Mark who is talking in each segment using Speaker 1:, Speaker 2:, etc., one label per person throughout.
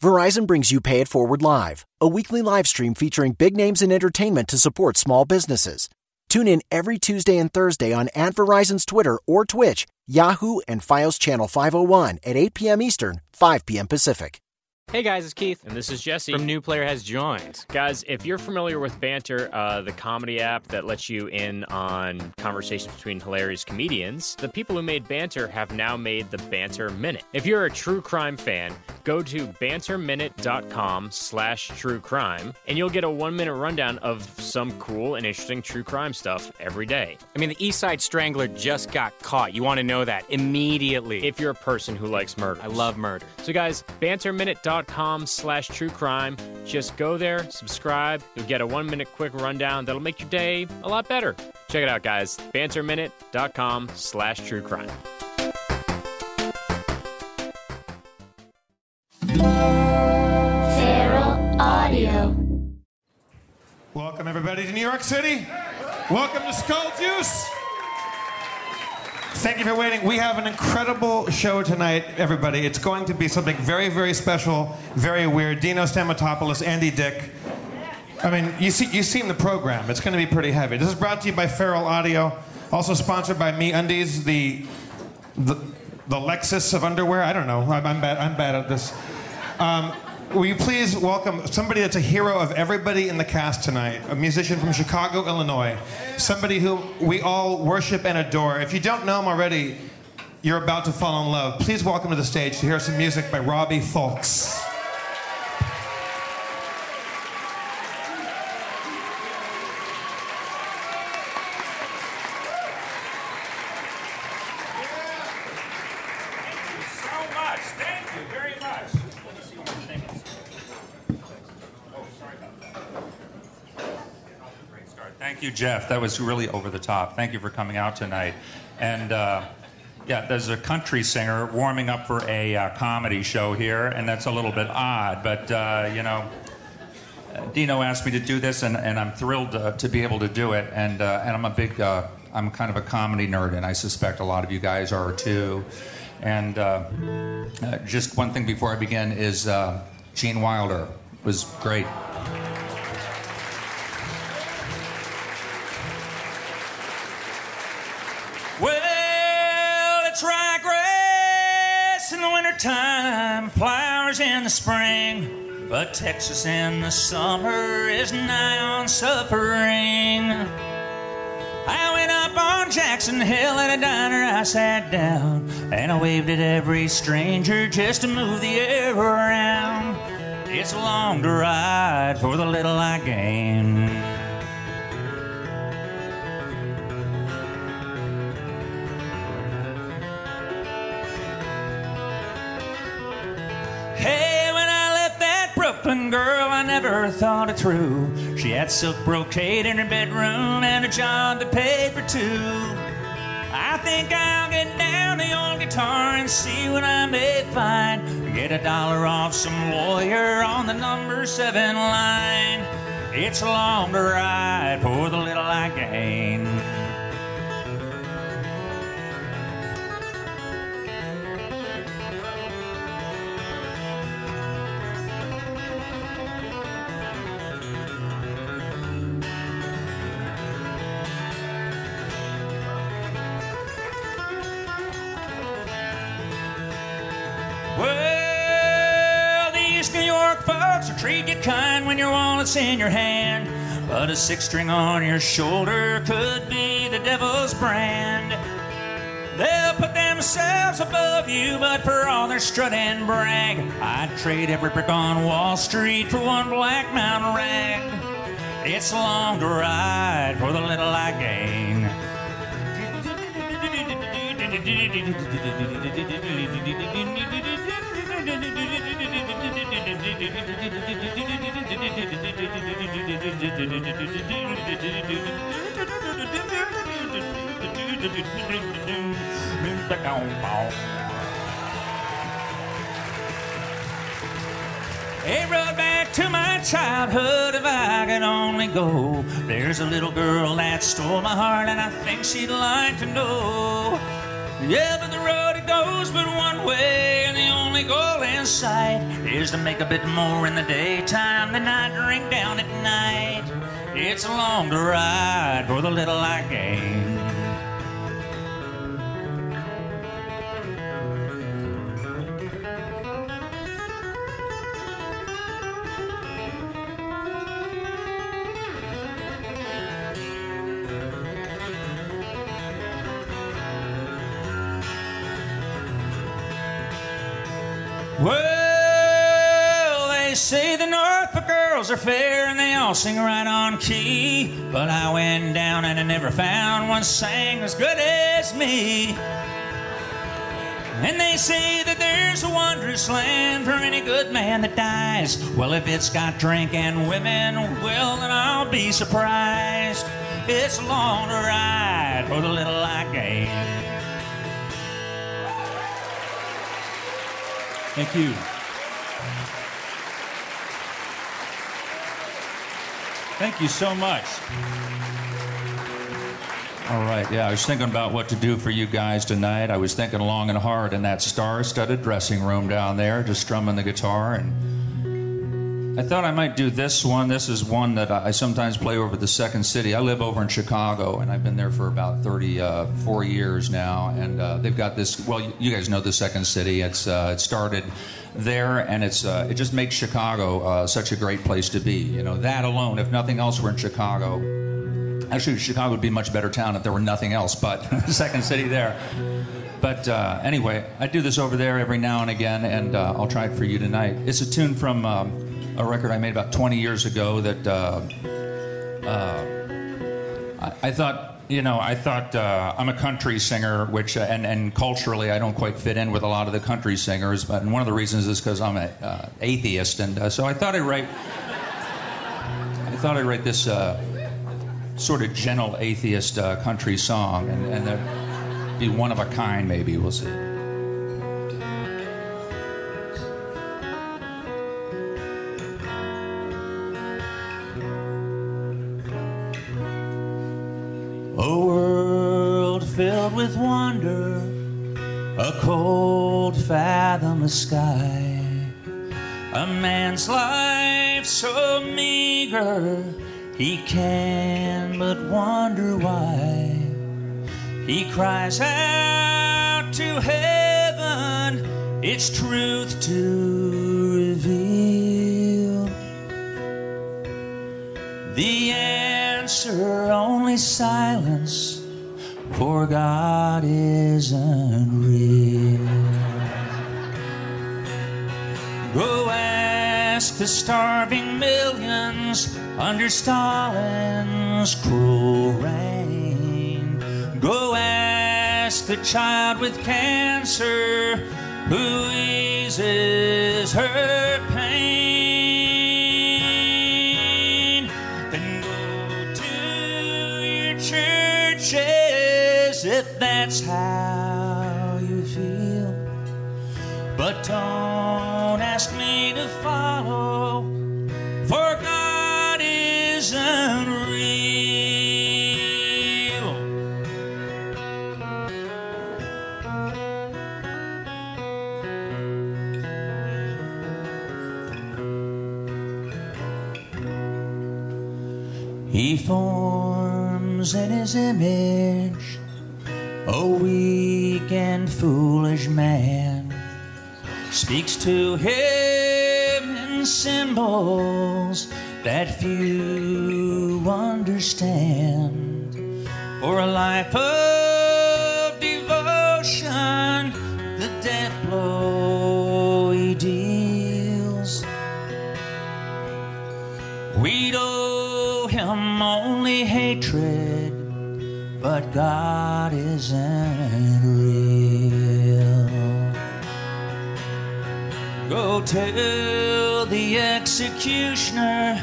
Speaker 1: Verizon brings you Pay It Forward Live, a weekly live stream featuring big names in entertainment to support small businesses. Tune in every Tuesday and Thursday on at Verizon's Twitter or Twitch, Yahoo, and Fios Channel 501 at 8 p.m. Eastern, 5 p.m. Pacific.
Speaker 2: Hey guys, it's Keith
Speaker 3: And this is Jesse.
Speaker 2: from New Player Has Joined.
Speaker 3: Guys, if you're familiar with Banter, uh, the comedy app that lets you in on conversations between hilarious comedians, the people who made Banter have now made the Banter Minute. If you're a true crime fan, go to banterminute.com slash true crime, and you'll get a one-minute rundown of some cool and interesting true crime stuff every day.
Speaker 2: I mean, the East Side Strangler just got caught. You want to know that immediately.
Speaker 3: If you're a person who likes murder.
Speaker 2: I love murder.
Speaker 3: So, guys, banterminute.com slash true crime. Just go there, subscribe. You'll get a one minute quick rundown that'll make your day a lot better. Check it out, guys. banterminute.com slash true crime.
Speaker 4: Feral Audio.
Speaker 5: Welcome, everybody, to New York City. Welcome to Skull Juice. Thank you for waiting. We have an incredible show tonight, everybody. It's going to be something very, very special, very weird. Dino Stamatopoulos, Andy Dick. I mean, you see, you've seen the program. It's going to be pretty heavy. This is brought to you by Feral Audio, also sponsored by Me Undies, the, the, the Lexus of underwear. I don't know. I'm, I'm bad, I'm bad at this. Um, will you please welcome somebody that's a hero of everybody in the cast tonight? A musician from Chicago, Illinois. Somebody who we all worship and adore. If you don't know him already, you're about to fall in love. Please welcome to the stage to hear some music by Robbie Fulks.
Speaker 6: so much. Thank you very much. Oh, sorry about that. Great start. Thank you, Jeff. That was really over the top. Thank you for coming out tonight. And uh, yeah, there's a country singer warming up for a uh, comedy show here, and that's a little bit odd, but uh, you know. Dino asked me to do this, and, and I'm thrilled uh, to be able to do it. And, uh, and I'm a big, uh, I'm kind of a comedy nerd, and I suspect a lot of you guys are too. And uh, uh, just one thing before I begin is uh, Gene Wilder was great. Well, it's ryegrass in the wintertime, flowers in the spring, but Texas in the summer is nigh on suffering. I went up on Jackson Hill at a diner, I sat down, and I waved at every stranger just to move the air around. It's a long ride for the little I gain. Hey, when I left that Brooklyn girl, I never thought it through. She had silk brocade in her bedroom and a job that paid for two. I think I'll get down the old guitar and see what I may find. Get a dollar off some lawyer on the number seven line. It's a long ride for the little I gain. Well, these New York folks will treat you kind when your wallet's in your hand. But a six string on your shoulder could be the devil's brand. They'll put themselves above you, but for all their strut and brag, I'd trade every brick on Wall Street for one black mountain rag. It's a long ride for the little I gain. It brought back to my childhood if I could only go. There's a little girl that stole my heart, and I think she'd like to know. Yeah, but the road it goes but one way, and the only goal in sight is to make a bit more in the daytime than I drink down at night. It's a long ride for the little I gain. Well, they say the Norfolk girls are fair and they all sing right on key. But I went down and I never found one sang as good as me. And they say that there's a wondrous land for any good man that dies. Well, if it's got drink and women, well, then I'll be surprised. It's a long ride for the little I gain.
Speaker 7: Thank you. Thank you so much.
Speaker 8: All right, yeah, I was thinking about what to do for you guys tonight. I was thinking long and hard in that star studded dressing room down there, just strumming the guitar. And I thought I might do this one. This is one that I I sometimes play over the Second City. I live over in Chicago, and I've been there for about 34 years now. And uh, they've got this, well, you- you guys know the Second City. It's uh, It started there, and it's uh, it just makes Chicago uh, such a great place to be. You know, that alone, if nothing else, we're in Chicago. Actually, Chicago would be a much better town if there were nothing else but Second City there. But uh, anyway, I do this over there every now and again, and uh, I'll try it for you tonight. It's a tune from um, a record I made about 20 years ago that uh, I thought, you know, I thought uh, I'm a country singer, which uh, and and culturally I don't quite fit in with a lot of the country singers. But and one of the reasons is because I'm an uh, atheist, and uh, so I thought I'd write. I thought I'd write this uh, sort of gentle atheist uh, country song, and, and that'd be one of a kind. Maybe we'll see.
Speaker 6: A world filled with wonder, a cold, fathomless sky. A man's life so meager, he can but wonder why. He cries out to heaven, its truth to reveal. The answer only silence, for God isn't real. Go ask the starving millions under Stalin's cruel reign. Go ask the child with cancer who eases her pain. Then go to your churches if that's how you feel. But don't ask me to follow, for God isn't real. He forms in his image a weak and foolish man speaks to him in symbols that few understand. For a life of devotion, the death blow he deals. We'd owe him only hatred, but God isn't real. Go tell the executioner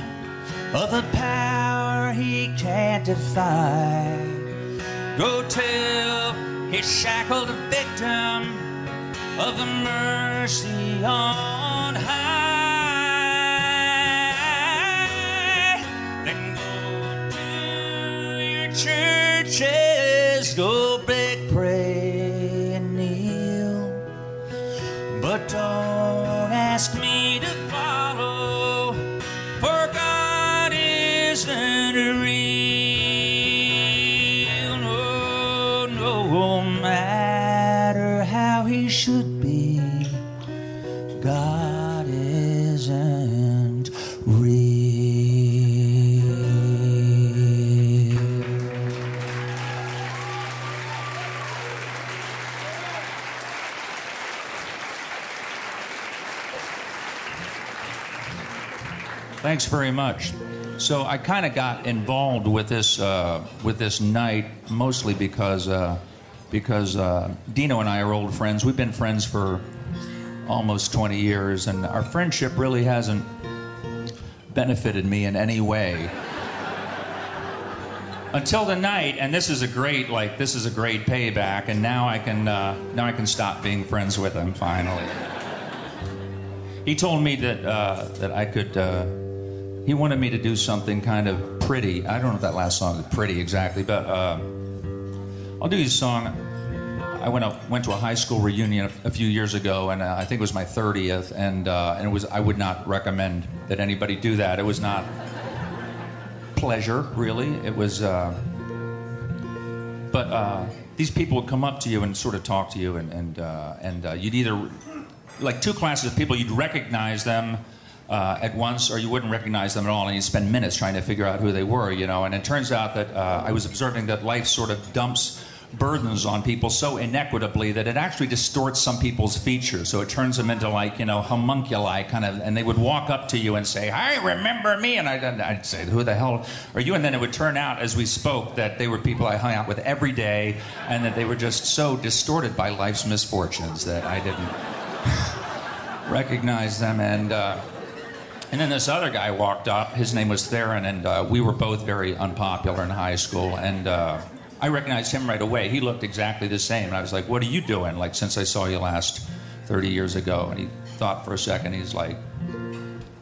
Speaker 6: of a power he can't defy. Go tell his shackled victim of the mercy on high. Then go to your churches, go beg, pray, ask me to follow, for God isn't real. Oh, No, no matter how He should be, God isn't real.
Speaker 8: Thanks very much. So I kind of got involved with this uh, with this night mostly because uh, because uh, Dino and I are old friends. We've been friends for almost 20 years, and our friendship really hasn't benefited me in any way until the night. And this is a great like this is a great payback. And now I can uh, now I can stop being friends with him finally. He told me that uh, that I could. Uh, he wanted me to do something kind of pretty. I don't know if that last song is pretty exactly, but uh, I'll do you a song. I went up, went to a high school reunion a, a few years ago, and uh, I think it was my 30th, and uh, and it was. I would not recommend that anybody do that. It was not pleasure, really. It was. Uh, but uh, these people would come up to you and sort of talk to you, and and uh, and uh, you'd either like two classes of people you'd recognize them uh, at once or you wouldn't recognize them at all and you'd spend minutes trying to figure out who they were you know and it turns out that uh, i was observing that life sort of dumps burdens on people so inequitably that it actually distorts some people's features so it turns them into like you know homunculi kind of and they would walk up to you and say hi remember me and I'd, and I'd say who the hell are you and then it would turn out as we spoke that they were people i hung out with every day and that they were just so distorted by life's misfortunes that i didn't recognized them, and uh, and then this other guy walked up. His name was Theron, and uh, we were both very unpopular in high school, and. Uh, I recognized him right away. He looked exactly the same. And I was like, What are you doing? Like, since I saw you last 30 years ago. And he thought for a second. He's like,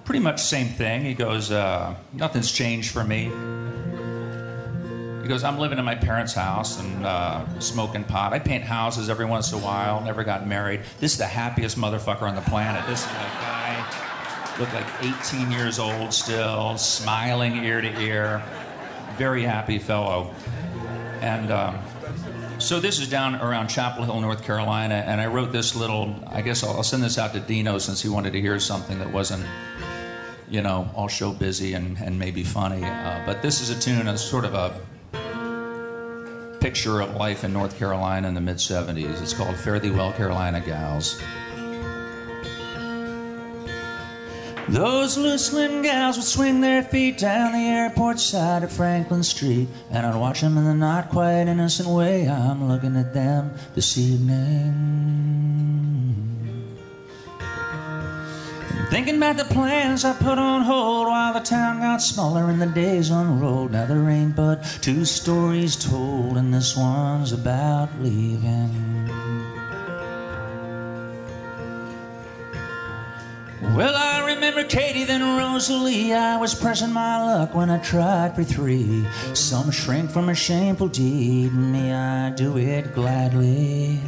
Speaker 8: Pretty much same thing. He goes, uh, Nothing's changed for me. He goes, I'm living in my parents' house and uh, smoking pot. I paint houses every once in a while. Never got married. This is the happiest motherfucker on the planet. This is a guy, looked like 18 years old still, smiling ear to ear. Very happy fellow. And um, so this is down around Chapel Hill, North Carolina. And I wrote this little, I guess I'll, I'll send this out to Dino since he wanted to hear something that wasn't you know, all show busy and, and maybe funny. Uh, but this is a tune that's sort of a picture of life in North Carolina in the mid 70s. It's called Fare Thee Well, Carolina Gals.
Speaker 6: Those loose slim gals would swing their feet down the airport side of Franklin Street, and I'd watch them in the not quite innocent way I'm looking at them this evening. Thinking about the plans I put on hold while the town got smaller and the days unrolled. Now there ain't but two stories told, and this one's about leaving. Well, I remember Katie, then Rosalie. I was pressing my luck when I tried for three. Some shrink from a shameful deed, and me, I do it gladly.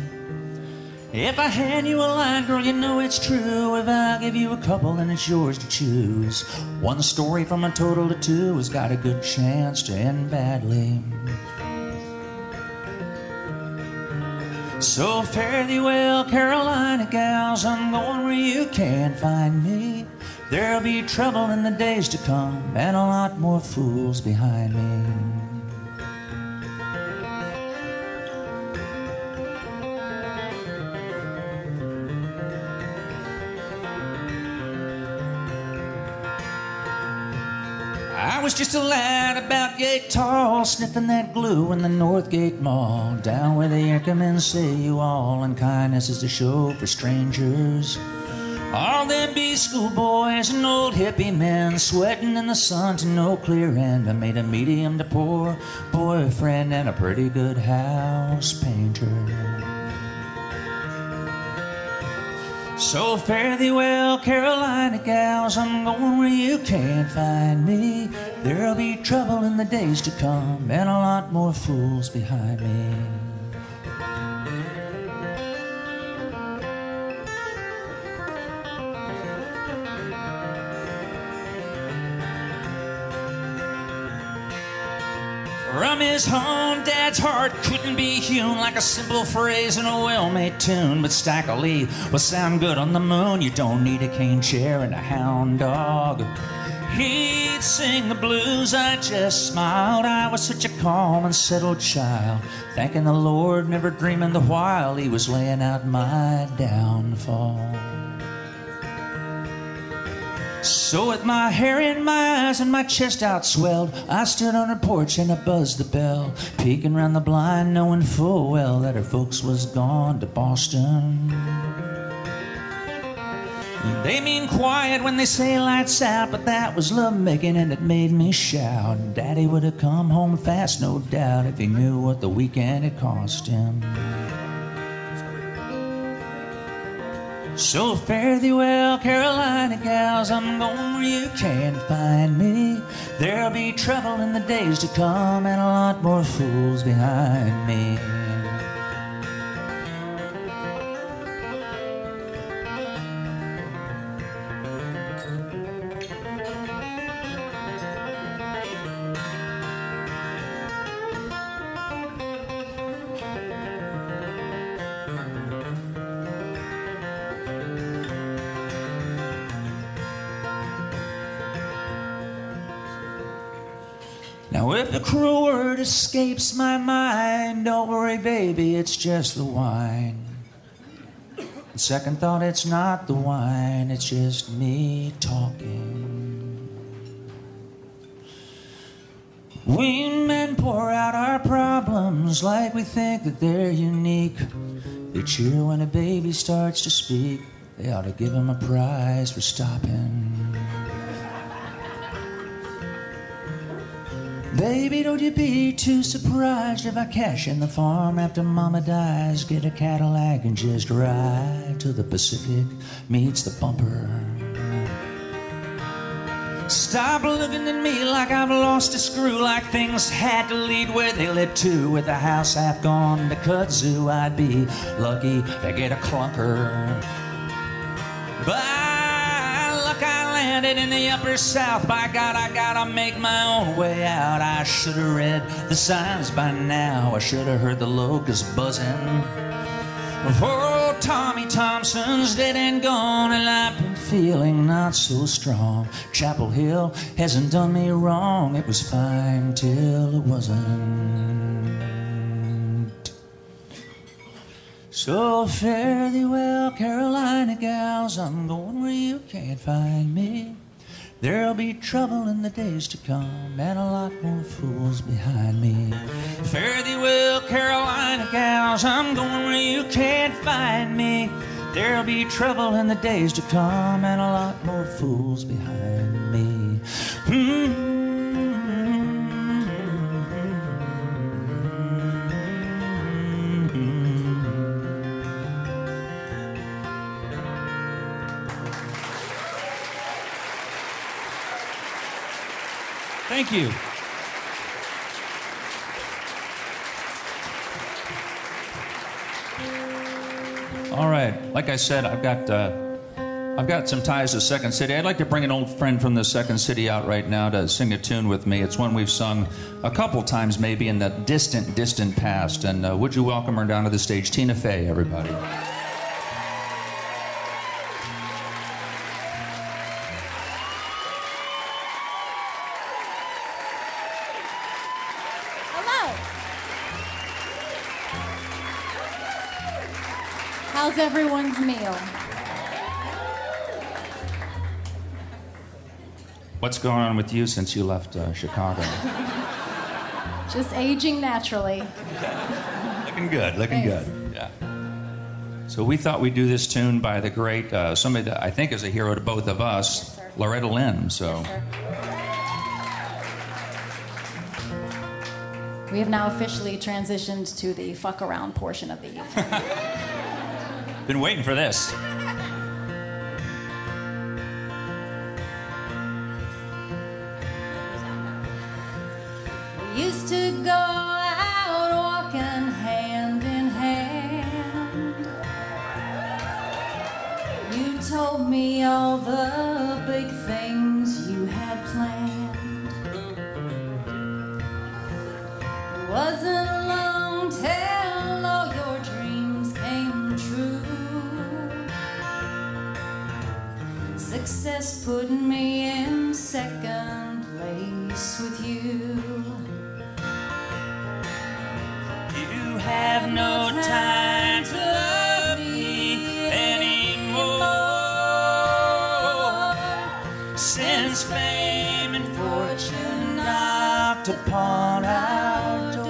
Speaker 6: If I hand you a line, girl, you know it's true. If I give you a couple, then it's yours to choose. One story from a total of two has got a good chance to end badly. So fare thee well, Carolina gals. I'm going where you can't find me. There'll be trouble in the days to come, and a lot more fools behind me. I was just a lad about gate tall, sniffing that glue in the Northgate Mall. Down where the Anchormen say you all, and kindness is a show for strangers. All them B schoolboys and old hippie men, sweating in the sun to no clear end. I made a medium to poor boyfriend and a pretty good house painter. So fare thee well, Carolina gals. I'm going where you can't find me. There'll be trouble in the days to come, and a lot more fools behind me. From his home, Dad's heart couldn't be hewn like a simple phrase in a well made tune. But stack a lee will sound good on the moon. You don't need a cane chair and a hound dog. He'd sing the blues, I just smiled. I was such a calm and settled child, thanking the Lord, never dreaming the while he was laying out my downfall. So with my hair in my eyes and my chest out swelled, I stood on her porch and I buzzed the bell, peeking round the blind, knowing full well that her folks was gone to Boston. They mean quiet when they say lights out, but that was lovemaking and it made me shout. Daddy would have come home fast, no doubt, if he knew what the weekend had cost him. So fare thee well, Carolina gals. I'm going where you can find me. There'll be trouble in the days to come, and a lot more fools behind me. Now, if a cruel word escapes my mind, don't worry, baby, it's just the wine. And second thought, it's not the wine, it's just me talking. We men pour out our problems like we think that they're unique. They cheer when a baby starts to speak. They ought to give him a prize for stopping. Baby, don't you be too surprised if I cash in the farm after Mama dies. Get a Cadillac and just ride till the Pacific meets the bumper. Stop looking at me like I've lost a screw, like things had to lead where they led to. With the house half gone to kudzu, I'd be lucky to get a clunker. By luck, I landed in the upper south. By God, I gotta make my own way out. I should have read the signs by now. I should have heard the locusts buzzing. Poor old Tommy Thompson's dead and gone, and I've been feeling not so strong. Chapel Hill hasn't done me wrong. It was fine till it wasn't. So fare thee well, Carolina gals. I'm going where you can't find me. There'll be trouble in the days to come, and a lot more fools behind me. Fare thee well, Carolina gals. I'm going where you can't find me. There'll be trouble in the days to come, and a lot more fools behind me.
Speaker 8: Thank you. All right. Like I said, I've got uh, I've got some ties to Second City. I'd like to bring an old friend from the Second City out right now to sing a tune with me. It's one we've sung a couple times, maybe in the distant, distant past. And uh, would you welcome her down to the stage, Tina Fey, everybody?
Speaker 9: Hello. How's everyone's meal?
Speaker 8: What's going on with you since you left uh, Chicago?
Speaker 9: Just aging naturally.
Speaker 8: looking good. Looking
Speaker 9: Thanks.
Speaker 8: good. Yeah. So we thought we'd do this tune by the great uh, somebody that I think is a hero to both of us,
Speaker 9: sir.
Speaker 8: Loretta Lynn. So.
Speaker 9: We have now officially transitioned to the fuck around portion of the evening.
Speaker 8: Been waiting for this.
Speaker 9: We used to go out walking hand in hand. You told me all the big things you had planned.
Speaker 10: that's putting me in second place with you.
Speaker 6: You have no time to love me anymore. Since fame and fortune knocked upon our door,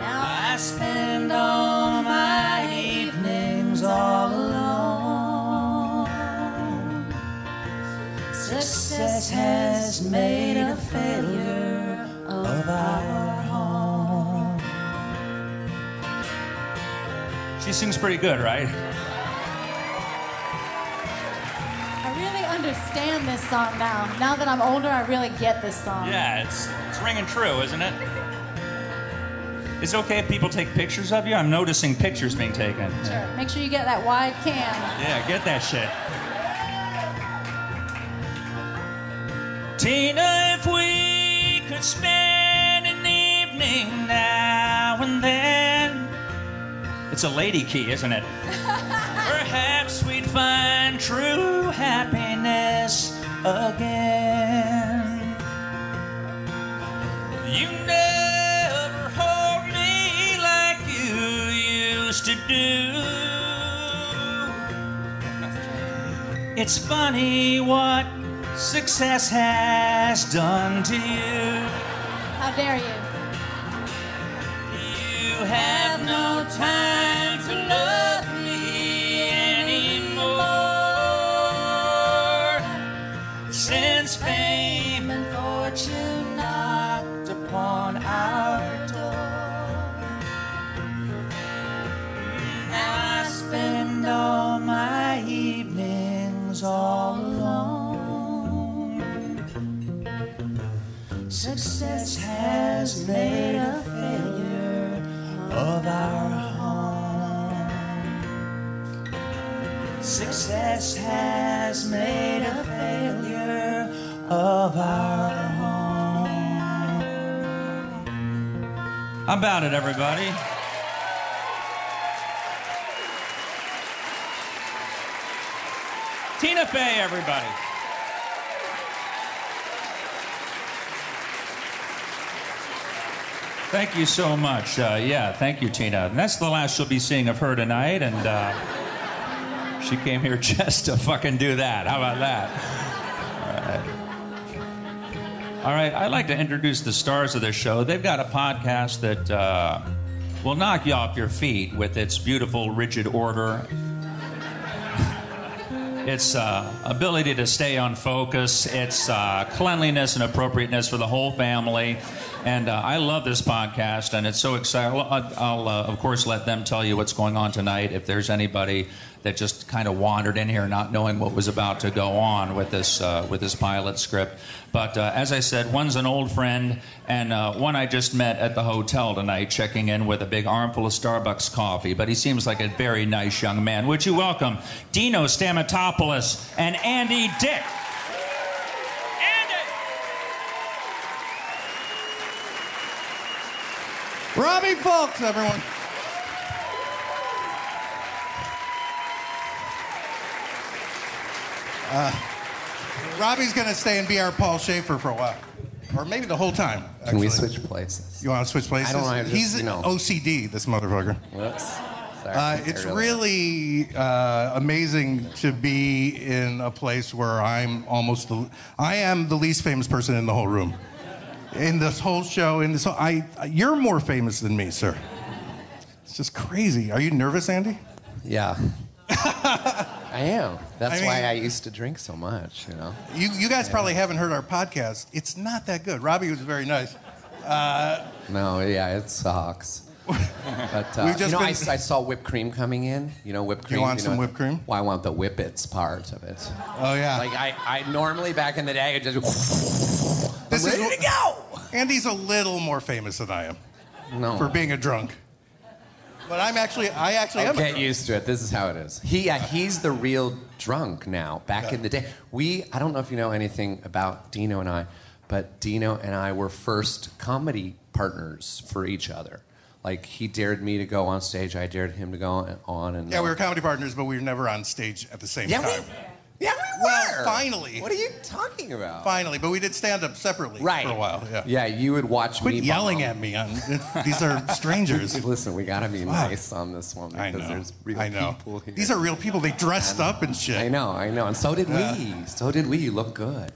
Speaker 10: Now
Speaker 6: I spend all my evenings all alone. Success has made a failure of our home.
Speaker 8: She sings pretty good, right?
Speaker 11: I really understand this song now. Now that I'm older, I really get this song.
Speaker 12: Yeah, it's, it's ringing true, isn't it? Is it okay if people take pictures of you? I'm noticing pictures being taken.
Speaker 11: Sure. Make sure you get that wide cam.
Speaker 12: Yeah, get that shit.
Speaker 6: Tina, if we could spend an evening now and then,
Speaker 12: It's a lady key, isn't it?
Speaker 6: perhaps we'd find true happiness again. You never hold me like you used to do. It's funny what success has done to you.
Speaker 11: How dare you?
Speaker 6: You have no time to love me anymore. Since fame and fortune knocked upon our door, now I spend all my evenings all alone. Success has made a failure of our home. Success has made a failure of our home.
Speaker 12: How about it, everybody? Tina Fey, everybody.
Speaker 8: Thank you so much. Uh, yeah, thank you, Tina. And that's the last you'll be seeing of her tonight. And uh, she came here just to fucking do that. How about that? All right. All right. I'd like to introduce the stars of this show. They've got a podcast that uh, will knock you off your feet with its beautiful, rigid order, its uh, ability to stay on focus, its uh, cleanliness and appropriateness for the whole family. And uh, I love this podcast, and it's so exciting. I'll, I'll uh, of course, let them tell you what's going on tonight. If there's anybody that just kind of wandered in here not knowing what was about to go on with this uh, with this pilot script, but uh, as I said, one's an old friend, and uh, one I just met at the hotel tonight, checking in with a big armful of Starbucks coffee. But he seems like a very nice young man. Would you welcome Dino Stamatopoulos and Andy Dick?
Speaker 13: Robbie Fulks, everyone. Uh, Robbie's going to stay and be our Paul Schaefer for a while. Or maybe the whole time.
Speaker 14: Can we
Speaker 13: actually.
Speaker 14: switch places?
Speaker 13: You want to switch places?
Speaker 14: I don't wanna just,
Speaker 13: He's
Speaker 14: you know.
Speaker 13: OCD, this motherfucker.
Speaker 14: Whoops. Sorry.
Speaker 13: Uh,
Speaker 14: I
Speaker 13: it's
Speaker 14: realized.
Speaker 13: really uh, amazing to be in a place where I'm almost the, I am the least famous person in the whole room, in this whole show. In this, whole, I you're more famous than me, sir. It's just crazy. Are you nervous, Andy?
Speaker 14: Yeah. I am. That's
Speaker 13: I mean-
Speaker 14: why I used to drink so much, you know.
Speaker 13: You you guys probably haven't heard our podcast. It's not that good. Robbie was very nice. Uh,
Speaker 14: No, yeah, it sucks. But uh,
Speaker 13: We've just
Speaker 14: you know,
Speaker 13: been-
Speaker 14: I, I saw whipped cream coming in. You know, whipped cream.
Speaker 13: want
Speaker 14: know,
Speaker 13: some whipped cream?
Speaker 14: Well, I want the whippets part of it.
Speaker 13: Oh yeah.
Speaker 14: Like I, I normally back in the day, I just.
Speaker 13: This
Speaker 14: I'm
Speaker 13: is-
Speaker 14: ready to go.
Speaker 13: Andy's a little more famous than I am
Speaker 14: No.
Speaker 13: for being a drunk. But I'm actually I actually am. A
Speaker 14: Get
Speaker 13: drunk.
Speaker 14: used to it. This is how it is. He, yeah, he's the real drunk now. Back in the day, we, I don't know if you know anything about Dino and I, but Dino and I were first comedy partners for each other. Like he dared me to go on stage, I dared him to go on- on and
Speaker 13: Yeah, we were comedy partners, but we were never on stage at the same
Speaker 14: Yeah, we-
Speaker 13: time.
Speaker 14: yeah, we were.
Speaker 13: finally.
Speaker 14: What are you talking about?
Speaker 13: Finally, but we did stand up separately
Speaker 14: Right.
Speaker 13: for a while. Yeah.
Speaker 14: Yeah, you would watch
Speaker 13: Quit
Speaker 14: me
Speaker 13: yelling at me. On, these are strangers.
Speaker 14: Listen, we gotta be
Speaker 13: Fuck.
Speaker 14: nice on this one
Speaker 13: I
Speaker 14: because
Speaker 13: know.
Speaker 14: there's real
Speaker 13: I know.
Speaker 14: people here.
Speaker 13: These are real people. They dressed up and shit.
Speaker 14: I know, I know, and so did
Speaker 13: Yeah.
Speaker 14: we. So did we. You look good.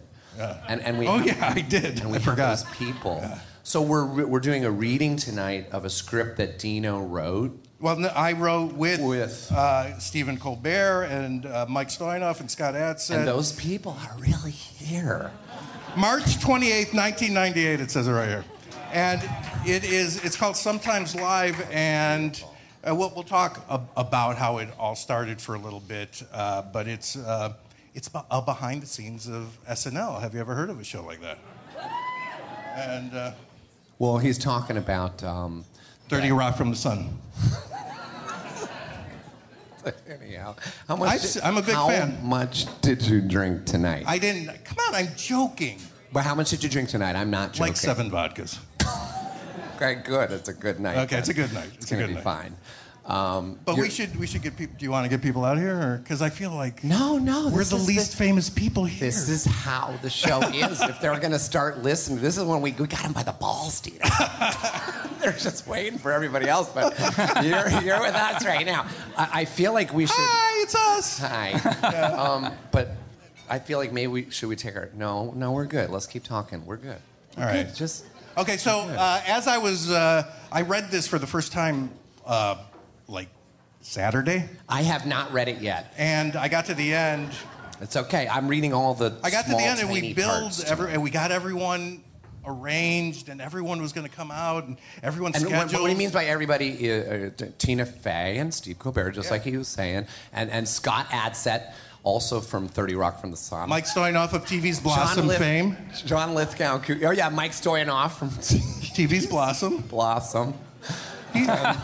Speaker 14: And and we.
Speaker 13: Oh, yeah, I did.
Speaker 14: And
Speaker 13: I
Speaker 14: we have
Speaker 13: forgot.
Speaker 14: those people. So we're re- we're doing a reading tonight of a script that Dino wrote.
Speaker 13: Well, no, I wrote with, Uh, Stephen Colbert and uh, Mike Steinoff and Scott Adson.
Speaker 14: And those people are really here.
Speaker 13: March 28th, 1998, it says it right here. And it is, it's called Sometimes Live, and uh, we'll, we'll talk ab- about how it all started for a little bit, uh, but it's, uh, it's be- a behind the scenes of SNL. Have you ever heard of a show like that? And uh,
Speaker 14: Well, he's talking about um,
Speaker 13: Dirty Rock from the Sun.
Speaker 14: Anyhow, how much?
Speaker 13: I've
Speaker 14: did-
Speaker 13: se- I'm a big
Speaker 14: how
Speaker 13: fan.
Speaker 14: much did you drink tonight?
Speaker 13: I didn't, come on, I'm joking.
Speaker 14: but how much did you drink tonight? I'm not joking.
Speaker 13: Like seven vodkas.
Speaker 14: Okay, good. It's a good night.
Speaker 13: Okay, it's a
Speaker 14: then.
Speaker 13: good night.
Speaker 14: It's,
Speaker 13: It's a
Speaker 14: gonna
Speaker 13: good night.
Speaker 14: be fine. Um,
Speaker 13: But
Speaker 14: you're-
Speaker 13: we should we should get people. Do you want to get people out here, because I feel like
Speaker 14: no, no,
Speaker 13: we're
Speaker 14: this
Speaker 13: the
Speaker 14: is
Speaker 13: least famous people here.
Speaker 14: This is how the show is. if they're gonna start listening, this is when we, we got them by the balls, dude. they're just waiting for everybody else, but you're, you're with us right now. I, I feel like we should.
Speaker 13: Hi, it's us.
Speaker 14: Hi. Um, but I feel like maybe we should we take our no, no, we're good. Let's keep talking. We're good.
Speaker 13: All right.
Speaker 14: Just
Speaker 13: Okay, so uh, as I was, uh, I read this for the first time, uh, like Saturday,
Speaker 14: I have not read it yet.
Speaker 13: and I got to the end.
Speaker 14: It's okay. I'm reading all the.
Speaker 13: I got to
Speaker 14: small,
Speaker 13: the end, and we
Speaker 14: tiny
Speaker 13: built
Speaker 14: parts to
Speaker 13: every,
Speaker 14: it.
Speaker 13: and we got everyone arranged, and everyone was going to come out, and everyone
Speaker 14: And what,
Speaker 13: scheduled.
Speaker 14: what he means by everybody, uh, uh, T- Tina Fey and Steve Colbert, just
Speaker 13: Yeah.
Speaker 14: like he was saying, and, and Scott Adset, also from 30 Rock from the Sun.
Speaker 13: Mike Stoyanoff of TV's Blossom
Speaker 14: Lith-
Speaker 13: fame.
Speaker 14: John Lithgow. and Coo- Oh, yeah, Mike Stoyanoff from
Speaker 13: TV's Blossom.
Speaker 14: Blossom. Um,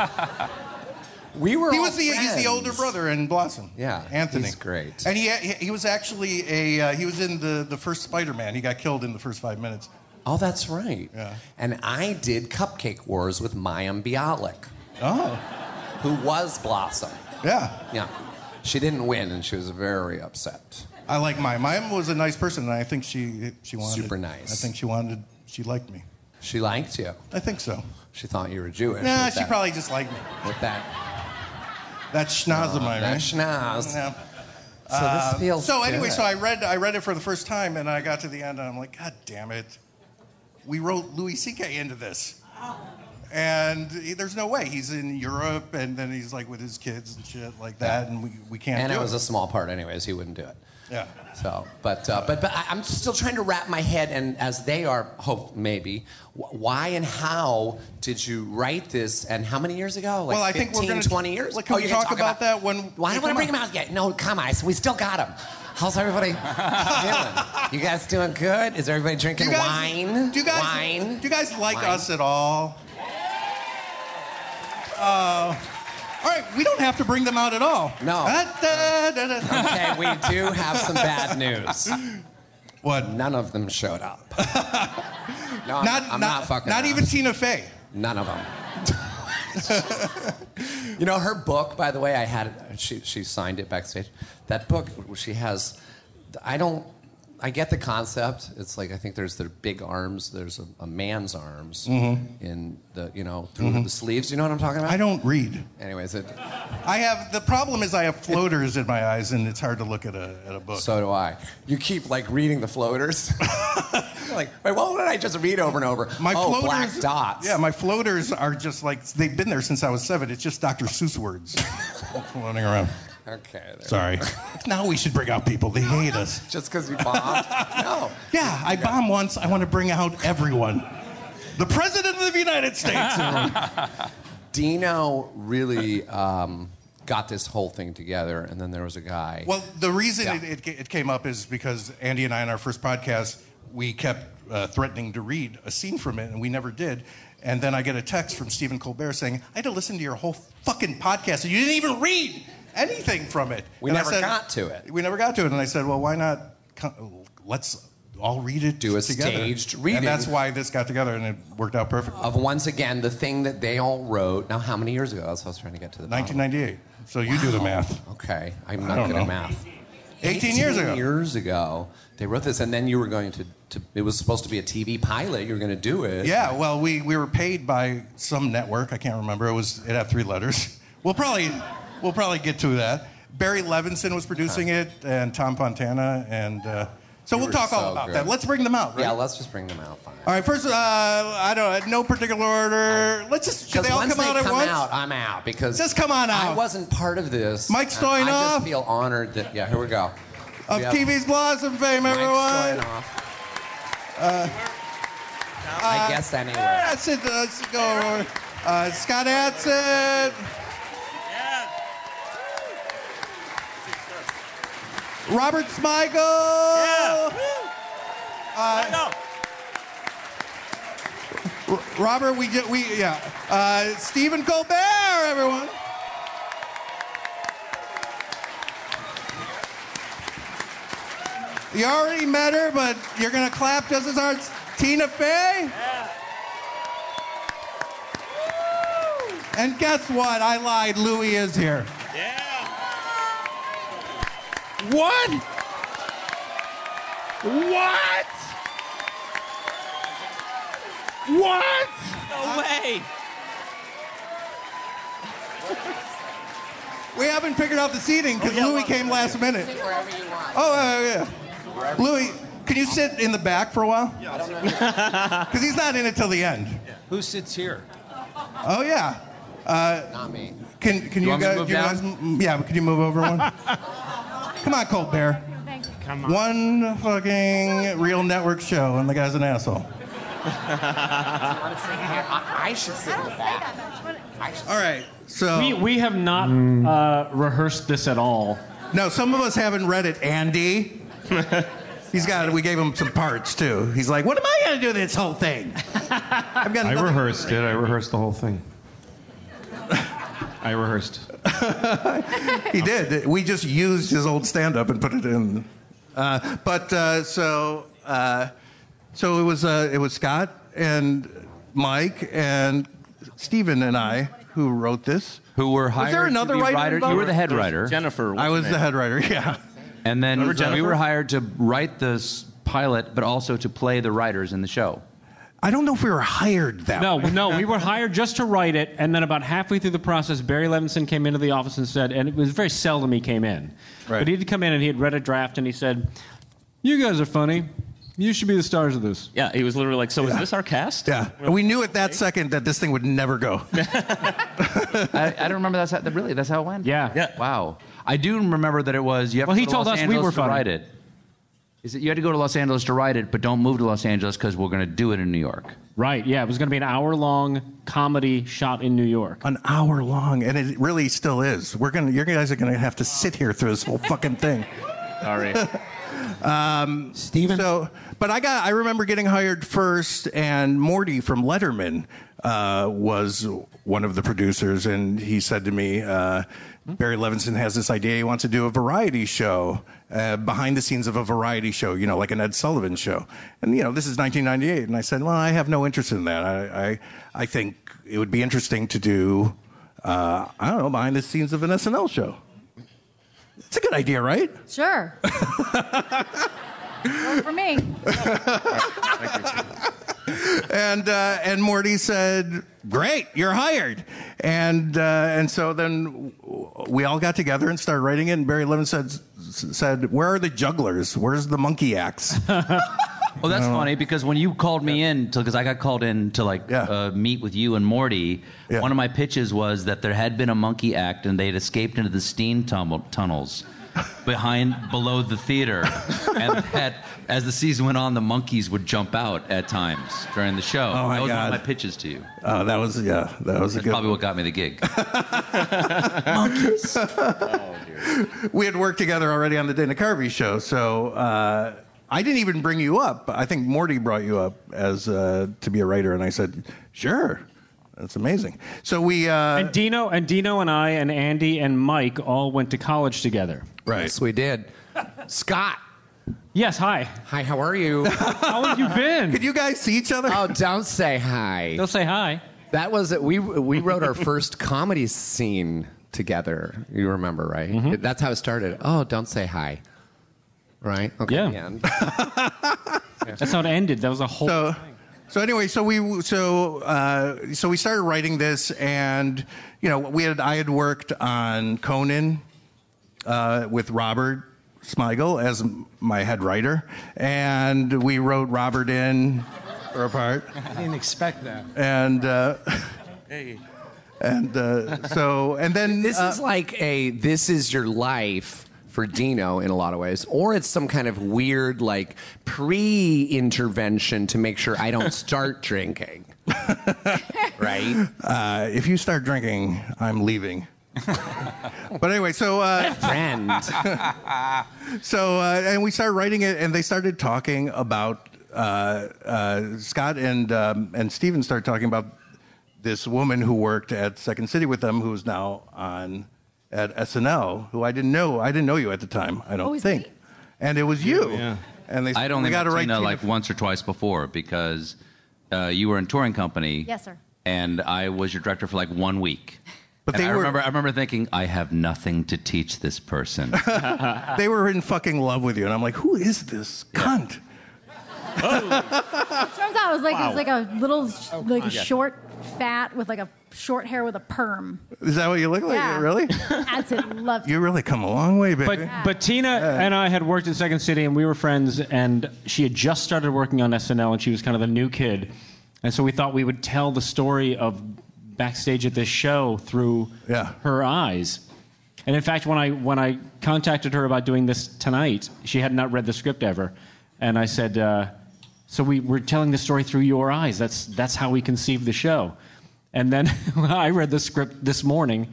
Speaker 14: we were
Speaker 13: He
Speaker 14: all
Speaker 13: was the he's
Speaker 14: friends.
Speaker 13: the older brother in Blossom.
Speaker 14: Yeah,
Speaker 13: Anthony.
Speaker 14: he's great.
Speaker 13: And he he he was actually a uh, he was in the the first Spider-Man. He got killed in the first five minutes.
Speaker 14: Oh, that's right.
Speaker 13: Yeah.
Speaker 14: And I did Cupcake Wars with Mayim Bialik,
Speaker 13: Oh,
Speaker 14: who was Blossom.
Speaker 13: yeah.
Speaker 14: Yeah. She didn't win, and she was very upset.
Speaker 13: I like Maya. Maya was a nice person, and I think she she wanted
Speaker 14: Super nice.
Speaker 13: I think she wanted she liked me.
Speaker 14: She liked you.
Speaker 13: I think so.
Speaker 14: She thought you were Jewish.
Speaker 13: Nah,
Speaker 14: with
Speaker 13: she
Speaker 14: that-
Speaker 13: probably just liked me.
Speaker 14: with that.
Speaker 13: That schnoz of
Speaker 14: Oh,
Speaker 13: mine,
Speaker 14: that
Speaker 13: right?
Speaker 14: schnoz.
Speaker 13: Yeah.
Speaker 14: So this feels.
Speaker 13: Um, So anyway,
Speaker 14: good.
Speaker 13: so I read I read it for the first time, and I got to the end, and I'm like, God damn it, we wrote Louis C.K. into this, and he- there's no way he's in Europe, and then he's like with his kids and shit like that, and we, we can't.
Speaker 14: and
Speaker 13: do
Speaker 14: it was a small part, anyways. He wouldn't do it.
Speaker 13: yeah.
Speaker 14: So, but uh, but but I, I'm still trying to wrap my head, and as they are, hope maybe, wh- why and how did you write this, and how many years ago? Like
Speaker 13: Well, I
Speaker 14: 15,
Speaker 13: think we're gonna-
Speaker 14: 20 years. Oh,
Speaker 13: Well, can we
Speaker 14: you're gonna
Speaker 13: talk about that when-
Speaker 14: Well, I
Speaker 13: Yeah,
Speaker 14: don't want
Speaker 13: come
Speaker 14: to bring
Speaker 13: on.
Speaker 14: him out yet. No, come on. We still got him. How's everybody doing? You guys doing good? Is everybody drinking wine?
Speaker 13: Do you guys
Speaker 14: wine?
Speaker 13: do you guys like
Speaker 14: Wine?
Speaker 13: us at all? Uh, all right, we don't have to bring them out at all.
Speaker 14: No.
Speaker 13: Ah, da, da, da.
Speaker 14: okay, we do have some bad news.
Speaker 13: What?
Speaker 14: None of them showed up. No, I'm
Speaker 13: Not
Speaker 14: I'm
Speaker 13: not,
Speaker 14: fucking.
Speaker 13: not
Speaker 14: around.
Speaker 13: even Tina Fey.
Speaker 14: None of them. you know her book, by the way. I had she she signed it backstage. That book she has. I don't. I get the concept. It's like I think there's the big arms. There's a, a man's arms in the you know through the sleeves. You know what I'm talking about?
Speaker 13: Mm-hmm. I don't read.
Speaker 14: Anyways, it,
Speaker 13: I have the problem is I have floaters in my eyes and it's hard to look at a at a book.
Speaker 14: so do I. You keep like reading the floaters. like wait, what did I just read over and over?
Speaker 13: my
Speaker 14: oh,
Speaker 13: floaters,
Speaker 14: black dots.
Speaker 13: Yeah, my floaters are just like they've been there since I was seven. It's just Dr. Seuss words floating around.
Speaker 14: okay. there.
Speaker 13: Sorry. now we should bring out people. They hate us.
Speaker 14: Just because you bombed? no.
Speaker 13: Yeah, I bomb once. I want to bring out everyone. The president of the United States.
Speaker 14: Dino really um, got this whole thing together, and then there was a guy.
Speaker 13: Well, the reason
Speaker 14: Yeah.
Speaker 13: it, it, it came up is because Andy and I, on our first podcast, we kept uh, threatening to read a scene from it, and we never did. And then I get a text from Stephen Colbert saying, I had to listen to your whole fucking podcast, and you didn't even read anything from it.
Speaker 14: We
Speaker 13: And I
Speaker 14: never got to it.
Speaker 13: We never got to it. And I said, Well, why not? co- Let's all read it
Speaker 14: Do a
Speaker 13: together.
Speaker 14: staged reading.
Speaker 13: And that's why this got together and it worked out perfectly.
Speaker 14: Of once again, the thing that they all wrote. Now, how many years ago? That's what I was trying to get to the bottom.
Speaker 13: 1998. So you do the math.
Speaker 14: Okay,
Speaker 13: I
Speaker 14: I'm not
Speaker 13: don't
Speaker 14: good
Speaker 13: know.
Speaker 14: at math.
Speaker 13: 18 years ago.
Speaker 14: years ago, they wrote this, and then you were going to, to. It was supposed to be a TV pilot. You were going to do it.
Speaker 13: Yeah, well, we, we were paid by some network. I can't remember. It was it had three letters. We'll probably we'll probably get to that. Barry Levinson was producing it, and Tom Fontana, and uh, so
Speaker 14: You
Speaker 13: we'll
Speaker 14: were
Speaker 13: talk all
Speaker 14: so
Speaker 13: about
Speaker 14: good.
Speaker 13: that. Let's bring them out. Right?
Speaker 14: Yeah, let's just bring them out. Fine.
Speaker 13: All right, first, uh, I don't no particular order. Let's just should
Speaker 14: Because
Speaker 13: they all
Speaker 14: once
Speaker 13: come
Speaker 14: they
Speaker 13: out at
Speaker 14: come
Speaker 13: once?
Speaker 14: out, I'm out because
Speaker 13: Just come on out.
Speaker 14: I wasn't part of this.
Speaker 13: Mike
Speaker 14: and I
Speaker 13: Stoyanov.
Speaker 14: just feel honored that yeah. Here we go.
Speaker 13: Of
Speaker 14: We have
Speaker 13: TV's Blossom fame,
Speaker 14: Mike
Speaker 13: everyone.
Speaker 14: Stoyanov.
Speaker 13: Uh,
Speaker 14: I guess anywhere.
Speaker 13: Yeah, that's it. Let's go. Uh, Scott Adson. Robert Smigel. Uh, R- Robert, we get we yeah. Uh, Stephen Colbert, everyone. You already met her, but you're gonna clap just as hard. Tina Fey. And guess what? I lied. Louis is here. What? What? What?
Speaker 6: No way.
Speaker 13: We haven't figured out the seating because Louis came last minute.
Speaker 14: Wherever you want.
Speaker 13: Oh, yeah, yeah, yeah. Louis, can you sit in the back for a while? Because he's not in it till the end.
Speaker 15: Who sits here?
Speaker 13: Oh yeah. Uh,
Speaker 14: Not me.
Speaker 13: Can can
Speaker 15: You
Speaker 13: you,
Speaker 15: want me to
Speaker 13: guys?
Speaker 15: move
Speaker 13: you
Speaker 15: down?
Speaker 13: guys m- yeah, can you move over one? Come on, Cold Bear.
Speaker 15: Come
Speaker 13: One fucking real network show, and the guy's an asshole.
Speaker 14: I, I should sit in the back.
Speaker 13: All right. So
Speaker 1: we, we have not uh, rehearsed this at all.
Speaker 13: No, some of us haven't read it, Andy. He's got. We gave him some parts too. He's like, "What am I gonna do this whole thing?" I've got.
Speaker 15: I
Speaker 13: nothing-
Speaker 15: rehearsed it. I rehearsed the whole thing. I rehearsed.
Speaker 13: He did. We just used his old stand-up and put it in. Uh, but uh, so uh, so it was uh, it was Scott and Mike and Stephen and I who wrote this.
Speaker 16: Who were hired?
Speaker 13: Was there another
Speaker 16: to be
Speaker 13: writer?
Speaker 16: writer?
Speaker 13: involved?
Speaker 16: You were the head writer.
Speaker 13: I was the head writer. Yeah.
Speaker 16: And then
Speaker 13: Remember
Speaker 16: we
Speaker 13: Jennifer?
Speaker 16: were hired to write this pilot, but also to play the writers in the show.
Speaker 13: I don't know if we were hired that.
Speaker 1: No, no, we were hired just to write it, and then about halfway through the process, Barry Levinson came into the office and said, and it was very seldom he came in,
Speaker 13: Right.
Speaker 1: but he did come in and he had read a draft and he said, "You guys are funny. You should be the stars of this."
Speaker 17: Yeah, he was literally like, "So
Speaker 13: Yeah.
Speaker 17: is this our cast?"
Speaker 13: Yeah, we knew at that second that this thing would never go.
Speaker 16: I, I don't remember that's how, that really that's how it went.
Speaker 1: Yeah.
Speaker 16: yeah. Wow. I do remember that it was you have
Speaker 1: Well,
Speaker 16: to
Speaker 1: he
Speaker 16: go to
Speaker 1: told
Speaker 16: Los
Speaker 1: us we
Speaker 16: Angeles
Speaker 1: were
Speaker 16: to
Speaker 1: funny.
Speaker 16: write it. Is it you had to go to Los Angeles to write it, but don't move to Los Angeles because we're going to do it in New York.
Speaker 1: Right? Yeah, it was going to be an hour-long comedy shot in New York.
Speaker 13: An hour long, and it really still is. We're gonna, you guys are gonna have to sit here through this whole fucking thing.
Speaker 16: Sorry.
Speaker 13: Um,
Speaker 18: Steven?
Speaker 13: So, but I got, I remember getting hired first, and Morty from Letterman uh, was one of the producers, and he said to me, uh, Barry Levinson has this idea he wants to do a variety show, uh, behind the scenes of a variety show, you know, like an Ed Sullivan show. And, you know, this is 1998. And I said, well, I have no interest in that. I, I, I think it would be interesting to do, uh, I don't know, behind the scenes of an SNL show. It's a good idea, right?
Speaker 11: Sure. Work for me.
Speaker 13: and uh, and Morty said, "Great, you're hired." And uh, and so then we all got together and started writing it. And Barry Lemon said said, "Where are the jugglers? Where's the monkey axe?" Uh,
Speaker 16: Well, that's funny because when you called me in, because I got called in to like uh, meet with you and Morty, one of my pitches was that there had been a monkey act and they had escaped into the steam tum- tunnels behind below the theater, and that as the season went on, the monkeys would jump out at times during the show.
Speaker 13: Oh, my
Speaker 16: that was one
Speaker 13: God.
Speaker 16: of my pitches to you.
Speaker 13: Oh, that was yeah, that was a
Speaker 16: That's
Speaker 13: good.
Speaker 16: probably what got me the gig.
Speaker 13: monkeys. we had worked together already on the Dana Carvey show, so uh, I didn't even bring you up. I think Morty brought you up as uh, to be a writer, and I said, "Sure, that's amazing." So we uh,
Speaker 1: and Dino and Dino and I and Andy and Mike all went to college together.
Speaker 13: Right.
Speaker 14: Yes, we did. Scott.
Speaker 1: Yes, hi.
Speaker 17: Hi, how are you?
Speaker 1: how have you been?
Speaker 17: Could
Speaker 13: you guys see each other?
Speaker 17: Oh, don't say hi.
Speaker 1: Don't say hi.
Speaker 17: That was it. We we wrote our first comedy scene together. You remember, right?
Speaker 1: Mm-hmm.
Speaker 17: That's how it started. Oh, don't say hi. Right? Okay. Yeah.
Speaker 1: That's how it ended. That was a whole.
Speaker 13: So, so anyway, so we so uh, so we started writing this, and you know, we had I had worked on Conan uh, with Robert Smigel as m- my head writer, and we wrote Robert in for a part,
Speaker 18: I didn't expect that.
Speaker 13: and. Uh,
Speaker 18: Hey.
Speaker 13: And uh, so, and then
Speaker 17: this is
Speaker 13: uh,
Speaker 17: like a this is your life for Dino in a lot of ways, or it's some kind of weird like pre-intervention to make sure I don't start drinking. right?
Speaker 13: Uh, if you start drinking, Mm, I'm leaving. but anyway, so uh,
Speaker 17: friend.
Speaker 13: so uh, and we started writing it, and they started talking about uh, uh, Scott and um, and Steven started talking about this woman who worked at Second City with them, who is now on at SNL, who I didn't know. I didn't know you at the time. I don't think. And it was you. And they
Speaker 16: I don't
Speaker 13: we
Speaker 16: think
Speaker 13: got
Speaker 16: I've
Speaker 13: to
Speaker 16: seen
Speaker 13: write
Speaker 16: that
Speaker 13: Tina
Speaker 16: like once or twice before because uh, you were in touring company.
Speaker 11: Yes, sir.
Speaker 16: And I was your director for like one week. But
Speaker 13: they
Speaker 16: I
Speaker 13: were-
Speaker 16: remember I remember thinking I have nothing to teach this person.
Speaker 13: they were in fucking love with you, and I'm like, who is this cunt?
Speaker 11: Turns out it was like it
Speaker 13: Wow.
Speaker 11: was like a little sh- like
Speaker 13: yeah.
Speaker 11: short, fat with like a short hair with a perm.
Speaker 13: Is that what you look like?
Speaker 11: Yeah.
Speaker 13: Really?
Speaker 11: That's it. Love.
Speaker 13: You really come a long way, baby.
Speaker 1: But but Tina and I had worked at Second City and we were friends and she had just started working on SNL and she was kind of the new kid, and so we thought we would tell the story of backstage at this show through her eyes. And in fact, when I when I contacted her about doing this tonight, she had not read the script ever, and I said, uh, "So we we're telling the story through your eyes. That's that's how we conceived the show." And then I read the script this morning,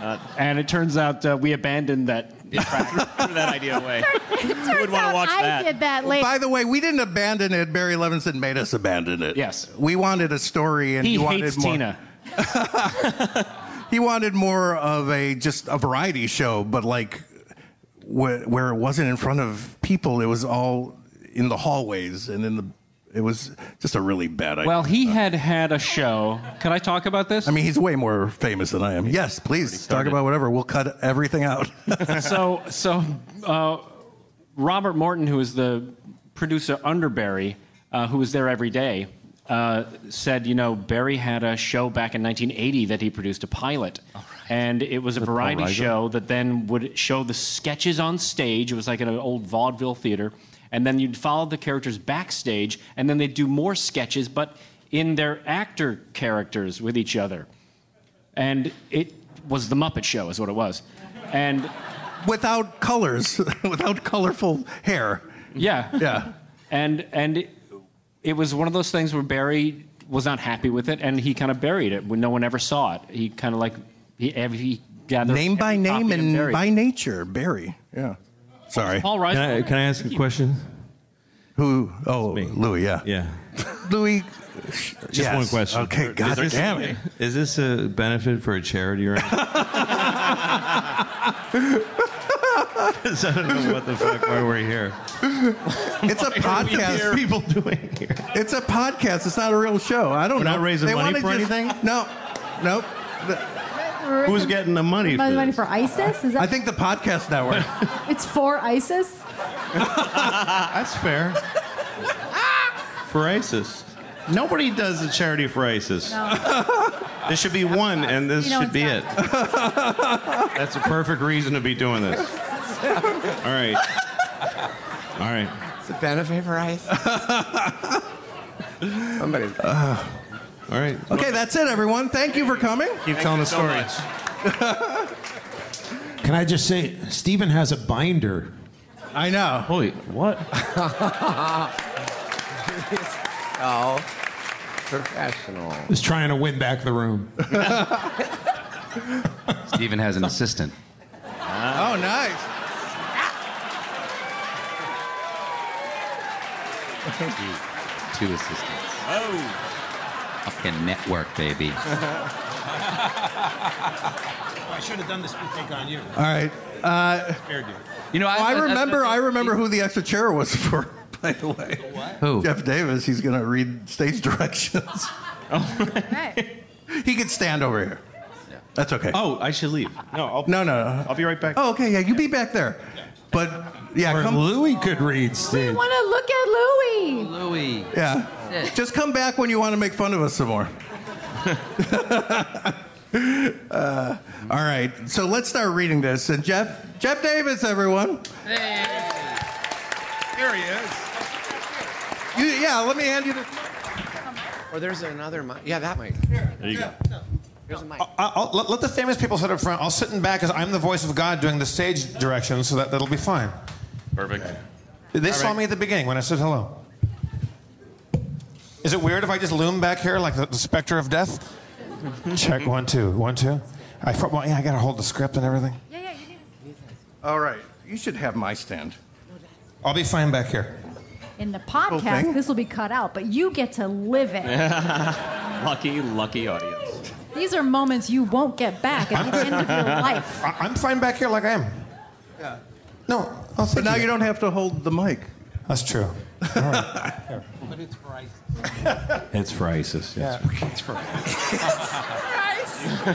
Speaker 1: Uh, and it turns out uh, we abandoned that.
Speaker 3: Threw that idea away.
Speaker 11: Who
Speaker 3: would want to watch
Speaker 11: I
Speaker 3: that?
Speaker 11: did that
Speaker 13: Well,
Speaker 11: later.
Speaker 13: by the way, we didn't abandon it. Barry Levinson made us abandon it.
Speaker 1: Yes.
Speaker 13: We wanted a story, and
Speaker 1: He
Speaker 13: he, wanted
Speaker 1: hates
Speaker 13: more.
Speaker 1: Tina.
Speaker 13: He wanted more of a just a variety show, but like where, where it wasn't in front of people, it was all in the hallways and in the. It was just a really bad idea.
Speaker 1: Well, he had had a show. Can I talk about this?
Speaker 13: I mean, he's way more famous than I am. Yes, please talk about whatever. We'll cut everything out.
Speaker 1: so so uh, Robert Morton, who is the producer under Barry, uh, who was there every day, uh, said, you know, Barry had a show back in 1980 that he produced a pilot, and it was a
Speaker 19: With Paul
Speaker 1: variety
Speaker 19: Reiser?
Speaker 1: show that then would show the sketches on stage. It was like in an old vaudeville theater, and then you'd follow the characters backstage, and then they'd do more sketches, but in their actor characters with each other and it was the Muppet Show, is what it was, and
Speaker 13: without colors, without colorful hair.
Speaker 1: Yeah,
Speaker 13: yeah,
Speaker 1: and and it, it was one of those things where Barry was not happy with it, and he kind of buried it when no one ever saw it. He kind of like he, he gathered
Speaker 13: name by
Speaker 1: every
Speaker 13: name
Speaker 1: copy
Speaker 13: and
Speaker 1: buried it.
Speaker 13: by nature, Barry. Yeah. Sorry.
Speaker 1: Paul Reiser-
Speaker 15: Can I, can I ask a question?
Speaker 13: Who? Oh, Louis. Yeah.
Speaker 15: Yeah.
Speaker 13: Louis.
Speaker 15: Just one question.
Speaker 13: Okay,
Speaker 15: Is
Speaker 13: God
Speaker 15: this-
Speaker 13: damn it.
Speaker 15: Is this a benefit for a charity or anything? 'Cause I don't know what the fuck why we're here.
Speaker 13: It's a podcast.
Speaker 15: People doing here.
Speaker 13: It's a podcast. It's not a real show. I don't
Speaker 15: We're
Speaker 13: know.
Speaker 15: not raising
Speaker 13: They
Speaker 15: money
Speaker 13: wanna
Speaker 15: for
Speaker 13: just-
Speaker 15: anything?
Speaker 13: No. Nope. The-
Speaker 15: Who's getting the money
Speaker 11: By
Speaker 15: for
Speaker 11: the money
Speaker 15: this?
Speaker 11: for ISIS? Is that
Speaker 13: I think the podcast network.
Speaker 11: it's for ISIS?
Speaker 15: That's fair. For ISIS. Nobody does a charity for ISIS. There should be one, and this
Speaker 11: You know,
Speaker 15: should be it. That's a perfect reason to be doing this. All right. All right.
Speaker 17: It's a benefit for ice.
Speaker 13: Somebody.
Speaker 15: All right.
Speaker 13: Okay, that's it, everyone. Thank you for coming.
Speaker 15: Keep telling the story.
Speaker 19: Can I just say, Steven has a binder.
Speaker 13: I know.
Speaker 15: Holy, what?
Speaker 17: oh, professional.
Speaker 19: Is trying to win back the room.
Speaker 16: Steven has an assistant.
Speaker 13: Oh, nice.
Speaker 16: Two assistants.
Speaker 3: Oh.
Speaker 16: Fucking network, baby.
Speaker 19: I should have done this take on you.
Speaker 13: All right. Uh,
Speaker 19: Spared you.
Speaker 16: You know,
Speaker 13: I,
Speaker 19: I- I-
Speaker 13: remember.
Speaker 19: I-
Speaker 13: I, remember who the extra chair was for. By the way,
Speaker 16: Who?
Speaker 13: Jeff Davis. He's gonna read stage directions.
Speaker 15: Oh
Speaker 13: he could stand over here. That's okay.
Speaker 15: Oh, I should leave. No, I'll,
Speaker 13: no, no, no.
Speaker 15: I'll be right back.
Speaker 13: Oh, okay. Yeah, you be back there. But yeah, come.
Speaker 19: Louis could read
Speaker 11: I
Speaker 19: stage.
Speaker 11: want to look at Louie.
Speaker 16: Louis.
Speaker 13: Yeah. Just come back when you want to make fun of us some more. Uh, all right. So let's start reading this. And Jeff, Jeff Davis, everyone.
Speaker 19: Here he is.
Speaker 13: You, yeah, let me hand you this.
Speaker 14: Or there's another mic. Yeah, that mic.
Speaker 15: There you go.
Speaker 5: I- I'll, let, let the famous people sit up front. I'll sit in back as I'm the voice of God doing the stage directions, so that that'll be fine.
Speaker 15: Perfect.
Speaker 5: They
Speaker 15: All
Speaker 5: saw
Speaker 15: right.
Speaker 5: me at the beginning when I said hello. Is it weird if I just loom back here like the, the specter of death? Check one two one two. I fr- well, yeah, I gotta hold the script and everything.
Speaker 13: All right. You should have my stand.
Speaker 5: I'll be fine back here.
Speaker 11: In the
Speaker 13: thing?
Speaker 11: podcast, this will be cut out, but you get to live it.
Speaker 3: lucky, lucky audience.
Speaker 11: These are moments you won't get back at the end of your life.
Speaker 5: I, I'm fine back here like I am.
Speaker 13: Yeah.
Speaker 5: No. Oh,
Speaker 13: but now you don't have to hold the mic.
Speaker 5: That's true.
Speaker 18: But it's Bryce.
Speaker 15: It's for ISIS. Yes.
Speaker 5: It's for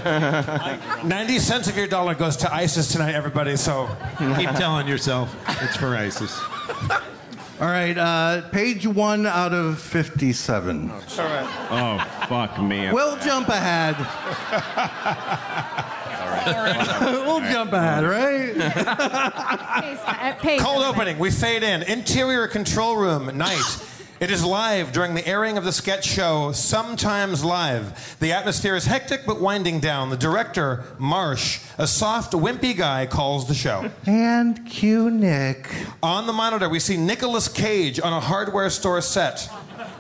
Speaker 5: 90 cents of your dollar goes to ISIS tonight, everybody, so.
Speaker 19: Keep telling yourself it's for ISIS.
Speaker 13: All right. Uh, page one out of 57.
Speaker 5: All right.
Speaker 15: Oh, fuck me.
Speaker 13: We'll jump ahead. we'll jump ahead, right?
Speaker 5: Cold opening. We fade in. Interior control room. Night. It is live during the airing of the sketch show, sometimes live. The atmosphere is hectic but winding down. The director, Marsh, a soft, wimpy guy, calls the show.
Speaker 13: and cue Nick.
Speaker 5: On the monitor, we see Nicolas Cage on a hardware store set.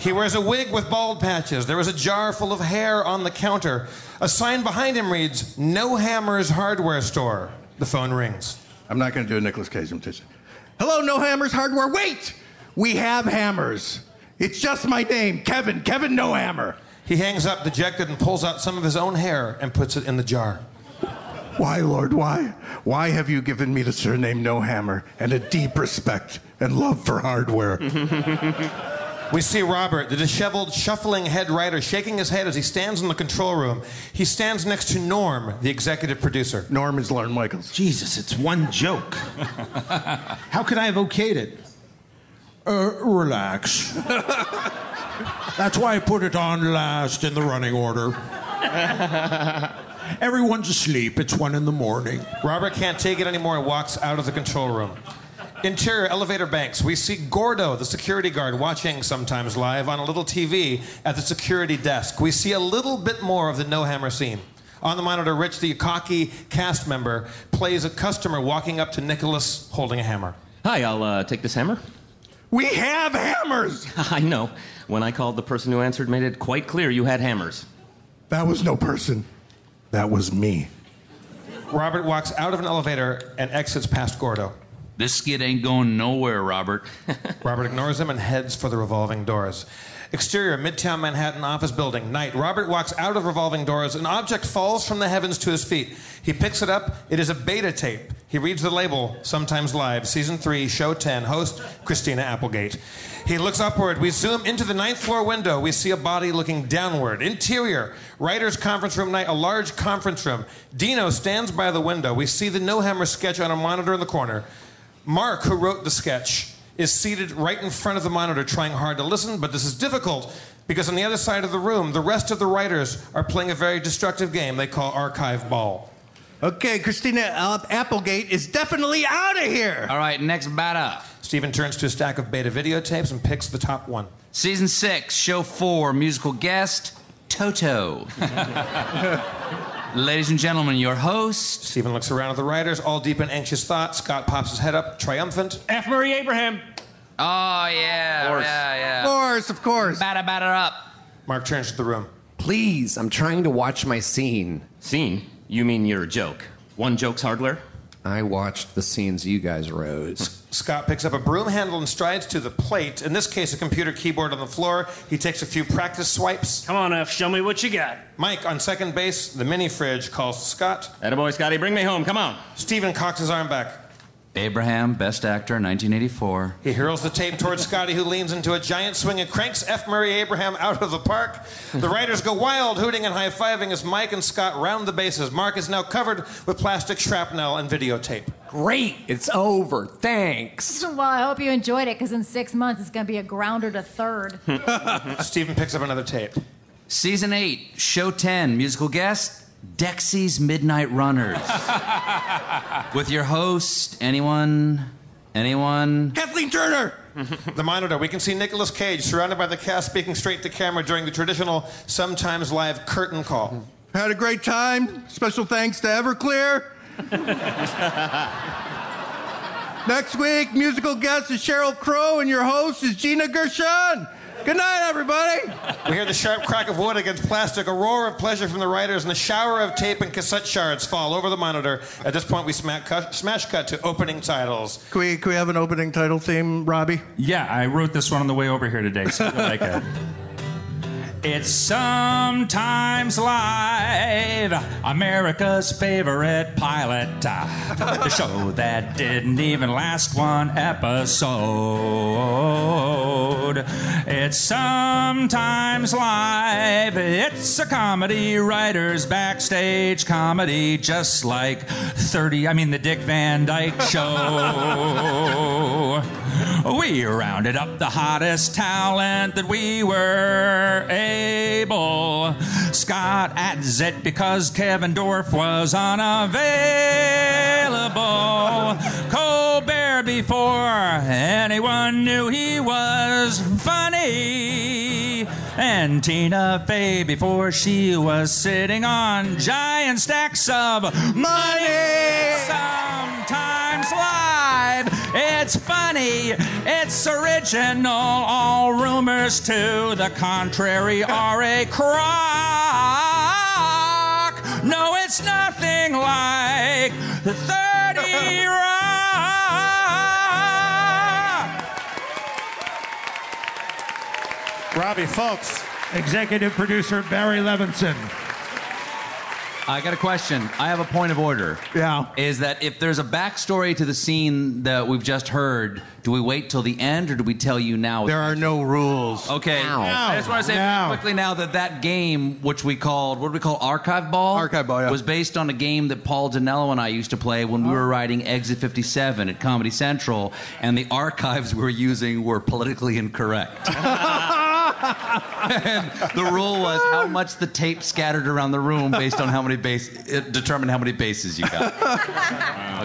Speaker 5: He wears a wig with bald patches. There is a jar full of hair on the counter. A sign behind him reads, No Hammers Hardware Store. The phone rings.
Speaker 13: I'm not going to do a Nicolas Cage imitation. Hello, No Hammers Hardware. Wait! We have hammers. It's just my name, Kevin. Kevin No Hammer.
Speaker 5: He hangs up dejected and pulls out some of his own hair and puts it in the jar.
Speaker 13: Why, Lord, why? Why have you given me the surname No Hammer and a deep respect and love for
Speaker 19: Mm-hmm.
Speaker 13: hardware?
Speaker 5: We see Robert, the disheveled, shuffling head writer, shaking his head as he stands in the control room. He stands next to Norm, the executive producer.
Speaker 13: Norm is Lorne Michaels.
Speaker 19: Jesus, it's one joke. How could I have okayed it? Uh, relax. That's why I put it on last in the running order. Everyone's asleep. It's one in the morning.
Speaker 5: Robert can't take it anymore and walks out of the control room. Interior elevator banks. We see Gordo, the security guard, watching sometimes live on a little TV at the security desk. We see a little bit more of the No Hammer scene. On the monitor, Rich, the cocky cast member, plays a customer walking up to Nicholas holding a hammer.
Speaker 20: Hi, I'll uh, take this hammer.
Speaker 13: We have hammers!
Speaker 20: I know. When I called, the person who answered made it quite clear you had hammers.
Speaker 13: That was no person. That was me.
Speaker 5: Robert walks out of an elevator and exits past Gordo.
Speaker 16: This skit ain't going nowhere, Robert.
Speaker 5: Robert ignores him and heads for the revolving doors. Exterior, Midtown Manhattan office building, night. Robert walks out of revolving doors. An object falls from the heavens to his feet. He picks it up. It is a beta tape. He reads the label, sometimes live, season three, show 10, host Christina Applegate. He looks upward. We zoom into the ninth floor window. We see a body looking downward. Interior, writer's conference room night, a large conference room. Dino stands by the window. We see the No Hammer sketch on a monitor in the corner. Mark, who wrote the sketch, is seated right in front of the monitor trying hard to listen, but this is difficult because on the other side of the room, the rest of the writers are playing a very destructive game they call archive ball.
Speaker 13: Okay, Christina Al- Applegate is definitely out of here.
Speaker 16: All right, next batter.
Speaker 5: Steven turns to a stack of beta videotapes and picks the top one.
Speaker 16: Season six, show four, musical guest Toto. Ladies and gentlemen, your host.
Speaker 5: Steven looks around at the writers, all deep in anxious thought. Scott pops his head up, triumphant.
Speaker 3: F. Murray Abraham.
Speaker 16: Oh yeah,
Speaker 5: Of course.
Speaker 16: yeah, yeah.
Speaker 13: Of course, of course.
Speaker 16: Batter, batter up.
Speaker 5: Mark turns to the room.
Speaker 17: Please, I'm trying to watch my scene.
Speaker 20: Scene? You mean your joke? One joke's hardware?
Speaker 14: I watched the scenes you guys rose.
Speaker 5: Scott picks up a broom handle and strides to the plate. In this case, a computer keyboard on the floor. He takes a few practice swipes. Come on, F, show me what you got. Mike on second base, the mini fridge calls to Scott.
Speaker 21: Attaboy, Scotty, bring me home. Come on.
Speaker 5: Steven cocks his arm back.
Speaker 16: Abraham, Best Actor, 1984.
Speaker 5: He hurls the tape towards Scotty, who leans into a giant swing and cranks F. Murray Abraham out of the park. The writers go wild, hooting and high fiving as Mike and Scott round the bases. Mark is now covered with plastic shrapnel and videotape.
Speaker 14: Great, it's over. Thanks.
Speaker 11: Well, I hope you enjoyed it because in six months it's going to be a grounder to third.
Speaker 5: Steven picks up another tape.
Speaker 16: Season 8, Show 10, musical guest, Dexy's Midnight Runners. With your host, anyone? Anyone?
Speaker 5: Kathleen Turner! the monitor, we can see Nicolas Cage surrounded by the cast speaking straight to camera during the traditional, sometimes live curtain call.
Speaker 13: Had a great time. Special thanks to Everclear. Next week, musical guest is Cheryl Crow, and your host is Gina Gershon. Good night, everybody.
Speaker 5: We hear the sharp crack of wood against plastic, a roar of pleasure from the writers, and a shower of tape and cassette shards fall over the monitor. At this point, we smack cut, smash cut to opening titles.
Speaker 13: Can we, can we have an opening title theme, Robbie?
Speaker 6: Yeah, I wrote this one on the way over here today, so you like it. It's sometimes live, America's favorite pilot, uh, the show that didn't even last one episode. It's sometimes live, it's a comedy writer's backstage comedy, just like 30, I mean, the Dick Van Dyke show. We rounded up the hottest talent that we were able. Scott adds it because Kevin Dorff was unavailable. Colbert before anyone knew he was funny. And Tina Fey before she was sitting on giant stacks of money. Sometimes live, it's funny, it's original. All rumors to the contrary are a crock. No, it's nothing like the 30 Rock.
Speaker 19: Robbie Folks. Executive producer Barry Levinson.
Speaker 16: I got a question. I have a point of order.
Speaker 19: Yeah.
Speaker 16: Is that if there's a backstory to the scene that we've just heard, do we wait till the end or do we tell you now?
Speaker 13: There are no rules.
Speaker 16: Okay.
Speaker 13: Now.
Speaker 16: I just want to say
Speaker 13: Now.
Speaker 16: quickly now that that game, which we called, what did we call Archive Ball? Archive Ball, yeah. Was based on a game that Paul Danello and I used to play when we were writing Exit 57 at Comedy Central, and the archives we were using were politically incorrect. and the rule was how much the tape scattered around the room based on how many base, it determined how many bases you got.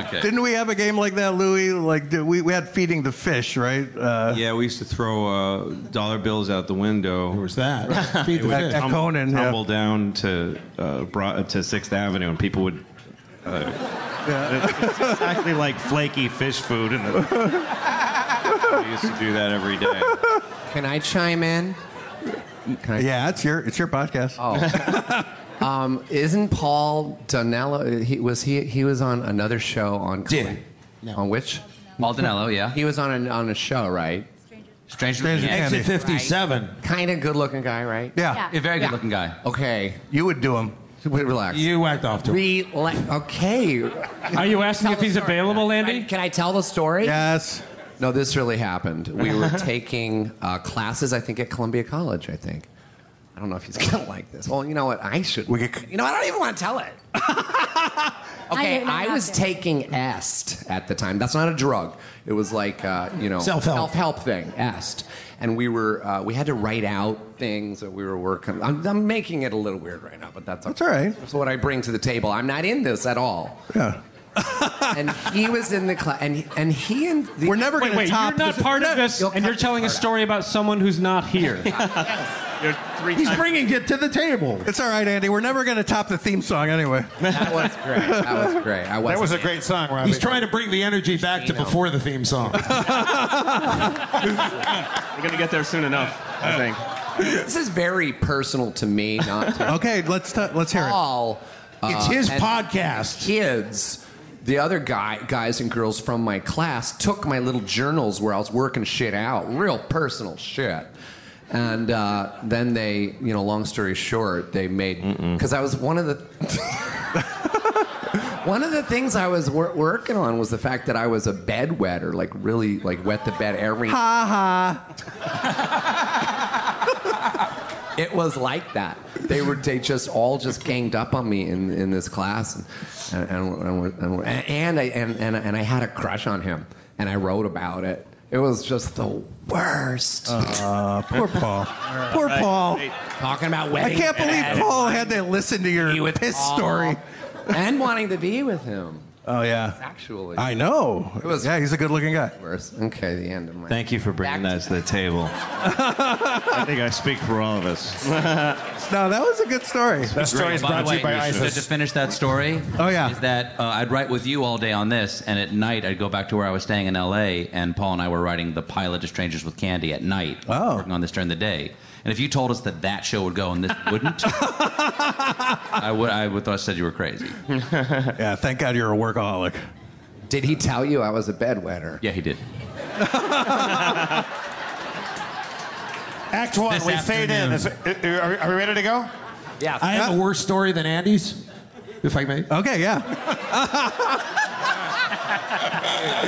Speaker 16: Okay.
Speaker 13: Didn't we have a game like that, Louis? Like did we, we had feeding the fish, right? Uh,
Speaker 15: yeah, we used to throw uh, dollar bills out the window. Where was that?
Speaker 13: Feed the fish. At Conan, yeah.
Speaker 15: Tumble down to uh, Bro- to Sixth Avenue, and people would. Uh, it's actually like flaky fish food, and we used to do that every day.
Speaker 14: Can I chime in?
Speaker 13: yeah, it's your it's your podcast.
Speaker 14: Oh. um, isn't Paul Donello? He was he he was on another show on yeah. on which
Speaker 16: Paul Donello, yeah.
Speaker 14: He was on a, on a show, right?
Speaker 16: Stranger,
Speaker 13: Stranger
Speaker 16: Yeah.
Speaker 13: Exit Candy.
Speaker 19: 57.
Speaker 14: Kind of good looking guy, right?
Speaker 13: Yeah. Yeah.
Speaker 16: A very good looking guy.
Speaker 14: Okay.
Speaker 13: You would do him.
Speaker 14: Wait, relax.
Speaker 19: You whacked off to him.
Speaker 14: Rela- okay.
Speaker 1: Are you asking if he's available, Andy?
Speaker 14: Can I tell the story?
Speaker 13: Yes.
Speaker 14: No, this really happened. We were taking uh, classes, I think, at Columbia College. I think. I don't know if he's gonna like this. Well, you know what? I should. We could, you know, I don't even want to tell it. Okay,
Speaker 11: didn't
Speaker 14: I,
Speaker 11: have
Speaker 14: was
Speaker 11: to.
Speaker 14: taking Est at the time. That's not a drug. It was like uh, you know
Speaker 19: Self-help.
Speaker 14: help thing. Est, and we were uh, we had to write out things that we were working. I'm, I'm making it a little weird right now, but that's
Speaker 13: That's all right.
Speaker 14: That's what I bring to the table. I'm not in this at all.
Speaker 13: Yeah.
Speaker 14: and he was in the class, and and he and the,
Speaker 13: We're never going
Speaker 1: Wait,
Speaker 13: to
Speaker 1: wait, you're
Speaker 13: top
Speaker 1: not
Speaker 13: this.
Speaker 1: part of this, and you're telling a story about someone who's not here.
Speaker 19: He's bringing it to the table.
Speaker 13: It's all right, Andy. We're never going to top the theme song anyway.
Speaker 14: That was great. That was great. I
Speaker 5: That
Speaker 14: wasn't
Speaker 5: was a great song, Robbie.
Speaker 19: He's trying to bring the energy back to before the theme song.
Speaker 21: We're going to get there soon enough, I think.
Speaker 14: This is very personal to me, not to
Speaker 13: okay, let's t- let's hear it.
Speaker 14: all.
Speaker 19: It's his podcast.
Speaker 14: Kids the other guy, guys and girls from my class took my little journals where I was working shit out, real personal shit. And uh, then they, you know, long story short, they made because I was one of the one of the things I was wor- working on was the fact that I was a bedwetter, like really, like wet the bed every.
Speaker 22: ha.
Speaker 14: It was like that. They were they just all just ganged up on me in, in this class, and and, and, and, and I and, and and I had a crush on him, and I wrote about it. It was just the worst.
Speaker 13: Uh, poor Paul.
Speaker 22: Poor Paul.
Speaker 14: Talking about wedding.
Speaker 13: I can't believe
Speaker 14: bed.
Speaker 13: Paul had to listen to your piss
Speaker 14: Paul.
Speaker 13: story.
Speaker 14: And wanting to be with him.
Speaker 13: Oh yeah.
Speaker 14: Actually.
Speaker 13: I know.
Speaker 14: It was
Speaker 13: yeah, he's a good-looking guy.
Speaker 14: Okay, the end of my.
Speaker 15: Thank you for bringing that to the table. I think I speak for all of us.
Speaker 13: No, that was a good story.
Speaker 16: Great. By the way, To finish that story,
Speaker 13: oh yeah,
Speaker 16: is that uh, I'd write with you all day on this, and at night I'd go back to where I was staying in L.A. and Paul and I were writing the pilot to Strangers with Candy at night, oh. working on this during the day. And if you told us that that show would go and this wouldn't, I would I would have said you were crazy.
Speaker 13: yeah, thank God you're a workaholic.
Speaker 14: Did he tell you I was a bedwetter?
Speaker 16: Yeah, he did.
Speaker 5: Act one,
Speaker 19: This
Speaker 5: we fade in. Is, are, are we ready to go?
Speaker 19: Yeah. I have a worse story than Andy's, if I may.
Speaker 13: Okay, yeah.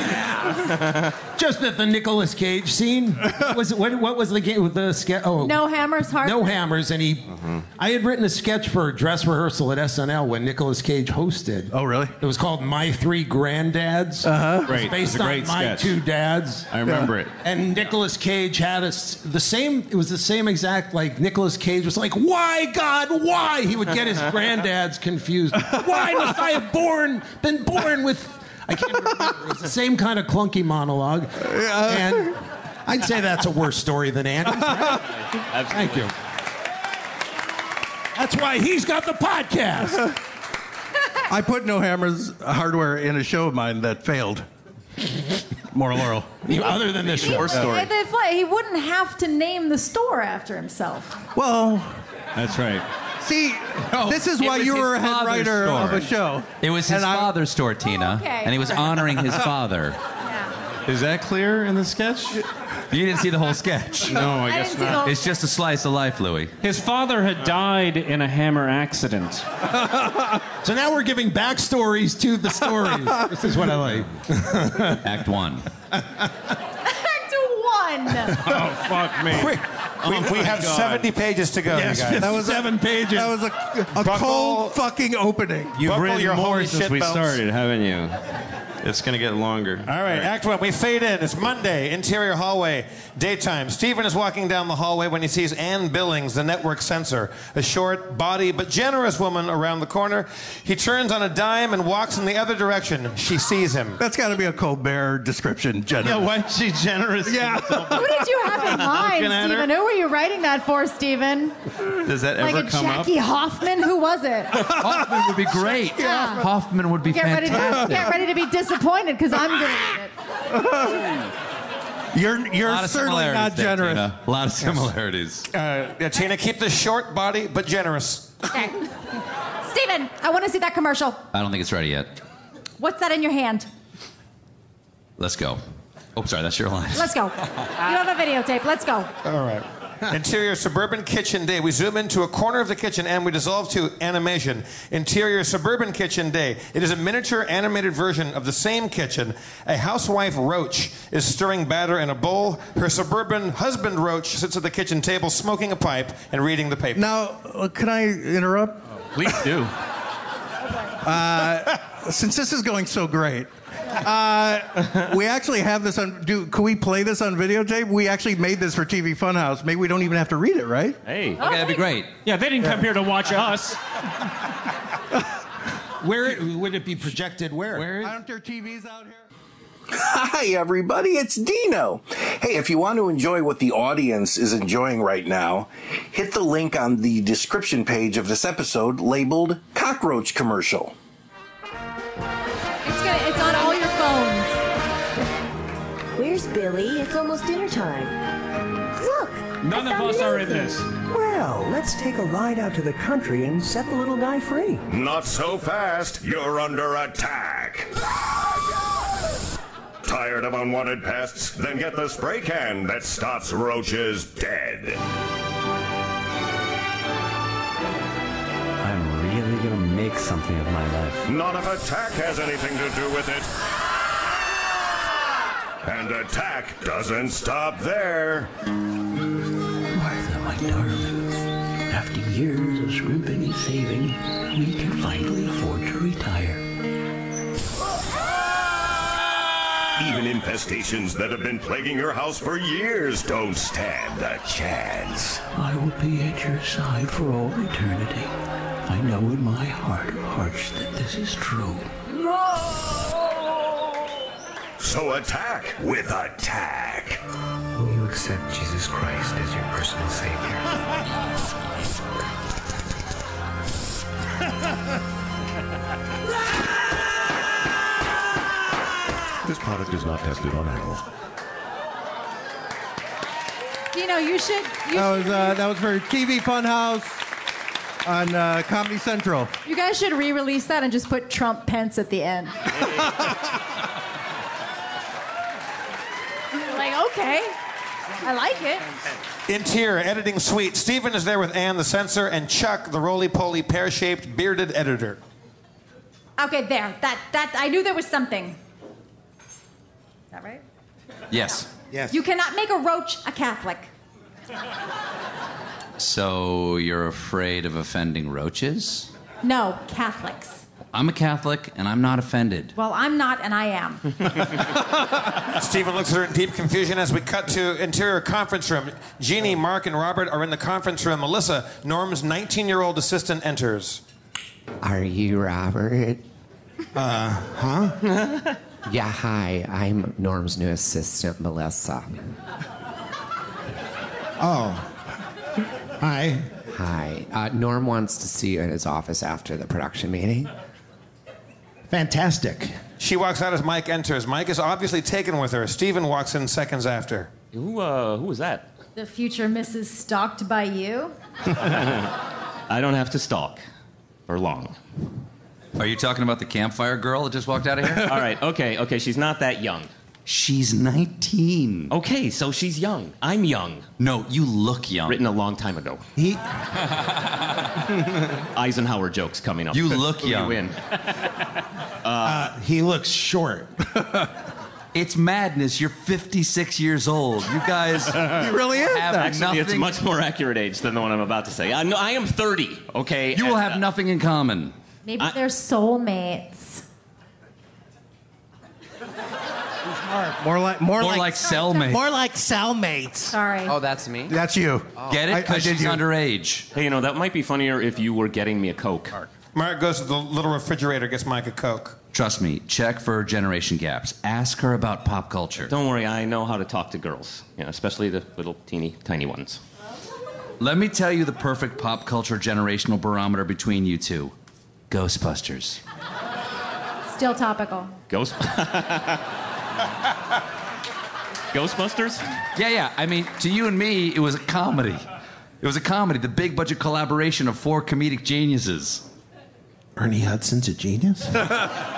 Speaker 19: Just at the Nicolas Cage scene. Was it, what, what was the game? The sketch? Oh,
Speaker 11: No hammers, heart.
Speaker 19: No hammers, and he.
Speaker 13: Mm-hmm.
Speaker 19: I had written a sketch for a dress rehearsal at SNL when Nicolas Cage hosted.
Speaker 13: Oh, really? Uh-huh.
Speaker 19: It was called My Three Granddads. Uh huh.
Speaker 15: Great. It was
Speaker 19: Based
Speaker 15: a great
Speaker 19: on my
Speaker 15: sketch.
Speaker 19: two dads.
Speaker 15: I remember it.
Speaker 19: And Nicolas Cage had us the same. It was the same exact. Like Nicolas Cage was like, "Why God, why?" He would get his granddads confused. Why must I have born been born with? I can't remember. It's the same kind of clunky monologue. And I'd say that's a worse story than Andy. Thank you. That's why he's got the podcast.
Speaker 13: I put no hammers hardware in a show of mine that failed. More Laurel.
Speaker 19: Other than this
Speaker 13: show.
Speaker 11: If it's like- he wouldn't have to name the store after himself.
Speaker 13: Well,
Speaker 15: that's right.
Speaker 13: See, this is
Speaker 16: It
Speaker 13: why
Speaker 16: was
Speaker 13: you
Speaker 16: his
Speaker 13: were a head
Speaker 16: father's
Speaker 13: writer of
Speaker 16: store.
Speaker 13: a show.
Speaker 16: It was his
Speaker 13: And I-
Speaker 16: father's
Speaker 11: Oh,
Speaker 16: store, Tina,
Speaker 13: okay.
Speaker 16: and he was honoring his father.
Speaker 15: Is that clear in the sketch?
Speaker 16: You didn't see the whole sketch.
Speaker 15: No, I I guess didn't see not. the whole-
Speaker 16: It's just a slice of life, Louis.
Speaker 1: His father had died in a hammer accident.
Speaker 19: so now we're giving backstories to the stories. This is what I like.
Speaker 16: Act one.
Speaker 11: Back to one.
Speaker 15: Oh, fuck me.
Speaker 5: We,
Speaker 19: Oh
Speaker 5: we, we have 70 pages to go, you guys.
Speaker 19: seven pages.
Speaker 13: That was a, a
Speaker 5: Buckle-
Speaker 13: cold fucking opening.
Speaker 15: You've
Speaker 5: Buckle
Speaker 15: written
Speaker 5: your
Speaker 15: more
Speaker 5: holy
Speaker 15: since
Speaker 5: shit
Speaker 15: we
Speaker 5: belts.
Speaker 15: started, haven't you? It's going to get longer.
Speaker 5: All right, act one. We fade in. It's Monday, interior hallway, daytime. Stephen is walking down the hallway when he sees Ann Billings, the network censor, a short, body, but generous woman around the corner. He turns on a dime and walks in the other direction. She sees him.
Speaker 13: That's got to be a Colbert description, generous.
Speaker 15: Yeah, why is she generous?
Speaker 13: Yeah.
Speaker 11: Who did you have in mind,
Speaker 15: Looking at her.
Speaker 11: Stephen? Who were you writing that for, Stephen?
Speaker 15: Does that ever
Speaker 11: Like a
Speaker 15: come
Speaker 11: Jackie
Speaker 15: up?
Speaker 11: Hoffman? Who was it?
Speaker 16: Hoffman would be great.
Speaker 11: Yeah.
Speaker 16: Hoffman would be
Speaker 11: Get ready, to,
Speaker 16: fantastic.
Speaker 11: get ready to be disappointed because I'm going to read
Speaker 13: You're
Speaker 16: A
Speaker 13: you're
Speaker 16: lot of
Speaker 13: certainly
Speaker 16: similarities
Speaker 13: not
Speaker 16: there,
Speaker 13: generous.
Speaker 16: Tina. A lot of similarities.
Speaker 5: Uh, yeah, Tina, keep the short body, but generous.
Speaker 11: it. Okay. Stephen, I want to see that commercial.
Speaker 16: I don't think it's ready yet.
Speaker 11: What's that in your hand?
Speaker 16: Let's go. Oh, sorry, that's your line.
Speaker 11: Let's go. You have a videotape. Let's go.
Speaker 5: All right. Interior suburban kitchen day. We zoom into a corner of the kitchen and we dissolve to animation. Interior suburban kitchen day. It is a miniature animated version of the same kitchen. A housewife roach is stirring batter in a bowl. Her suburban husband roach sits at the kitchen table smoking a pipe and reading the paper.
Speaker 13: Now, uh, can I interrupt?
Speaker 15: Oh, Please do.
Speaker 13: Uh, since this is going so great, uh, we actually have this on. Do can we play this on videotape? We actually made this for TV Funhouse. Maybe we don't even have to read it, right?
Speaker 23: Hey. Okay,
Speaker 16: that'd be great.
Speaker 1: Yeah, they didn't come here to watch us.
Speaker 19: Where it- would it be projected? Where? Where?
Speaker 13: Aren't there TVs out here?
Speaker 24: Hi, everybody, it's Dino. Hey, if you want to enjoy what the audience is enjoying right now, hit the link on the description page of this episode labeled Cockroach Commercial.
Speaker 11: It's, gonna, it's on all your phones.
Speaker 20: We're
Speaker 25: Here's Billy. It's almost dinner time. Look.
Speaker 22: None
Speaker 25: I
Speaker 22: of
Speaker 25: found
Speaker 22: us are in
Speaker 25: Nathan.
Speaker 22: this. Well, let's take a ride out to the country and set the little guy free.
Speaker 26: Not so fast, you're under attack. Tired of unwanted pests? Then get the spray can that stops roaches dead.
Speaker 27: I'm really gonna make something of my life.
Speaker 26: Not if attack has anything to do with it. And attack doesn't stop there.
Speaker 22: Martha, my darling, after years of scrimping and saving, we can finally afford to retire.
Speaker 26: Even infestations that have been plaguing your house for years don't stand a chance.
Speaker 22: I will be at your side for all eternity. I know in my heart of hearts that this is true.
Speaker 26: So attack with attack.
Speaker 27: Will you accept Jesus Christ as your personal savior?
Speaker 28: This product is not tested on animals.
Speaker 11: Dino, you should. You,
Speaker 13: That was uh, that was for TV Funhouse on uh, Comedy Central.
Speaker 11: you guys should re-release that and just put Trump Pence at the end. like, okay, I like it.
Speaker 5: Interior editing suite. Steven is there with Ann, the censor, and Chuck, the roly-poly, pear-shaped, bearded editor.
Speaker 11: Okay, there. That that I knew there was something. Is that right?
Speaker 29: Yes.
Speaker 5: Yes.
Speaker 11: You cannot make a roach a Catholic.
Speaker 16: So you're afraid of offending roaches?
Speaker 11: No, Catholics.
Speaker 16: I'm a Catholic and I'm not offended.
Speaker 11: Well, I'm not, and I am.
Speaker 5: Stephen looks at her in deep confusion as we cut to interior conference room. Jeannie, Mark, and Robert are in the conference room. Melissa, Norm's 19 year old assistant, enters.
Speaker 14: Are you Robert? Uh, huh? yeah, hi. I'm Norm's new assistant, Melissa.
Speaker 22: Oh.
Speaker 14: Hi. Hi. Uh, Norm wants to see you in his office after the production meeting.
Speaker 5: Fantastic. She walks out as Mike enters. Mike is obviously taken with her. Stephen walks in seconds after.
Speaker 20: Who, uh, who was that?
Speaker 11: The future Mrs. Stalked by you.
Speaker 20: I don't have to stalk for long.
Speaker 16: Are you talking about the campfire girl that just walked out of here?
Speaker 20: All right, okay, okay, she's not that young.
Speaker 16: She's 19.
Speaker 20: Okay, so she's young. I'm young.
Speaker 16: No, you look young.
Speaker 20: Written a long time ago.
Speaker 16: He-
Speaker 20: Eisenhower jokes coming up.
Speaker 16: You look
Speaker 20: Who
Speaker 16: young.
Speaker 20: You Uh, in?
Speaker 13: Uh,
Speaker 16: he looks short. it's madness. You're 56 years old. You guys, have
Speaker 20: Actually,
Speaker 16: nothing.
Speaker 20: it's much more accurate age than the one I'm about to say. I know I am 30. Okay. uh,
Speaker 16: You will have nothing in common.
Speaker 11: Maybe
Speaker 20: I-
Speaker 11: they're soulmates.
Speaker 13: More like more,
Speaker 16: More like cellmate.
Speaker 13: More like cellmates.
Speaker 11: Sorry.
Speaker 14: Oh, that's me. Oh.
Speaker 13: That's you.
Speaker 16: Oh.
Speaker 20: Get
Speaker 13: I- I
Speaker 20: it? Because
Speaker 13: did
Speaker 20: she's
Speaker 13: you.
Speaker 20: underage. Hey, you know, that might be funnier if you were getting me a Coke.
Speaker 5: Mark goes to the little refrigerator, gets Mike a Coke.
Speaker 16: Trust me, check for generation gaps. Ask her about pop culture.
Speaker 20: Don't worry, I know how to talk to girls, you know, especially the little teeny tiny ones.
Speaker 16: Let me tell you the perfect pop culture generational barometer between you two Ghostbusters.
Speaker 11: Still topical.
Speaker 20: Ghost. Ghostbusters?
Speaker 16: Yeah, yeah. I mean, to you and me, it was a comedy. It was a comedy, the big budget collaboration of four comedic geniuses.
Speaker 22: Ernie Hudson's a genius?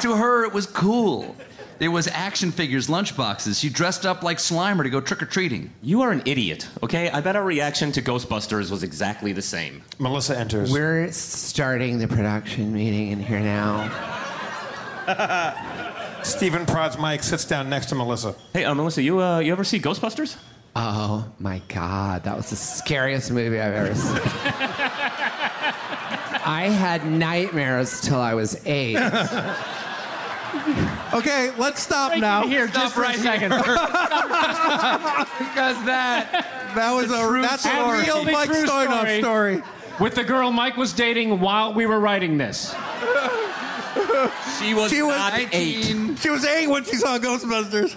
Speaker 16: To her, it was cool. It was action figures, lunchboxes. She dressed up like Slimer to go trick or treating.
Speaker 20: You are an idiot, okay? I bet our reaction to Ghostbusters was exactly the same.
Speaker 5: Melissa enters.
Speaker 14: We're starting the production meeting in here now.
Speaker 5: Stephen prods Mike, sits down next to Melissa. Uh,
Speaker 20: Hey, uh, Melissa, you uh, you ever see Ghostbusters?
Speaker 14: Oh my God, that was the scariest movie I've ever seen. I had nightmares till I was eight.
Speaker 13: Okay, let's stop
Speaker 14: Break
Speaker 13: now.
Speaker 14: it here Stop just for a right second. here. Oh because that
Speaker 13: that was a that's a real Mike Stoinoff story.
Speaker 1: With the girl Mike was dating while we were writing this.
Speaker 20: She was,
Speaker 13: she was
Speaker 1: not eight.
Speaker 13: She was eight when she saw Ghostbusters.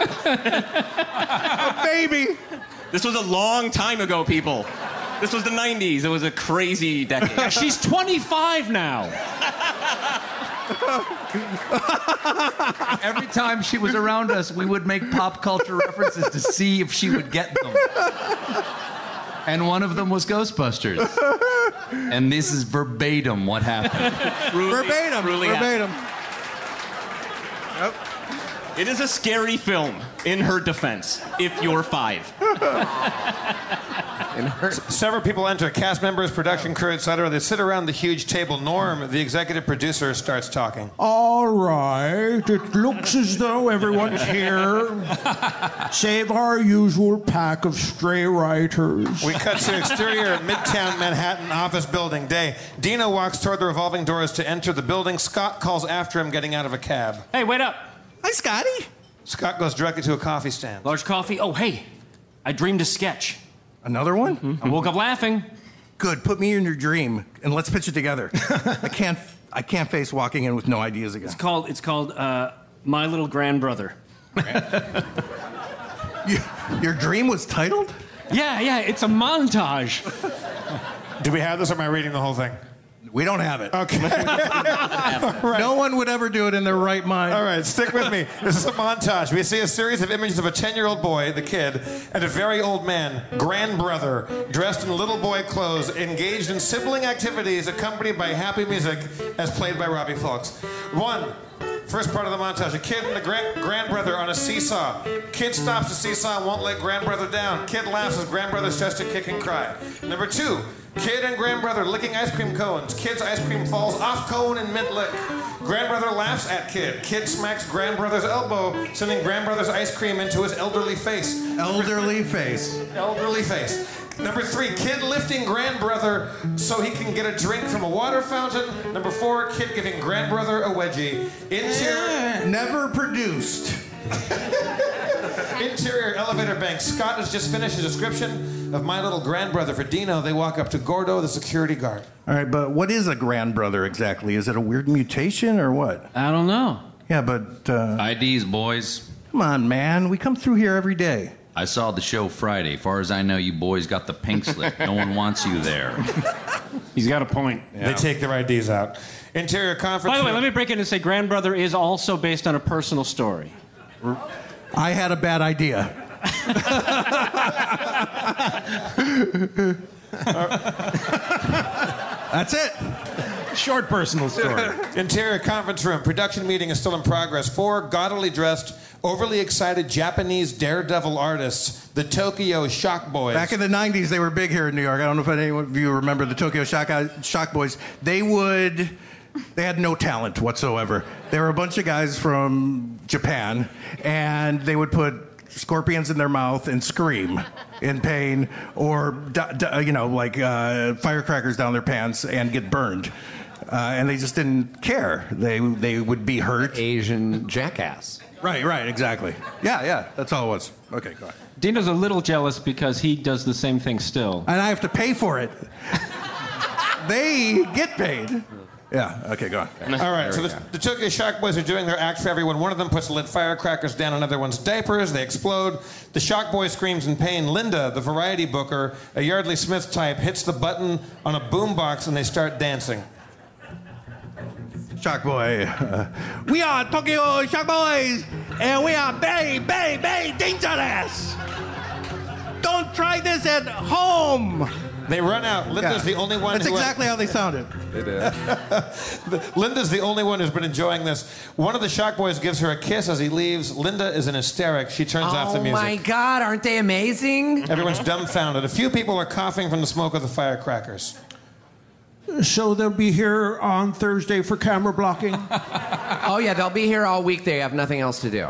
Speaker 5: oh,
Speaker 13: a baby.
Speaker 20: This was a long time ago, people. This was the 90s. It was a crazy decade.
Speaker 1: She's 25 now.
Speaker 16: Every time she was around us, we would make pop culture references to see if she would get them. And one of them was Ghostbusters. And this is verbatim what happened.
Speaker 13: verbatim.
Speaker 20: truly
Speaker 13: verbatim.
Speaker 20: It is a scary film, in her defense, if you're five.
Speaker 5: S- Several people enter cast members, production crew, etc. They sit around the huge table. Norm, the executive producer, starts talking.
Speaker 19: All right, it looks as though everyone's here, save our usual pack of stray writers.
Speaker 5: We cut to exterior Midtown Manhattan office building day. Dino walks toward the revolving doors to enter the building. Scott calls after him, getting out of a cab.
Speaker 30: Hey, wait up.
Speaker 5: Hi, Scotty. Scott goes directly to a coffee stand.
Speaker 31: Large coffee. Oh, hey, I dreamed a sketch.
Speaker 13: Another one?
Speaker 31: I woke up Mm-hmm. laughing.
Speaker 13: Good. Put me in your dream and let's pitch it together. I can't. I can't face walking in with no ideas again.
Speaker 31: It's called. It's called uh, My Little Grand Brother.
Speaker 13: Your dream was titled?
Speaker 31: Yeah, yeah. It's a montage.
Speaker 5: Do we have this? Or am I reading the whole thing?
Speaker 13: We don't have it.
Speaker 5: Okay.
Speaker 13: No one would ever do it in their right mind.
Speaker 5: All right, stick with me. This is a montage. We see a series of images of a 10 year old boy, the kid, and a very old man, grandbrother, dressed in little boy clothes, engaged in sibling activities accompanied by happy music as played by Robbie Fox. One, first part of the montage a kid and a grand- grandbrother on a seesaw. Kid stops the seesaw and won't let grandbrother down. Kid laughs as grandbrother starts to kick and cry. Number two, kid and grandbrother licking ice cream cones. Kid's ice cream falls off cone in mid lick. Grandbrother laughs at kid. Kid smacks grandbrother's elbow, sending grandbrother's ice cream into his elderly face.
Speaker 13: Elderly face.
Speaker 5: Elderly face. Number three, kid lifting grandbrother so he can get a drink from a water fountain. Number four, kid giving grandbrother a wedgie. Interior.
Speaker 13: Never produced.
Speaker 5: Interior elevator bank. Scott has just finished a description of my little grandbrother for Dino. They walk up to Gordo, the security guard.
Speaker 13: All right, but what is a grandbrother exactly? Is it a weird mutation or what?
Speaker 31: I don't know.
Speaker 13: Yeah, but uh,
Speaker 16: IDs, boys.
Speaker 13: come on, man. We come through here every day.
Speaker 16: I saw the show Friday. Far as I know, you boys got the pink slip. No one wants you there.
Speaker 1: He's got a point.
Speaker 5: They take their IDs out. Interior conference.
Speaker 1: By the way, let me break in and say Grandbrother is also based on a personal story.
Speaker 13: I had a bad idea. That's it.
Speaker 5: Short personal story. Interior conference room. Production meeting is still in progress. Four gaudily dressed, overly excited Japanese daredevil artists, the Tokyo Shock Boys.
Speaker 13: Back in the 90s, they were big here in New York. I don't know if any of you remember the Tokyo Shock, Shock Boys. They would, they had no talent whatsoever. They were a bunch of guys from Japan, and they would put scorpions in their mouth and scream in pain, or, du- du- you know, like uh, firecrackers down their pants and get burned. Uh, and they just didn't care. They, they would be hurt.
Speaker 32: Asian jackass.
Speaker 13: Right, right, exactly. Yeah, yeah, that's all it was. Okay, go on.
Speaker 1: Dino's a little jealous because he does the same thing still.
Speaker 13: and I have to pay for it. they get paid. Yeah, okay, go on.
Speaker 5: All right, so the, the Tokyo Shock Boys are doing their act for everyone. One of them puts lit firecrackers down another one's diapers. They explode. The Shock Boy screams in pain. Linda, the variety booker, a Yardley Smith type, hits the button on a boombox and they start dancing.
Speaker 13: Shock Boy. we are Tokyo Shock Boys, and we are very, very, very dangerous. Don't try this at home.
Speaker 5: They run out. Linda's
Speaker 13: Yeah.
Speaker 5: the only one
Speaker 13: That's
Speaker 5: who
Speaker 13: exactly how they sounded.
Speaker 32: They did.
Speaker 5: Linda's the only one who's been enjoying this. One of the Shock Boys gives her a kiss as he leaves. Linda is an hysteric. She turns off the
Speaker 14: Oh
Speaker 5: music.
Speaker 14: my God, aren't they amazing?
Speaker 5: Everyone's dumbfounded. A few people are coughing from the smoke of the firecrackers.
Speaker 19: So they'll be here on Thursday for camera blocking.
Speaker 32: Oh yeah, they'll be here all week. They have nothing else to do.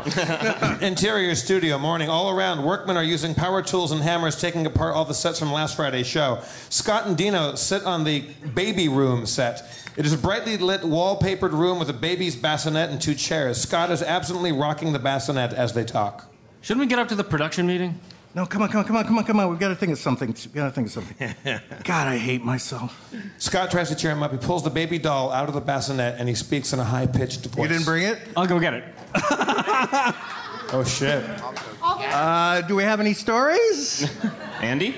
Speaker 5: Interior studio, morning. All around, workmen are using power tools and hammers, taking apart all the sets from last Friday's show. Scott and Dino sit on the baby room set. It is a brightly lit, wallpapered room with a baby's bassinet and two chairs. Scott is absently rocking the bassinet as they talk.
Speaker 31: Shouldn't we get up to the production meeting?
Speaker 13: No, come on, come on, come on, come on, come on. We've got to think of something. We've got to think of something. God, I hate myself.
Speaker 5: Scott tries to cheer him up. He pulls the baby doll out of the bassinet and he speaks in a high pitched voice.
Speaker 13: You didn't bring it?
Speaker 1: I'll go get it.
Speaker 5: Oh, shit.
Speaker 13: Uh, do we have any stories?
Speaker 20: Andy?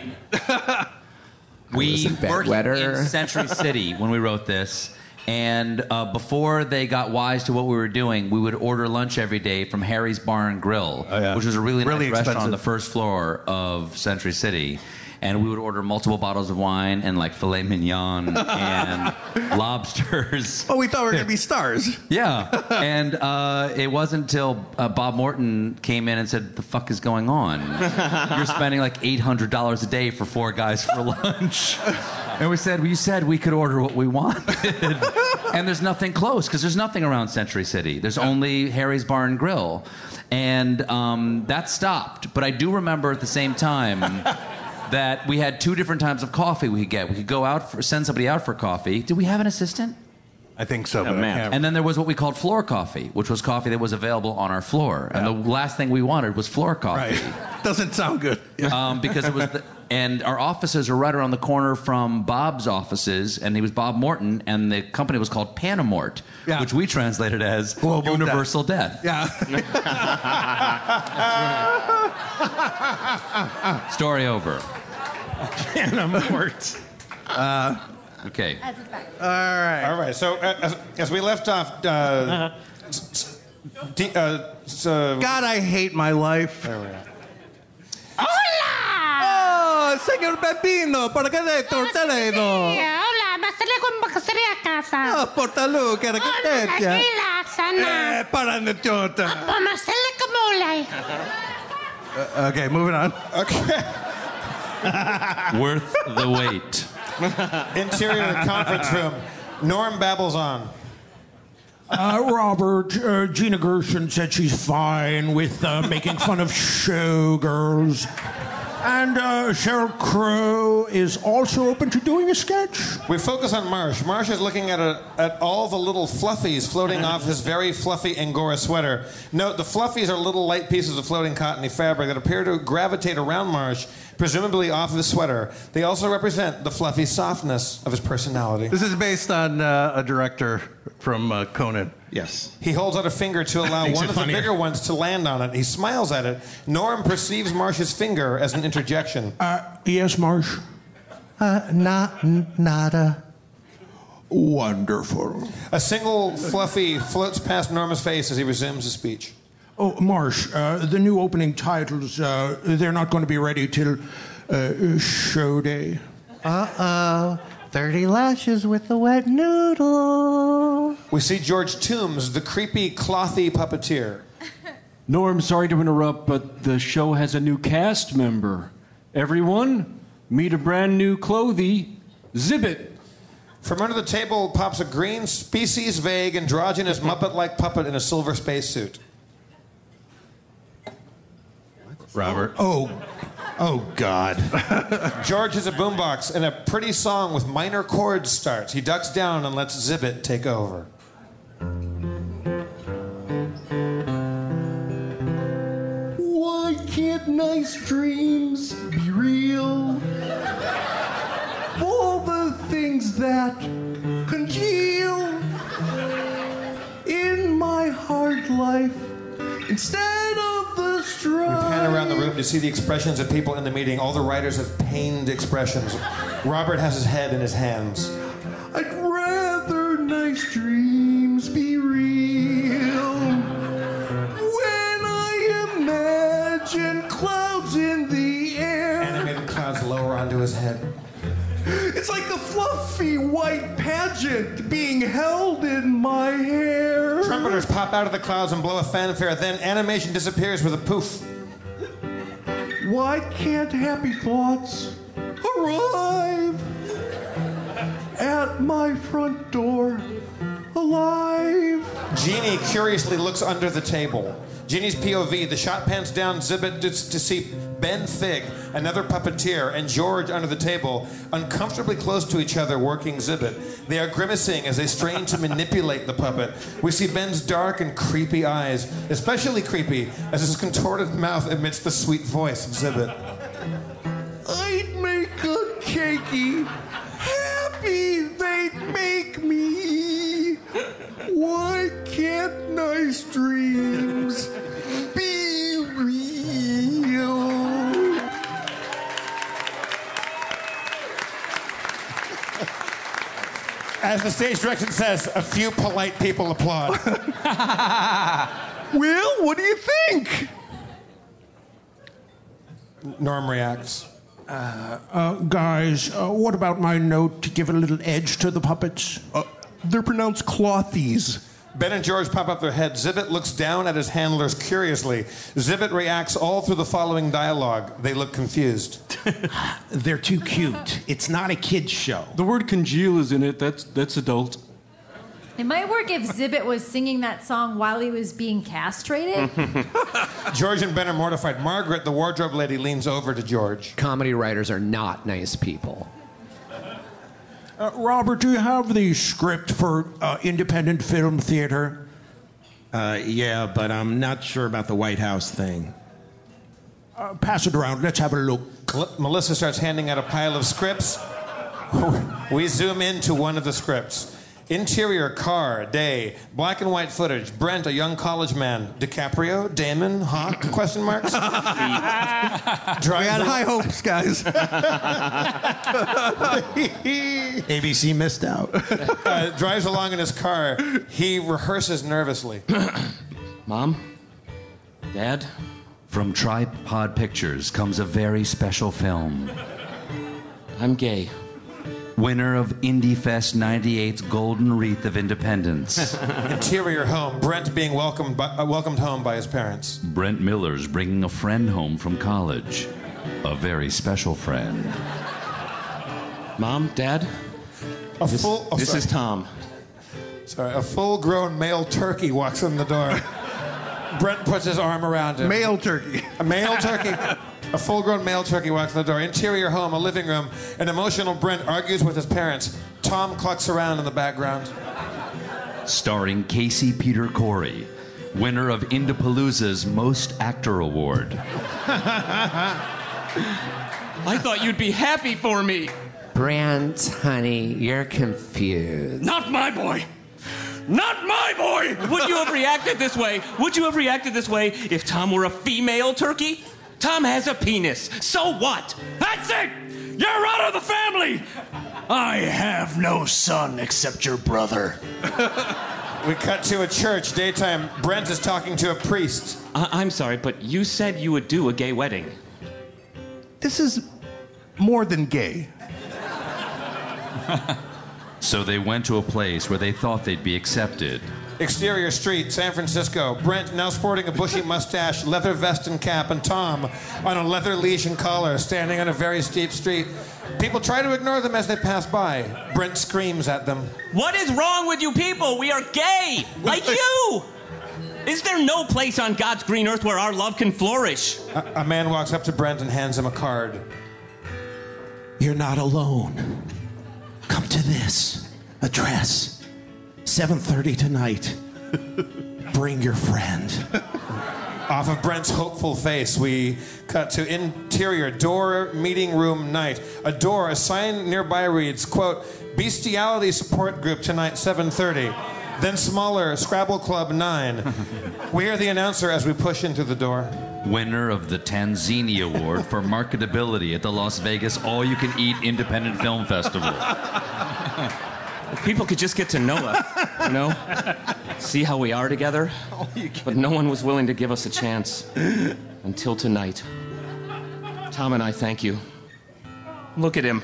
Speaker 16: We
Speaker 32: Listen,
Speaker 16: working
Speaker 32: bedwetter.
Speaker 16: in Century City when we wrote this, And uh, before they got wise to what we were doing, we would order lunch every day from Harry's Bar and Grill, which was a really,
Speaker 13: Oh, Really
Speaker 16: nice restaurant on
Speaker 13: expensive.
Speaker 16: the first floor of Century City. And we would order multiple bottles of wine and like filet mignon and lobsters.
Speaker 13: Oh, we thought we were going to be stars.
Speaker 16: Yeah, and uh, it wasn't until uh, Bob Morton came in and said, "The fuck is going on? You're spending like eight hundred dollars a day for four guys for lunch." And we said, "Well, you said we could order what we wanted, and there's nothing close because there's nothing around Century City. There's only Harry's Bar and Grill, and um, that stopped. But I do remember at the same time." that we had two different types of coffee we could get. We could go out for send somebody out for coffee. Did we have an assistant?
Speaker 13: I think so.
Speaker 16: but I can't- And then there was what we called floor coffee, which was coffee that was available on our floor. And the last thing we wanted was floor coffee.
Speaker 13: Doesn't sound good.
Speaker 16: um, because it was, the, and our offices were right around the corner from Bob's offices, and he was Bob Morton, and the company was called Panamort, which we translated as Universal Death.
Speaker 13: Yeah.
Speaker 16: Story over.
Speaker 13: Panamort.
Speaker 16: Uh, okay.
Speaker 5: All right. All right. So uh, as, as we left off, uh, s- s- d- uh, so
Speaker 13: God, I hate my life.
Speaker 5: There we are.
Speaker 13: Oh, señor Pepino, ¿por qué le tortelero?
Speaker 22: Hola, bastante con bastante a casa.
Speaker 13: Ah, portalo, que
Speaker 22: Hola, la sana.
Speaker 13: Eh, para na tota. torta.
Speaker 22: Vamos a hacerle como le.
Speaker 13: Uh, okay, moving on.
Speaker 5: Okay.
Speaker 16: Worth the wait.
Speaker 5: interior of the conference room, Norm babbles on.
Speaker 19: Uh, Robert, uh, Gina Gershon said she's fine with uh, making fun of showgirls. And uh, Cheryl Crow is also open to doing a sketch.
Speaker 5: We focus on Marsh. Marsh is looking at, a, at all the little fluffies floating off his very fluffy Angora sweater. Note the fluffies are little light pieces of floating cottony fabric that appear to gravitate around Marsh, presumably off his sweater. They also represent the fluffy softness of his personality.
Speaker 13: This is based on uh, a director from uh, Conan.
Speaker 33: Yes.
Speaker 5: He holds out a finger to allow
Speaker 13: Makes
Speaker 5: one
Speaker 13: it
Speaker 5: of the
Speaker 13: funnier.
Speaker 5: bigger ones to land on it. He smiles at it. Norm perceives Marsh's finger as an interjection.
Speaker 19: Uh, yes, Marsh?
Speaker 13: Uh, not, nada.
Speaker 19: Wonderful.
Speaker 5: A single fluffy floats past Norma's face as he resumes his speech.
Speaker 19: Oh, Marsh, uh, the new opening titles, uh, they're not going to be ready till uh, show day.
Speaker 6: Uh-uh.
Speaker 13: Uh-oh. 30 Uh, lashes with the wet noodle.
Speaker 5: We see George Toombs, the creepy, clothy puppeteer.
Speaker 1: Norm, sorry to interrupt, but the show has a new cast member. Everyone, meet a brand new clothy, Zibbit.
Speaker 5: From under the table pops a green, species vague, androgynous Muppet like puppet in a silver spacesuit.
Speaker 13: Robert.
Speaker 19: Oh, oh God.
Speaker 5: George has a boombox, and a pretty song with minor chords starts. He ducks down and lets Zibbit take over.
Speaker 34: Why can't nice dreams be real? All the things that congeal in my hard life instead of the
Speaker 5: Pan
Speaker 34: strife.
Speaker 5: around the room to see the expressions of people in the meeting. All the writers have pained expressions. Robert has his head in his hands.
Speaker 34: I'd rather nice dreams be real. When I imagine clouds in the air.
Speaker 5: Animated clouds lower onto his head.
Speaker 34: It's like the fluffy white pageant being held in my hair.
Speaker 5: Trumpeters pop out of the clouds and blow a fanfare, then animation disappears with a poof.
Speaker 34: Why can't happy thoughts arrive at my front door alive?
Speaker 5: Jeannie curiously looks under the table. Jeannie's POV, the shot pans down Zibbit to, to see Ben Fig, another puppeteer, and George under the table, uncomfortably close to each other, working Zibbit. They are grimacing as they strain to manipulate the puppet. We see Ben's dark and creepy eyes, especially creepy as his contorted mouth emits the sweet voice of Zibbit.
Speaker 34: I'd make a cakey happy they'd make me. Why can't nice dreams be real?
Speaker 13: And
Speaker 5: As the stage direction says, a few polite people applaud.
Speaker 34: Will, what do you think?
Speaker 5: Norm reacts.
Speaker 2: Uh, uh, guys, uh, what about my note to give a little edge to the puppets?
Speaker 4: Uh,
Speaker 34: they're pronounced clothies.
Speaker 5: Ben and George pop up their heads. Zibit looks down at his handlers curiously. Zibit reacts all through the following dialogue. They look confused.
Speaker 6: They're too cute. It's not a kids show.
Speaker 4: The word congeal is in it. That's that's adult.
Speaker 11: It might work if Zibbit was singing that song while he was being castrated.
Speaker 5: Hmm. George and Ben are mortified. Margaret, the wardrobe lady, leans over to George.
Speaker 14: Comedy writers are not nice people.
Speaker 2: Uh, Robert, do you have the script for uh, independent film theater?
Speaker 6: Uh, yeah, but I'm not sure about the White House thing.
Speaker 2: Uh, pass it around. Let's have a look.
Speaker 5: Mel- Melissa starts handing out a pile of scripts. we zoom into one of the scripts. Interior car, day, black and white footage. Brent, a young college man. DiCaprio, Damon, Hawk? Question marks.
Speaker 34: We had high hopes, guys.
Speaker 6: ABC missed out.
Speaker 5: uh, drives along in his car. He rehearses nervously.
Speaker 16: Mom? Dad? From Tripod Pictures comes a very special film. I'm gay. Winner of Indie Fest 98's Golden Wreath of Independence.
Speaker 5: Interior home. Brent being welcomed by, uh, welcomed home by his parents.
Speaker 16: Brent Miller's bringing a friend home from college. A very special friend. Mom, Dad?
Speaker 5: A full. oh, sorry.
Speaker 16: Tom.
Speaker 5: Sorry, a full-grown male turkey walks in the door. Brent puts his arm around him.
Speaker 34: Male turkey.
Speaker 5: A male turkey. A full grown male turkey walks in the door. Interior home, a living room. An emotional Brent argues with his parents. Tom clucks around in the background.
Speaker 16: Starring Casey Peter Corey, winner of Indapalooza's Most Actor Award.
Speaker 20: I thought you'd be happy for me.
Speaker 14: Brant, honey, you're confused.
Speaker 20: Not my boy. Not my boy. Would you have reacted this way? Would you have reacted this way if Tom were a female turkey? Tom has a penis. So what? That's it. You're out of the family.
Speaker 26: I have no son except your brother.
Speaker 5: We cut to a church, daytime. Brent is talking to a priest.
Speaker 20: I- I'm sorry, but you said you would do a gay wedding.
Speaker 34: This is more than gay.
Speaker 16: So they went to a place where they thought they'd be accepted.
Speaker 5: Exterior street, San Francisco. Brent, now sporting a bushy mustache, leather vest and cap, and Tom on a leather leash and collar, standing on a very steep street. People try to ignore them as they pass by. Brent screams at them.
Speaker 20: What is wrong with you people? We are gay, like you. Is there no place on God's green earth where our love can flourish?
Speaker 5: A, a man walks up to Brent and hands him a card.
Speaker 6: You're not alone. Come to this address. 7:30 tonight. Bring your friend.
Speaker 5: Off of Brent's hopeful face, we cut to interior door meeting room night. A door, a sign nearby reads, quote, Bestiality Support Group tonight, 7.30. Then smaller, Scrabble Club 9. we hear the announcer as we push into the door.
Speaker 16: Winner of the Tanzini Award for marketability at the Las Vegas All You Can Eat Independent Film Festival.
Speaker 20: If people could just get to know us, you know? See how we are together. But no one was willing to give us a chance until tonight. Tom and I thank you. Look at him.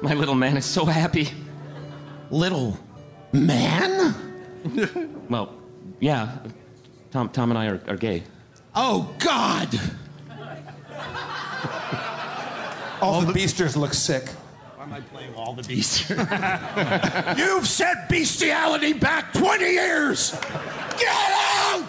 Speaker 20: My little man is so happy.
Speaker 6: Little man?
Speaker 20: Well, yeah. Tom, Tom and I are, are gay.
Speaker 6: Oh, God!
Speaker 5: All the beasters look sick.
Speaker 6: Why am I playing all the beasts? You've said bestiality back 20 years! Get out!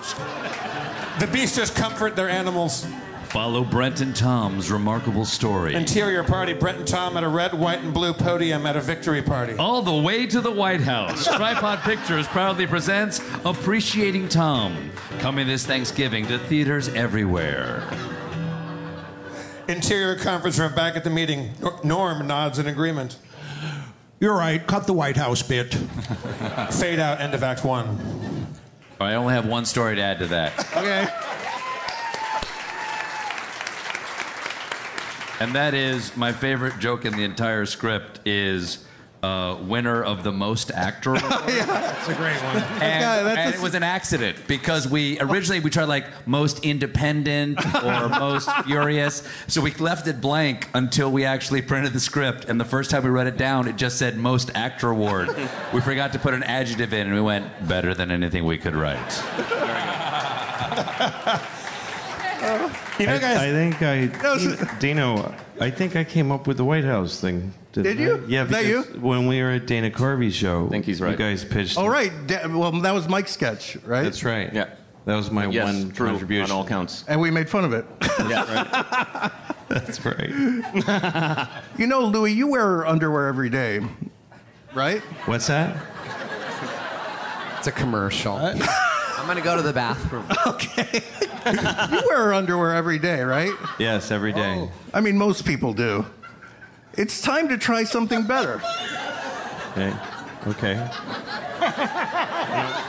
Speaker 5: The beasters comfort their animals.
Speaker 16: Follow Brent and Tom's remarkable story
Speaker 5: Interior party, Brent and Tom at a red, white, and blue podium at a victory party.
Speaker 16: all the way to the White House. Tripod Pictures proudly presents Appreciating Tom, coming this Thanksgiving to theaters everywhere.
Speaker 5: Interior conference room back at the meeting. Nor- Norm nods in agreement.
Speaker 2: You're right. Cut the White House bit.
Speaker 5: Fade out, end of act one.
Speaker 16: All right, I only have one story to add to that,
Speaker 34: Okay.
Speaker 16: and that is my favorite joke in the entire script is uh, winner of the most actor award.
Speaker 5: That's a great one.
Speaker 16: and, and it was an accident because we originally we tried like most independent or most furious so we left it blank until we actually printed the script and the first time we read it down it just said most actor award we forgot to put an adjective in and we went better than anything we could write
Speaker 5: You know,
Speaker 15: I,
Speaker 5: guys-
Speaker 15: I think I, Dino, I think I came up with the White House thing. didn't
Speaker 13: Did you?
Speaker 15: I? Yeah,
Speaker 13: Is that
Speaker 15: because when we were at Dana Carvey's show, I think he's right. You guys pitched.
Speaker 13: All right. Da- well, that was Mike's sketch, Oh, right?
Speaker 15: That's right. Yeah. That was my
Speaker 13: Yes,
Speaker 15: one
Speaker 13: true,
Speaker 15: contribution
Speaker 13: on all
Speaker 15: counts.
Speaker 13: And we made fun of it.
Speaker 15: That's right.
Speaker 13: you know, Louis, you wear underwear every day, right?
Speaker 15: What's that?
Speaker 13: It's a commercial.
Speaker 14: I'm gonna go to the bathroom.
Speaker 13: okay. you wear underwear every day, right? Oh.
Speaker 15: Yes, every day.
Speaker 13: I mean, most people do. It's time to try something better.
Speaker 15: Okay. Okay.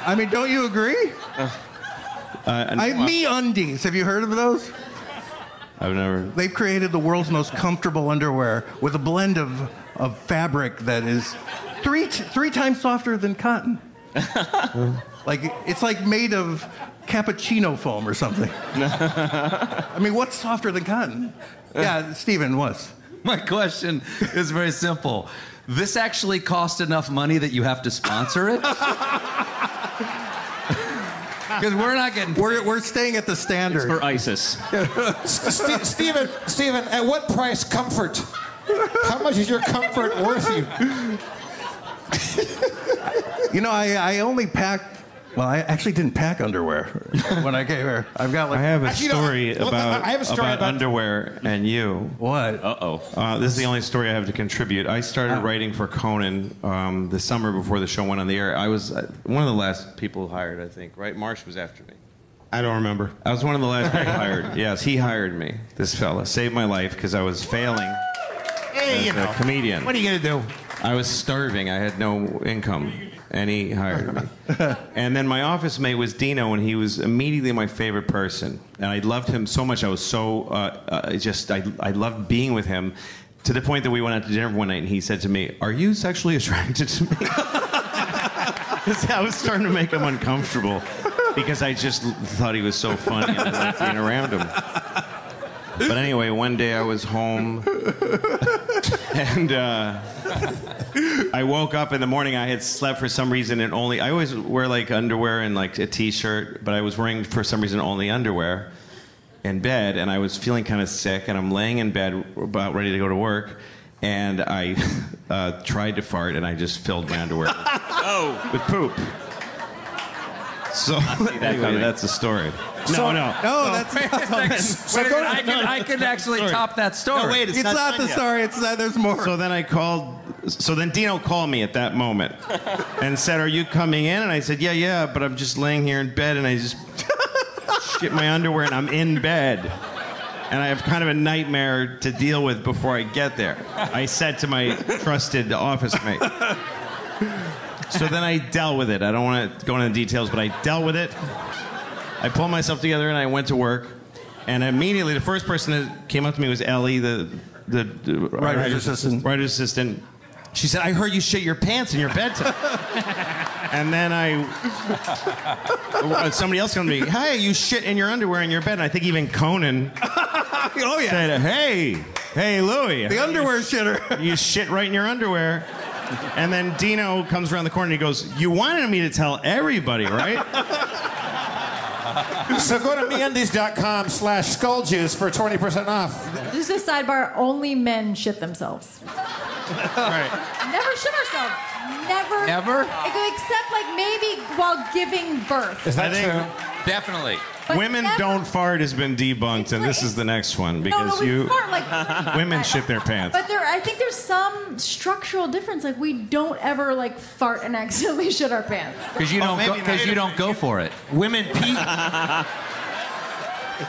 Speaker 13: I mean, don't you agree?
Speaker 15: Uh,
Speaker 13: I, me undies. Have you heard of those?
Speaker 15: I've never.
Speaker 13: They've created the world's most comfortable underwear with a blend of, of fabric that is three, t- three times softer than cotton. like it's like made of cappuccino foam or something. I mean, what's softer than cotton? Yeah, Stephen was.
Speaker 16: my question is very simple this actually cost enough money that you have to sponsor it because we're not getting
Speaker 13: we're, we're staying at the standard
Speaker 16: for isis
Speaker 5: Ste- Stephen, Stephen, at what price comfort? How much is your comfort worth you?
Speaker 13: You know, I, I only packed. Well, I actually didn't pack underwear when I came here. I've got like.
Speaker 15: I have a
Speaker 13: Actually, you know,
Speaker 15: story
Speaker 13: look,
Speaker 15: about,
Speaker 13: I have a story
Speaker 15: about,
Speaker 13: about-
Speaker 15: underwear and you.
Speaker 13: What?
Speaker 15: Uh-oh. Uh This is the only story I have to contribute. I started
Speaker 13: Ah.
Speaker 15: writing for Conan um, the summer before the show went on the air. I was uh, one of the last people hired, I think. Right? Marsh was after me. I don't remember. I was one of the last people hired. Yes, he hired me. This fella saved my life because I was failing.
Speaker 19: Hey, you
Speaker 15: as a
Speaker 19: know.
Speaker 15: comedian.
Speaker 19: What are you gonna do?
Speaker 15: I was starving. I had no income, and he hired me. and then my office mate was Dino, and he was immediately my favorite person. And I loved him so much. I was so uh, uh, just I I loved being with him. To the point that we went out to dinner one night, and he said to me, "Are you sexually attracted to me?" 'Cause I was starting to make him uncomfortable because I just thought he was so funny and I liked being around him. But anyway, one day I was home and uh, I woke up in the morning. I had slept for some reason and only. I always wear like underwear and like a t-shirt, but I was wearing for some reason only underwear in bed, and I was feeling kind of sick. And I'm laying in bed, about ready to go to work, and I uh, tried to fart, and I just filled my underwear with- with poop. So anyway,
Speaker 19: coming.
Speaker 15: that's the story. No,
Speaker 19: So-
Speaker 15: no,
Speaker 6: oh,
Speaker 13: No, that's
Speaker 19: So go to- I can- I can actually top that story.
Speaker 15: No, wait, it's,
Speaker 13: It's not
Speaker 15: done
Speaker 13: the
Speaker 15: yet.
Speaker 13: story, it's not- there's more.
Speaker 15: So then I called. So then Dino called me at that moment and said, "Are you coming in?" And I said, "Yeah, yeah, but I'm just laying here in bed and I just shit my underwear and I'm in bed." And I have kind of a nightmare to deal with before I get there. I said to my trusted office mate. So then I dealt with it. I don't want to go into the details, but I dealt with it. I pulled myself together and I went to work. And immediately, the first person that came up to me was Ellie, the the, the writer's assistant. Writer's assistant. She said, "I heard you shit your pants in your bedtime." and then I, somebody else came to me. Hey, you shit in your underwear in your bed. And I think even Conan.
Speaker 13: oh yeah.
Speaker 15: Said, hey, hey, Louie.
Speaker 13: The underwear shitter.
Speaker 15: you shit right in your underwear. And then Dino comes around the corner and he goes, "You wanted me to tell everybody, right?"
Speaker 5: So go to meundies.com slash skull juice for 20% off.
Speaker 11: Just a sidebar: only men shit themselves.
Speaker 15: right.
Speaker 11: Never shit ourselves. Never.
Speaker 15: Never?
Speaker 11: Except like maybe while giving birth.
Speaker 15: I think Definitely.
Speaker 11: But
Speaker 15: Women
Speaker 11: never-
Speaker 15: don't fart has been debunked, and this is the next one because
Speaker 11: no, no, we
Speaker 15: you
Speaker 11: fart like-
Speaker 15: women shit their pants.
Speaker 11: But there, I think there's some structural difference. Like we don't ever like fart and accidentally shit our pants.
Speaker 16: because
Speaker 35: Oh,
Speaker 16: you don't because you don't go for it
Speaker 19: Women pee.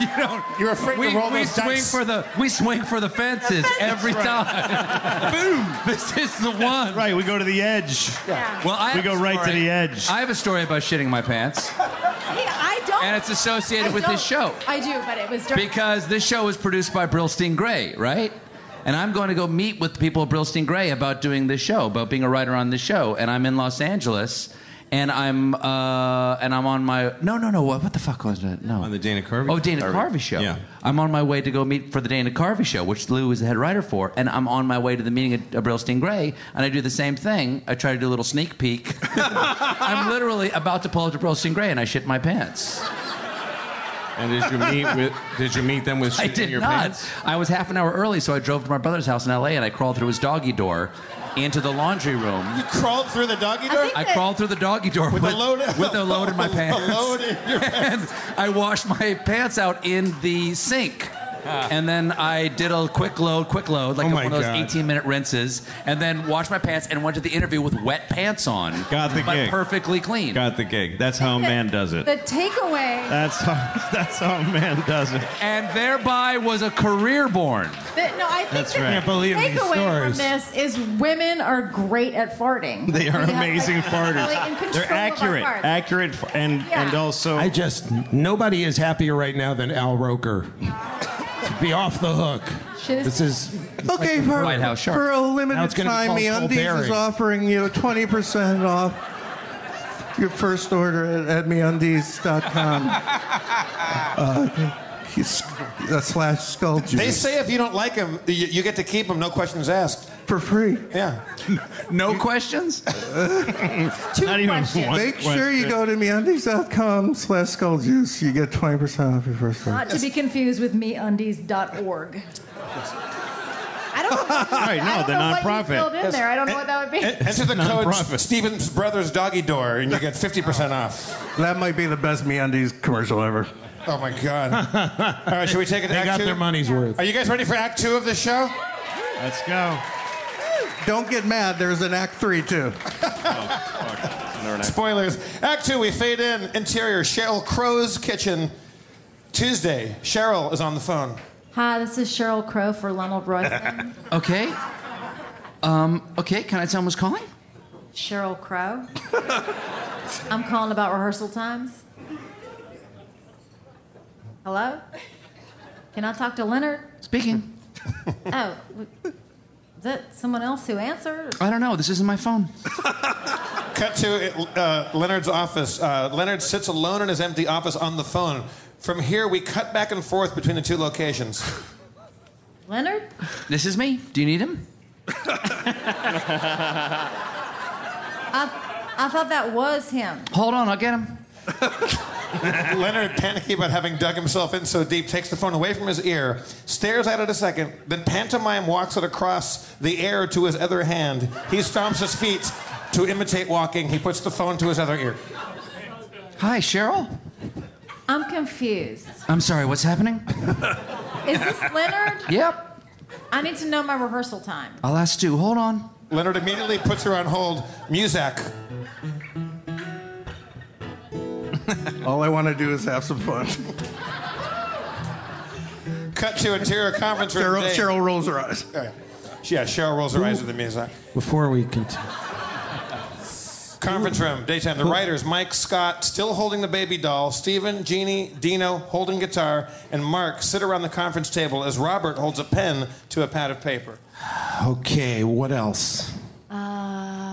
Speaker 16: you don't
Speaker 5: you're afraid
Speaker 16: we,
Speaker 19: to roll
Speaker 16: we
Speaker 19: those
Speaker 16: swing
Speaker 19: dice.
Speaker 16: for the we swing for the fences every
Speaker 19: Right.
Speaker 16: time
Speaker 15: boom
Speaker 16: this is the one
Speaker 15: right we go to the edge
Speaker 11: Yeah.
Speaker 16: well I
Speaker 11: We
Speaker 16: have
Speaker 11: go
Speaker 16: a
Speaker 11: right to
Speaker 16: story-
Speaker 11: the
Speaker 15: edge
Speaker 16: i have a story about shitting my pants
Speaker 11: Hey, I don't.
Speaker 16: And it's associated
Speaker 11: I
Speaker 16: with this
Speaker 11: don't.
Speaker 16: show.
Speaker 11: I do, but it was during.
Speaker 16: because this show was produced by Brilstein Gray right And I'm going to go meet with the people at Brillstein Gray about doing this show, about being a writer on this show. And I'm in Los Angeles. And I'm uh, and I'm on my no no no what, what the fuck was it no on the
Speaker 15: Dana Carvey
Speaker 16: oh Dana
Speaker 15: Carvey.
Speaker 16: Carvey show
Speaker 15: Yeah.
Speaker 16: I'm on my way to go meet for the Dana Carvey show, which Lou is the head writer for, and I'm on my way to the meeting at, at Brillstein Gray, and I do the same thing. I try to do a little sneak peek. I'm literally about to pull up to Brillstein Gray, and I shit my pants.
Speaker 15: And did you meet with? Did you meet them with
Speaker 16: I
Speaker 15: shit
Speaker 16: did
Speaker 15: in your
Speaker 16: not.
Speaker 15: pants?
Speaker 16: I was half an hour early, so I drove to my brother's house in L.A. and I crawled through his doggy door into the laundry room. You
Speaker 5: crawled through the doggy door.
Speaker 16: I crawled through the doggy door with,
Speaker 5: a load-
Speaker 16: with a load in my
Speaker 5: a
Speaker 16: pants.
Speaker 5: load in your pants.
Speaker 16: And I washed my pants out in the sink. And then I did a quick load, quick load, like
Speaker 15: Oh my
Speaker 16: one of those
Speaker 15: God.
Speaker 16: 18 minute rinses, and then washed my pants and went to the interview with wet pants on.
Speaker 15: Got the
Speaker 16: but
Speaker 15: gig.
Speaker 16: perfectly clean.
Speaker 15: Got the gig. That's how a man does it.
Speaker 11: The takeaway.
Speaker 15: That's how. That's how a man does it.
Speaker 16: And thereby was a career born.
Speaker 11: That, no, I think
Speaker 15: That's
Speaker 11: the
Speaker 15: right. I can't believe these
Speaker 11: takeaway from
Speaker 15: stories.
Speaker 11: this is women are great at farting.
Speaker 35: They are
Speaker 11: We have,
Speaker 35: amazing
Speaker 11: like,
Speaker 35: farters.
Speaker 11: really in control
Speaker 35: They're
Speaker 11: of our
Speaker 35: accurate,
Speaker 11: farts.
Speaker 35: accurate, f- and
Speaker 11: Yeah.
Speaker 35: and also.
Speaker 2: I just nobody is happier right now than Al Roker. to be off the hook.
Speaker 11: Shit
Speaker 2: This is
Speaker 34: Okay,
Speaker 2: like
Speaker 34: for,
Speaker 2: White House shark.
Speaker 34: for a
Speaker 2: Now
Speaker 34: limited
Speaker 2: it's gonna be
Speaker 34: time,
Speaker 2: called
Speaker 34: MeUndies
Speaker 2: Colberry.
Speaker 34: is offering you 20% off your first order at, at MeUndies.com. uh, you s- uh, slash skull juice.
Speaker 5: They say if you don't like him, you, you get to keep him, no questions asked.
Speaker 34: For free.
Speaker 5: Yeah.
Speaker 16: No questions?
Speaker 5: Not
Speaker 34: Make sure you go to MeUndies.com slash skull juice. You get 20% off your first order.
Speaker 11: Not to be confused with meundies.org. I don't know. What,
Speaker 15: Right, no,
Speaker 11: I don't
Speaker 15: the
Speaker 11: know what you
Speaker 15: nonprofit.
Speaker 11: filled in there. I don't know what that would be.
Speaker 5: Enter the code Stevens Brothers Doggy Door, and you get 50%
Speaker 34: Oh.
Speaker 5: off.
Speaker 34: That might be the best MeUndies commercial ever.
Speaker 5: Oh my God! All right, should we take it? to
Speaker 34: They
Speaker 5: act
Speaker 34: got
Speaker 5: two?
Speaker 34: their money's worth.
Speaker 5: Are you guys ready for Act Two of this show?
Speaker 34: Let's go. Don't get mad. There's an act three, too.
Speaker 5: Spoilers. Act Two. We fade in. Interior. Cheryl Crow's kitchen. Tuesday. Cheryl is on the phone.
Speaker 11: Hi, this is Cheryl Crow for Lionel Brosnan.
Speaker 16: Okay. Um, okay, can I tell him who's calling?
Speaker 11: Cheryl Crow. I'm calling about rehearsal times. Hello? Can I talk to Leonard?
Speaker 16: Speaking.
Speaker 11: Oh, w- is that someone else who answered?
Speaker 16: I don't know. This isn't my phone.
Speaker 5: Cut to uh, Leonard's office. Uh, Leonard sits alone in his empty office on the phone. From here, we cut back and forth between the two locations.
Speaker 11: Leonard?
Speaker 16: This is me. Do you need him?
Speaker 11: I, I thought that was him.
Speaker 16: Hold on, I'll get him.
Speaker 5: Leonard, panicky about having dug himself in so deep, takes the phone away from his ear, stares at it a second, then pantomime walks it across the air to his other hand. He stomps his feet to imitate walking. He puts the phone to his other ear.
Speaker 16: Hi, Cheryl.
Speaker 11: I'm confused.
Speaker 16: I'm sorry, what's happening?
Speaker 11: Is this Leonard?
Speaker 16: Yep.
Speaker 11: I need to know my rehearsal time.
Speaker 16: I'll ask Stu. Hold on.
Speaker 5: Leonard immediately puts her on hold. Muzak.
Speaker 34: All I want to do is have some fun.
Speaker 5: Cut to interior conference room.
Speaker 34: Cheryl,
Speaker 5: day.
Speaker 34: Cheryl rolls her eyes.
Speaker 5: Yeah, yeah, Cheryl rolls her eyes at the Muzak.
Speaker 2: Before we continue,
Speaker 5: Conference room, daytime. The writers, Mike Scott, still holding the baby doll, Stephen, Jeannie, Dino, holding guitar, and Mark sit around the conference table as Robert holds a pen to a pad of paper.
Speaker 20: Okay, what else?
Speaker 11: Uh,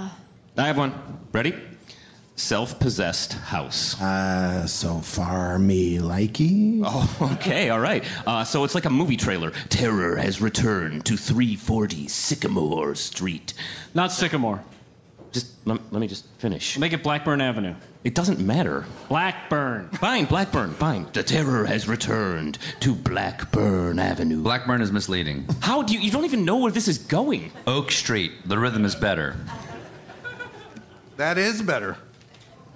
Speaker 20: I have one. Ready? Self possessed house.
Speaker 26: Uh, so far, me likey.
Speaker 20: Oh, okay, all right. Uh, so it's like a movie trailer. Terror has returned to 340 Sycamore Street.
Speaker 1: Not Sycamore.
Speaker 20: Just let, let me just finish.
Speaker 1: Make it Blackburn Avenue.
Speaker 20: It doesn't matter.
Speaker 1: Blackburn.
Speaker 20: Fine, Blackburn, fine. The terror has returned to Blackburn Avenue.
Speaker 16: Blackburn is misleading.
Speaker 20: How do you, you don't even know where this is going?
Speaker 16: Oak Street. The rhythm is better.
Speaker 34: That is better.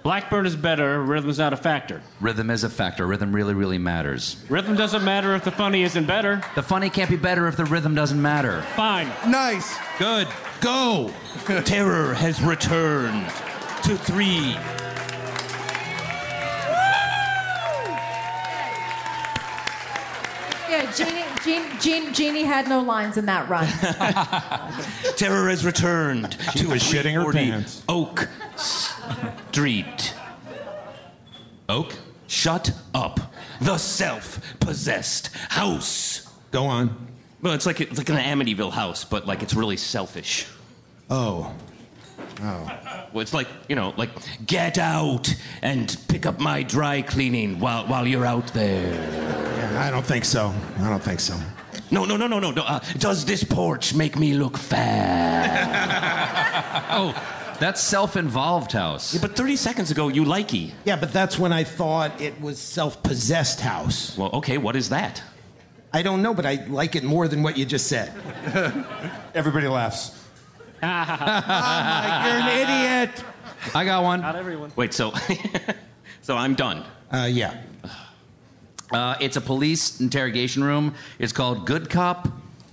Speaker 1: Blackburn is better. Rhythm's not a factor.
Speaker 16: Rhythm is a factor. Rhythm really, really matters.
Speaker 1: Rhythm doesn't matter if the funny isn't better.
Speaker 16: The funny can't be better if the rhythm doesn't matter.
Speaker 1: Fine.
Speaker 34: Nice.
Speaker 20: Good. Go. Terror has returned to three.
Speaker 11: yeah, Jeannie, Jean, Jean, Jeannie had no lines in that run.
Speaker 20: Terror has returned to
Speaker 2: was shitting her
Speaker 20: 340
Speaker 2: pants.
Speaker 20: Oak Street. Oak? Shut up. The self possessed house.
Speaker 2: go on.
Speaker 20: Well, it's like it's like an Amityville house, but like it's really selfish.
Speaker 5: Oh. Oh.
Speaker 20: Well, it's like you know, like get out and pick up my dry cleaning while while you're out there.
Speaker 5: I don't think so. I don't think so.
Speaker 20: No, no, no, no, no, no. Uh, does this porch make me look fat? oh, that's self-involved house. Yeah, but 30 seconds ago, you likey.
Speaker 19: Yeah, but that's when I thought it was self-possessed house.
Speaker 20: Well, okay, what is that?
Speaker 19: I don't know, but I like it more than what you just said.
Speaker 5: Everybody laughs.
Speaker 20: Oh
Speaker 19: You're an idiot.
Speaker 20: I got one.
Speaker 36: Not everyone.
Speaker 20: Wait, so, so I'm done.
Speaker 19: Uh, yeah.
Speaker 16: Uh, it's a police interrogation room. It's called Good Cop,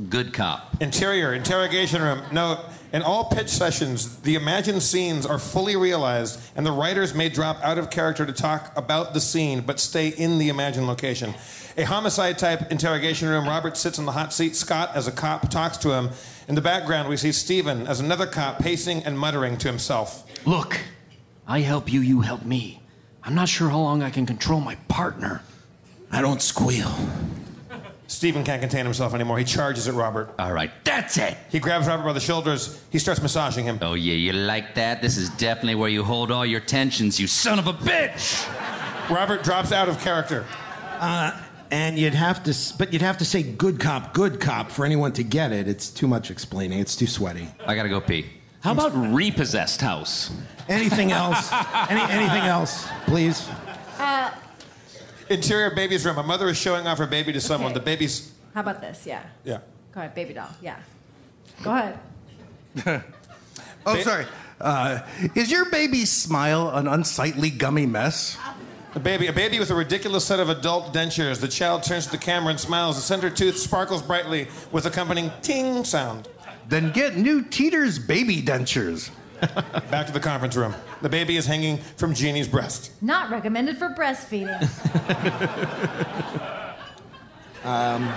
Speaker 16: Good Cop.
Speaker 5: Interior, interrogation room. Note, in all pitch sessions, the imagined scenes are fully realized, and the writers may drop out of character to talk about the scene, but stay in the imagined location. A homicide type interrogation room, Robert sits in the hot seat. Scott, as a cop, talks to him. In the background, we see Steven, as another cop, pacing and muttering to himself.
Speaker 1: Look, I help you, you help me. I'm not sure how long I can control my partner. I don't squeal.
Speaker 5: Steven can't contain himself anymore. He charges at Robert.
Speaker 16: All right, that's it.
Speaker 5: He grabs Robert by the shoulders. He starts massaging him.
Speaker 16: Oh, yeah, you like that? This is definitely where you hold all your tensions, you son of a bitch!
Speaker 5: Robert drops out of character.
Speaker 19: Uh, and you'd have to, s- but you'd have to say good cop, good cop for anyone to get it. It's too much explaining. It's too sweaty.
Speaker 16: I gotta go pee.
Speaker 20: How about repossessed house?
Speaker 19: Anything else? Any, anything else, please?
Speaker 11: Uh,
Speaker 5: Interior baby's room. A mother is showing off her baby to someone.
Speaker 11: Okay.
Speaker 5: The baby's.
Speaker 11: how about this? Yeah.
Speaker 5: Yeah.
Speaker 11: Go ahead, baby doll. Yeah. Go ahead.
Speaker 13: Oh, sorry. Uh, is your baby's smile an unsightly gummy mess?
Speaker 5: A baby, a baby with a ridiculous set of adult dentures. The child turns to the camera and smiles. The center tooth sparkles brightly with accompanying ting sound.
Speaker 13: Then get new Teeter's baby dentures.
Speaker 5: Back to the conference room. The baby is hanging from Jeannie's breast.
Speaker 11: Not recommended for breastfeeding.
Speaker 19: Um,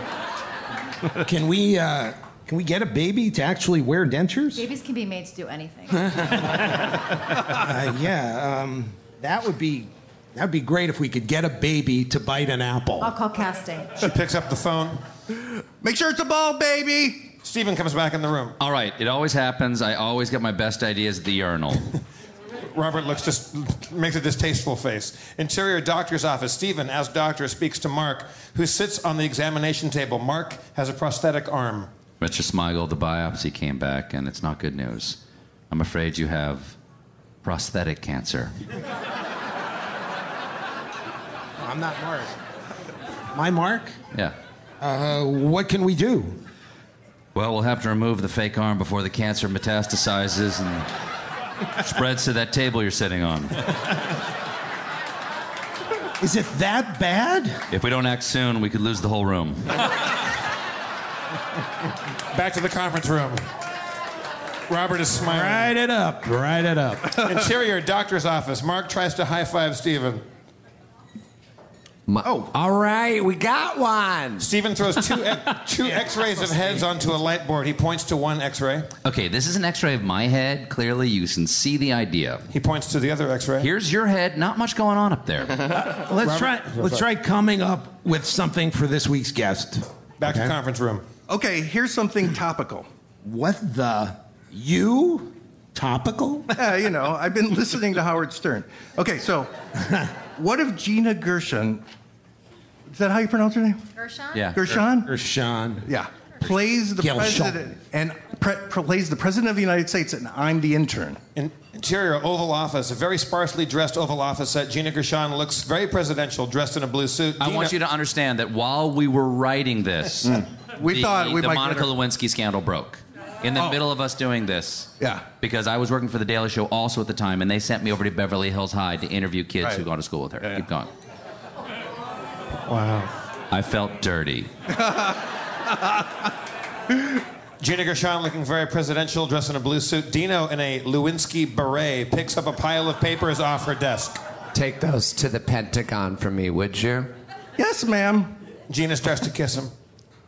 Speaker 19: can we uh, can we get a baby to actually wear dentures?
Speaker 11: Babies can be made to do anything.
Speaker 19: Uh, yeah, um, that would be that would be great if we could get a baby to bite an apple.
Speaker 11: I'll call casting.
Speaker 5: She picks up the phone.
Speaker 13: Make sure it's a ball, baby.
Speaker 5: Steven comes back in the room.
Speaker 16: All right, it always happens. I always get my best ideas at the urinal.
Speaker 5: Robert looks just makes a distasteful face. Interior doctor's office. Stephen, as doctor, speaks to Mark, who sits on the examination table. Mark has a prosthetic arm.
Speaker 16: Mr. Smigel, the biopsy came back, and it's not good news. I'm afraid you have prosthetic cancer.
Speaker 19: I'm not Mark. My Mark?
Speaker 16: Yeah.
Speaker 19: Uh, what can we do?
Speaker 16: Well, we'll have to remove the fake arm before the cancer metastasizes and spreads to that table you're sitting on.
Speaker 19: Is it that bad?
Speaker 16: If we don't act soon, we could lose the whole room.
Speaker 5: Back to the conference room. Robert is smiling.
Speaker 19: Write it up. Write it up.
Speaker 5: Interior doctor's office. Mark tries to high five Stephen.
Speaker 14: oh, all right, we got one.
Speaker 5: Stephen throws two e- two X-rays of heads onto a light board. He points to one X-ray.
Speaker 16: Okay, this is an x ray of my head. Clearly, you can see the idea.
Speaker 5: He points to the other x ray.
Speaker 16: Here's your head. Not much going on up there.
Speaker 19: Let's try let's try coming up with something for this week's guest.
Speaker 5: Back to conference room.
Speaker 13: Okay, here's something topical.
Speaker 19: What the? You? Topical?
Speaker 13: Yeah, you know, I've been listening to Howard Stern. Okay, so what if Gina Gershon, is that how you pronounce her name?
Speaker 11: Gershon?
Speaker 13: Gershon?
Speaker 22: Er,
Speaker 19: Gershon.
Speaker 13: Yeah. Plays the
Speaker 19: Gershon.
Speaker 13: president and pre- plays the president of the United States, and I'm the intern.
Speaker 5: In- Interior Oval Office, a very sparsely dressed Oval Office set. Gina Gershon looks very presidential, dressed in a blue suit.
Speaker 16: I want you to understand that while we were writing this,
Speaker 13: Hmm. We
Speaker 16: the,
Speaker 13: thought we
Speaker 16: the
Speaker 13: might
Speaker 16: Monica
Speaker 13: get her-
Speaker 16: Lewinsky scandal broke. In the middle of us doing this,
Speaker 13: Yeah.
Speaker 16: because I was working for the Daily Show also at the time, and they sent me over to Beverly Hills High to interview kids who
Speaker 13: Right.
Speaker 16: gone to school with her. Keep going.
Speaker 5: Wow.
Speaker 16: I felt dirty.
Speaker 5: Gina Gershon looking very presidential, dressed in a blue suit. Dino in a Lewinsky beret picks up a pile of papers off her desk.
Speaker 14: Take those to the Pentagon for me, would you?
Speaker 13: Yes, ma'am.
Speaker 5: Gina starts to kiss him.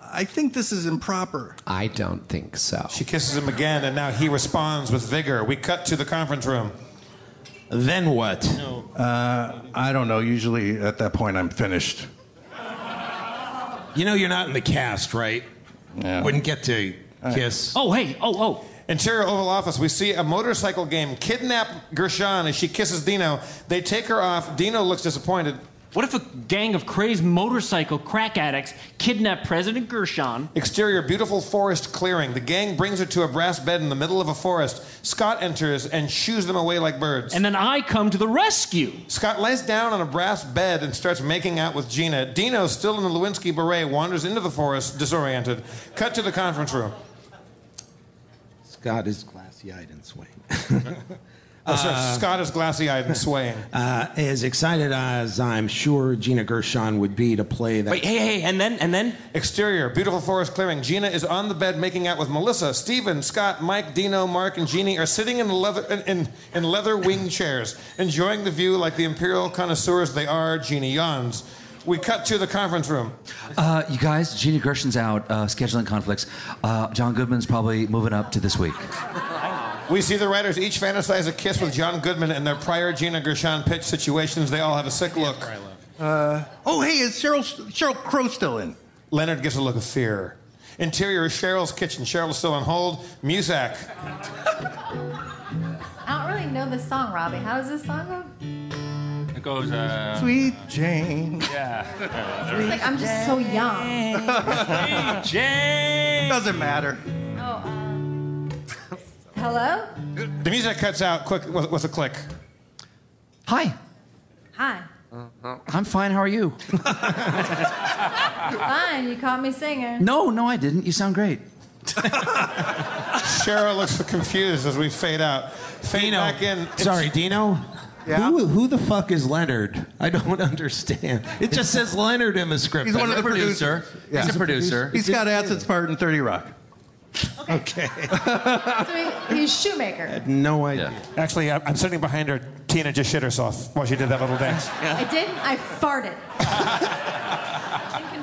Speaker 13: I think this is improper.
Speaker 14: I don't think so.
Speaker 5: She kisses him again, and now he responds with vigor. We cut to the conference room.
Speaker 19: Then what?
Speaker 13: Uh, I don't know. Usually at that point, I'm finished.
Speaker 19: You know you're not in the cast, right? Wouldn't get to kiss.
Speaker 5: Oh, hey, oh, oh. Interior Oval Office, we see a motorcycle game kidnap Gershon as she kisses Dino. They take her off. Dino looks disappointed.
Speaker 20: What if a gang of crazed motorcycle crack addicts kidnap President Gershon?
Speaker 5: Exterior, beautiful forest clearing. The gang brings her to a brass bed in the middle of a forest. Scott enters and shoos them away like birds. And
Speaker 20: then I come to the rescue.
Speaker 5: Scott lays down on a brass bed and starts making out with Gina. Dino, still in the Lewinsky beret, wanders into the forest, disoriented. Cut to the conference room.
Speaker 19: Scott is glassy eyed and swaying.
Speaker 5: Oh, sorry, Scott is glassy eyed and swaying.
Speaker 19: Uh, as excited as I'm sure Gina Gershon would be to play that.
Speaker 5: hey, and then, and then? Exterior, beautiful forest clearing. Gina is on the bed making out with Melissa. Steven, Scott, Mike, Dino, Mark, and Jeannie are sitting in leather, in, in, in leather wing chairs, enjoying the view like the imperial connoisseurs they are. Jeannie yawns. We cut to the conference room.
Speaker 16: Uh, you guys, Gina Gershon's out, uh, scheduling conflicts. Uh, John Goodman's probably moving up to this week.
Speaker 5: We see the writers each fantasize a kiss with John Goodman in their prior Gina Gershon pitch situations. They all have a sick look.
Speaker 13: Uh, oh, hey, is Cheryl, Cheryl Crow still in?
Speaker 5: Leonard gives a look of fear. Interior is Cheryl's kitchen. Cheryl is still on hold. Muzak.
Speaker 11: I don't really know this song, Robbie. How does this song go?
Speaker 37: It goes. Uh,
Speaker 13: Sweet Jane.
Speaker 37: Yeah.
Speaker 11: It's like I'm just so young.
Speaker 13: Jane. Doesn't matter.
Speaker 11: Oh, uh, hello.
Speaker 5: The music cuts out quick with, with a click.
Speaker 16: Hi,
Speaker 11: Hi.
Speaker 16: I'm fine. How are you?
Speaker 11: Fine. You caught me singing.
Speaker 16: No, no, I didn't. You sound great.
Speaker 5: Cheryl looks confused as we fade out. Fade back in.
Speaker 19: Sorry, Dino. Who, who the fuck is Leonard? I don't understand. It just says Leonard in the script.
Speaker 13: He's one of the producer. Yeah.
Speaker 19: He's a producer.
Speaker 13: He's got Asset's part in 30 Rock.
Speaker 19: Okay.
Speaker 11: So he- he's shoemaker.
Speaker 19: No idea.
Speaker 5: Actually, I- I'm sitting behind her. Tina just shit herself while she did that little dance.
Speaker 11: I didn't. I farted.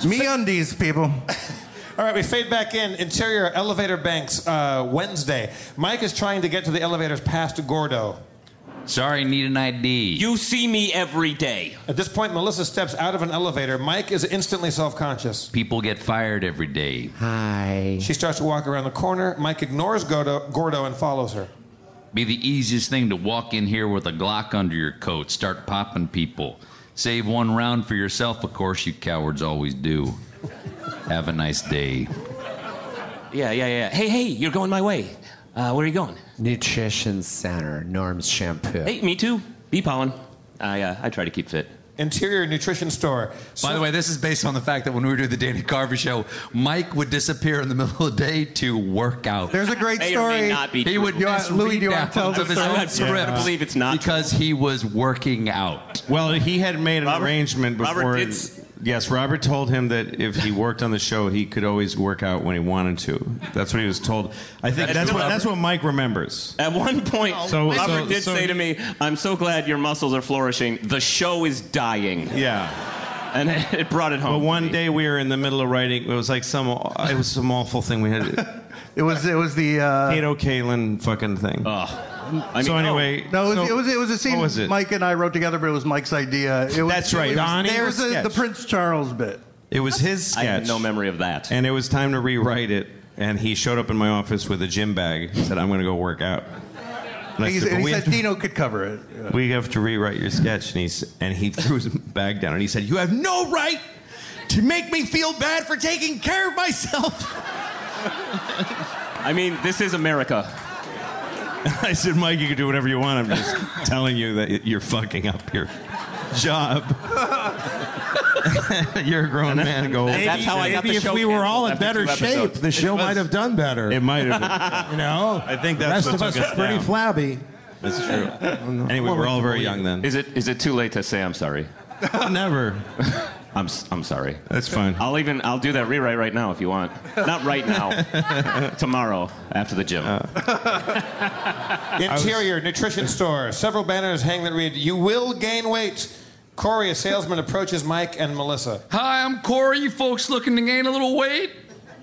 Speaker 13: Me undies, people.
Speaker 5: All right, we fade back in. Interior elevator banks, uh, Wednesday. Mike is trying to get to the elevators past Gordo.
Speaker 16: Sorry, need an ID.
Speaker 5: You see me every day. At this point, Melissa steps out of an elevator. Mike is instantly self conscious.
Speaker 16: People get fired every day. Hi.
Speaker 5: She starts to walk around the corner. Mike ignores Gordo, Gordo and follows her.
Speaker 16: Be the easiest thing to walk in here with a Glock under your coat, start popping people. Save one round for yourself, of course, you cowards always do. Have a nice day.
Speaker 20: Yeah, yeah, yeah. Hey, hey, you're going my way. Uh, where are you going?
Speaker 38: Nutrition Center, Norm's shampoo.
Speaker 20: Hey, me too. Bee pollen. I uh, I try to keep fit.
Speaker 5: Interior nutrition store.
Speaker 39: By the way, this is based on the fact that when we were doing the Danny Carver show, Mike would disappear in the middle of the day to work out.
Speaker 13: There's a great May or may story. not be
Speaker 39: he
Speaker 13: true.
Speaker 39: would
Speaker 13: You want-
Speaker 39: just
Speaker 13: Louis,
Speaker 39: read
Speaker 13: do you wanna
Speaker 39: out
Speaker 13: tell the
Speaker 39: of his
Speaker 13: story?
Speaker 39: own
Speaker 13: I'm
Speaker 39: script script believe it's not because he was working out.
Speaker 15: Well, he had made an arrangement
Speaker 39: Robert
Speaker 15: before.
Speaker 39: did
Speaker 15: it-
Speaker 39: s-
Speaker 15: yes, Robert told him that if he worked on the show, he could always work out when he wanted to. That's what he was told. I think
Speaker 39: That's
Speaker 15: that's,
Speaker 39: true,
Speaker 15: what
Speaker 39: Robert.
Speaker 15: that's what Mike remembers.
Speaker 20: At one point,
Speaker 15: So-
Speaker 20: Robert
Speaker 15: so-
Speaker 20: did
Speaker 15: so-
Speaker 20: say to me, "I'm so glad your muscles are flourishing. The show is dying."
Speaker 15: Yeah.
Speaker 20: And it, it brought it
Speaker 15: But
Speaker 20: home.
Speaker 15: one day we were in the middle of writing. It was like some. It was some awful thing we had.
Speaker 13: It was it was the uh,
Speaker 15: Kato Kalin fucking thing.
Speaker 11: oh.
Speaker 15: so anyway,
Speaker 13: no, it was,
Speaker 15: so-
Speaker 13: it was it was a scene
Speaker 15: What was it?
Speaker 13: Mike and I wrote together, but it was Mike's idea. It was,
Speaker 15: That's right.
Speaker 13: It was,
Speaker 15: Donnie
Speaker 13: there was a,
Speaker 15: sketch.
Speaker 13: the Prince Charles bit.
Speaker 15: It was his sketch.
Speaker 20: I have no memory of that.
Speaker 15: And it was time to rewrite it. And he showed up in my office with a gym bag. and Said, "I'm going to go work out." And I
Speaker 13: He's-
Speaker 15: said, "But
Speaker 13: he
Speaker 15: we,
Speaker 13: said
Speaker 15: have to,
Speaker 13: Dino could cover it. Yeah.
Speaker 15: we have to rewrite your sketch." And he s- and he threw his bag down and he said, "You have no right to make me feel bad for taking care of myself."
Speaker 20: I mean, this is America.
Speaker 15: I said, "Mike, you can do whatever you want. I'm just telling you that you're fucking up your job. you're a grown man. Go."
Speaker 19: Maybe, maybe if we were all in better shape, the show might have done better.
Speaker 15: It might have. Been.
Speaker 19: You know,
Speaker 15: I think
Speaker 19: the
Speaker 15: that's
Speaker 19: rest
Speaker 15: what
Speaker 19: of us
Speaker 15: took
Speaker 19: are
Speaker 15: us
Speaker 19: pretty
Speaker 15: down.
Speaker 19: flabby.
Speaker 15: That's true. Anyway,
Speaker 20: Well,
Speaker 15: we're all
Speaker 20: we
Speaker 15: very
Speaker 20: believe
Speaker 15: young then. Oh,
Speaker 20: Is it is it too late to say I'm sorry?
Speaker 15: Never.
Speaker 20: I'm s- I'm sorry.
Speaker 15: That's fine.
Speaker 20: I'll even I'll do that rewrite right now if you want. Not right now. Tomorrow after the gym.
Speaker 15: Uh.
Speaker 5: Interior nutrition store. Several banners hang that read, "You will gain weight." Corey, a salesman, approaches Mike and Melissa.
Speaker 20: Hi, I'm Corey. You folks looking to gain a little weight?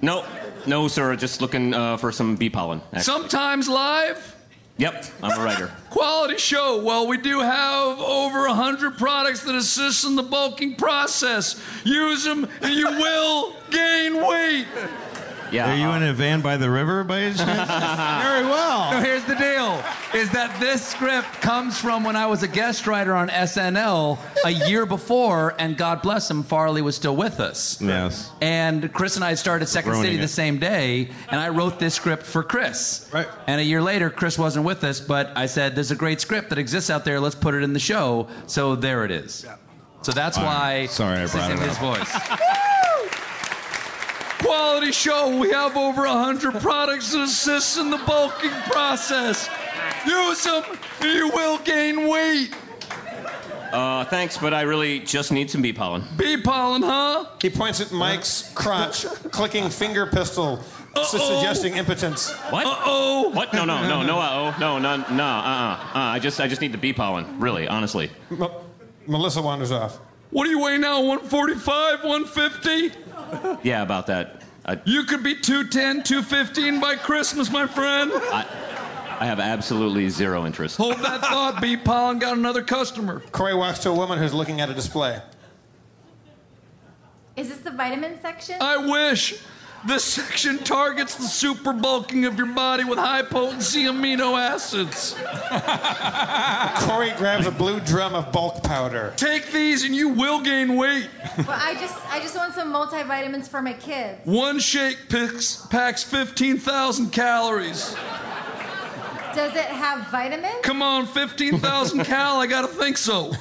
Speaker 20: No, no, sir. Just looking uh, for some bee pollen. actually.
Speaker 18: Sometimes live,
Speaker 20: Yep, I'm a writer.
Speaker 18: quality show. Well, we do have over 100 products that assist in the bulking process. Use them and you will gain weight.
Speaker 15: Yeah. Are you in a van by the river by any chance?
Speaker 16: Very well. No, here's the deal: is that this script comes from when I was a guest writer on SNL a year before, and God bless him, Farley was still with us.
Speaker 15: yes.
Speaker 16: And Chris and I started Second
Speaker 15: Ruining
Speaker 16: City
Speaker 15: it.
Speaker 16: the same day, and I wrote this script for Chris. Right. And a year later, Chris wasn't with us, but I said, "There's a great script that exists out there. Let's put it in the show." So there it is. So that's
Speaker 15: All
Speaker 16: why.
Speaker 15: right. Sorry, I
Speaker 16: this
Speaker 15: brought
Speaker 16: is in
Speaker 15: it
Speaker 16: his
Speaker 15: up.
Speaker 16: voice.
Speaker 18: Quality show. We have over 100 products that assist in the bulking process. Use them and you will gain weight.
Speaker 20: Uh, thanks, but I really just need some bee pollen.
Speaker 18: Bee pollen, huh?
Speaker 5: He points at Mike's crotch, clicking finger pistol, su-
Speaker 20: Uh-oh.
Speaker 5: suggesting impotence.
Speaker 20: What? Uh oh. What? No, no, no, no. Uh oh. No, no, no. Uh uh. I just, I just need the bee pollen. Really, honestly.
Speaker 5: Melissa wanders off.
Speaker 18: What do you weigh now? 145, 150?
Speaker 20: Yeah, about that. I,
Speaker 18: You could be 210, 215 by Christmas, my friend.
Speaker 20: I have absolutely zero interest.
Speaker 18: Hold that thought, Bee Pollen got another customer.
Speaker 5: Corey walks to a woman who's looking at a display.
Speaker 11: Is this the vitamin section?
Speaker 18: I wish. This section targets the super bulking of your body with high potency amino acids.
Speaker 5: Corey grabs a blue drum of bulk powder.
Speaker 18: Take these and you will gain weight.
Speaker 11: well, I just, I just want some multivitamins for my kids.
Speaker 18: One shake picks, packs 15,000 calories.
Speaker 11: Does it have vitamins?
Speaker 18: Come on, 15,000 cal, I gotta think so.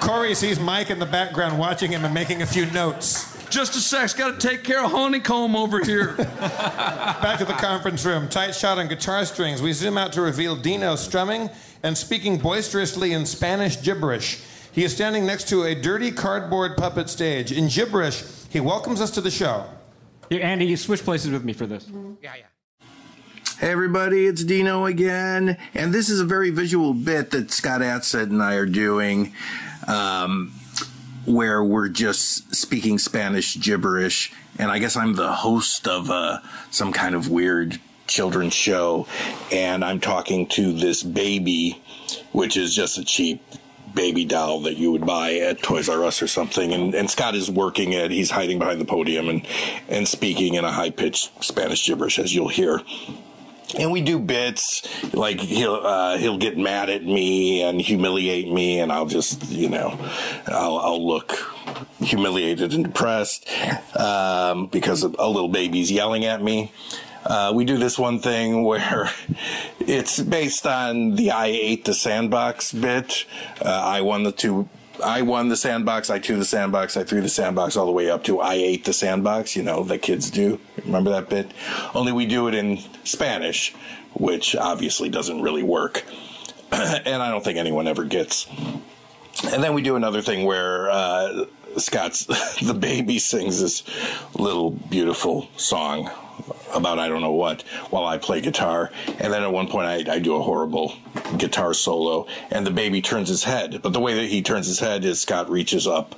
Speaker 5: Corey sees Mike in the background watching him and making a few notes.
Speaker 18: Just a sec, gotta take care of honeycomb over here.
Speaker 5: Back to the conference room, tight shot on guitar strings. We zoom out to reveal Dino strumming and speaking boisterously in Spanish gibberish. He is standing next to a dirty cardboard puppet stage. In gibberish, he welcomes us to the show.
Speaker 1: You, Andy, you switch places with me for this.
Speaker 13: Hey everybody, it's Dino again, and this is a very visual bit that Scott Atsett and I are doing, um, where we're just speaking Spanish gibberish, and I guess I'm the host of uh, some kind of weird children's show, and I'm talking to this baby, which is just a cheap baby doll that you would buy at Toys R Us or something. And, and Scott is working it. He's hiding behind the podium and, and speaking in a high pitched Spanish gibberish, as you'll hear. And we do bits like he'll uh, he'll get mad at me and humiliate me, and I'll just you know I'll, I'll look humiliated and depressed um, because a little baby's yelling at me. Uh, we do this one thing where it's based on the I ate the sandbox bit. Uh, I won the two. I won the sandbox. I threw the sandbox. I threw the sandbox all the way up to I ate the sandbox. You know the kids do. Remember that bit? Only we do it in Spanish, which obviously doesn't really work, and I don't think anyone ever gets. And then we do another thing where uh, Scott's the baby sings this little beautiful song about I don't know what while I play guitar. And then at one point I, I do a horrible guitar solo, and the baby turns his head. But the way that he turns his head is Scott reaches up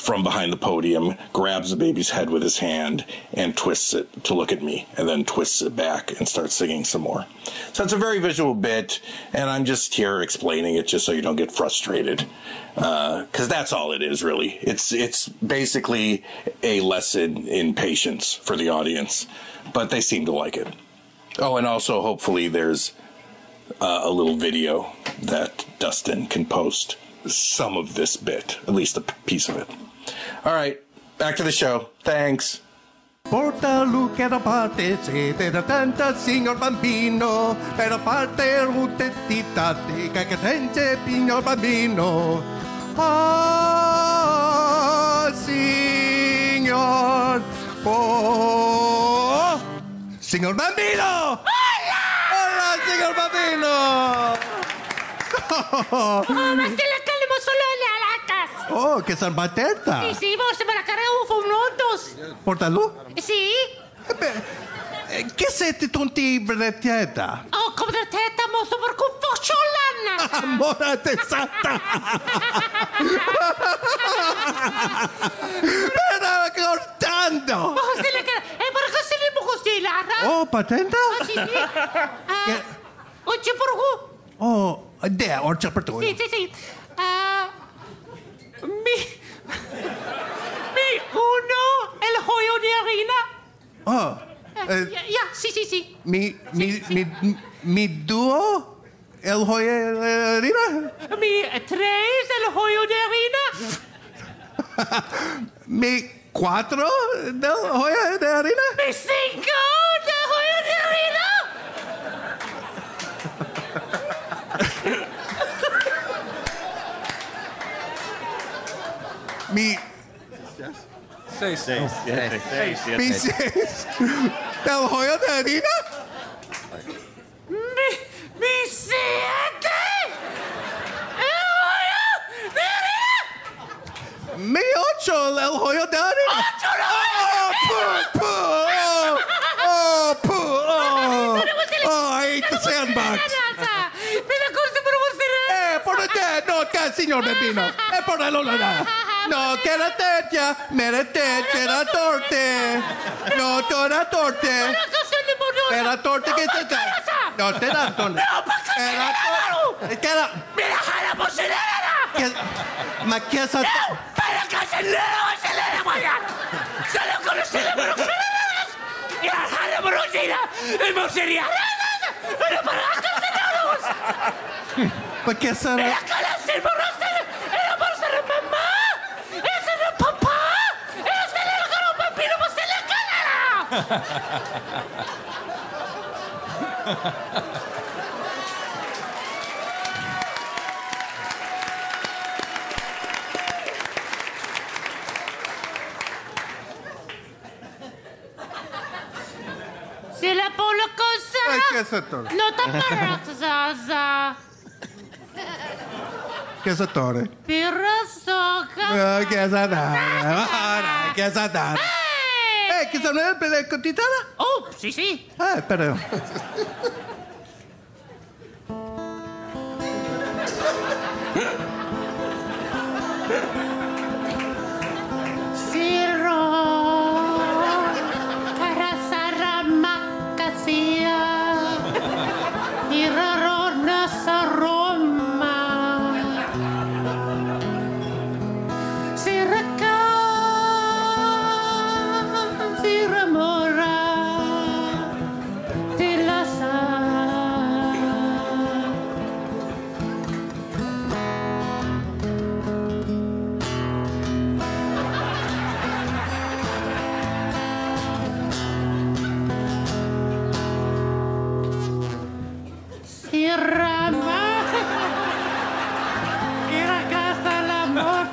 Speaker 13: from behind the podium, grabs the baby's head with his hand, and twists it to look at me, and then twists it back and starts singing some more. So it's a very visual bit, and I'm just here explaining it just so you don't get frustrated, because that's all it is really. It's it's basically a lesson in patience for the audience, but they seem to like it. Oh, and also hopefully there's uh, a little video that Dustin can post some of this bit, at least a p- piece of it. All right, back to the show. Thanks.
Speaker 34: Porta luce da parte siete da tanta signor bambino per la parte rutetita di che sente signor bambino Ah signor Oh signor bambino
Speaker 22: Oh,
Speaker 34: Hola signor
Speaker 22: Mas
Speaker 34: bambino
Speaker 22: la calmo solo en Alacas.
Speaker 34: Oh che san battenta
Speaker 22: Sí, sí, vos se me la cargo con otros.
Speaker 34: Porta lu
Speaker 22: Sí.
Speaker 34: Eh, Che siete tutti brettetta
Speaker 22: Oh, como de teta, mozo, por cupocholana.
Speaker 34: Amora tesata. Era cortando.
Speaker 22: Vos se le cargo. Eh, por qué se le puso así, Lara?
Speaker 34: Oh, patenta?
Speaker 22: Ah, sí, sí. Ah, oye, por qué?
Speaker 34: Oh, there, or Chapertuno.
Speaker 22: Sí, sí, sí. Ah, mi... Mi uno, el joyo de harina.
Speaker 34: Oh.
Speaker 22: Uh, yeah, yeah, sí, sí, sí.
Speaker 34: Mi, mi, mi, mi duo? El eh, Joyerina?
Speaker 22: Mi eh, tres del hoyo de harina.
Speaker 34: Mi cuatro del Joya de Harina?
Speaker 22: Mi cinco del hoyo de harina.
Speaker 34: Mi,
Speaker 18: Say, say, say, say,
Speaker 34: mi seis del Joya de Harina?
Speaker 22: Mi, mi siete ¡Eh, del hoyo de harina.
Speaker 34: Mi ocho del Joya de Harina?
Speaker 22: Ocho del
Speaker 34: Oh, poo, poo, oh, oh, poo, oh.
Speaker 22: Pero vos tenés-
Speaker 34: Oh, I ate the
Speaker 22: pero vos tenés
Speaker 34: sandbox.
Speaker 22: nada. Pero cosa por vos tenés-
Speaker 34: Eh, por te, no, que señor Bebino. Eh, por la lola. No, quédate ya, merete, la torte. No, te la torte.
Speaker 22: Pero cosa de monola.
Speaker 34: Te la torte que
Speaker 22: No,
Speaker 34: se te.
Speaker 22: pantalosa.
Speaker 34: No, te la torte.
Speaker 22: No, pantalosa, claro.
Speaker 34: Te la.
Speaker 22: Mira, jala, por si nada.
Speaker 34: que- Ma que esa.
Speaker 22: Para que se le daba, se le daba ya. Se le conoce de brujerías. Y la jala brujera, y brujería. Pero para que se le daba.
Speaker 34: Ma que esa.
Speaker 22: Mira, jala, se le borraste. Era por ser mamá. Ese era papá. Ese era el gran vampiro, pues se le calara. C'est la pauvre
Speaker 34: Ay, qué sator.
Speaker 22: cosa. No te parasasa.
Speaker 34: Que esa torre.
Speaker 22: Pirra soca.
Speaker 34: Ah, Que esa torre. Que esa torre. Eh, que se me pelea con titana.
Speaker 22: Oh, sí, sí.
Speaker 34: Ah, perdón.
Speaker 22: Siro. Rasaramakasía. Irarona saroma. Siraka. Siramora. Tilasa. Tierra más. Tierra casa el amor.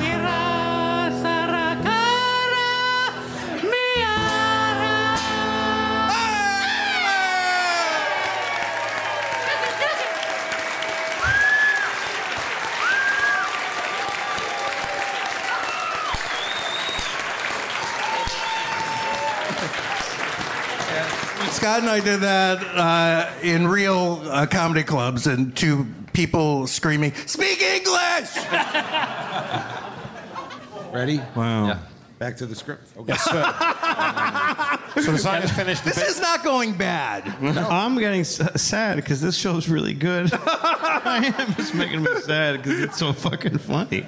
Speaker 22: Tierra saracara. Mi ara.
Speaker 34: Scott and I did that uh, in real uh, comedy clubs, and two people screaming, "Speak English!"
Speaker 8: Ready?
Speaker 34: Wow.
Speaker 8: Back to the script. Okay.
Speaker 34: So the song is finished. This is not going bad.
Speaker 15: I'm getting s- sad because this show's really good. I am just making me sad because it's so fucking funny.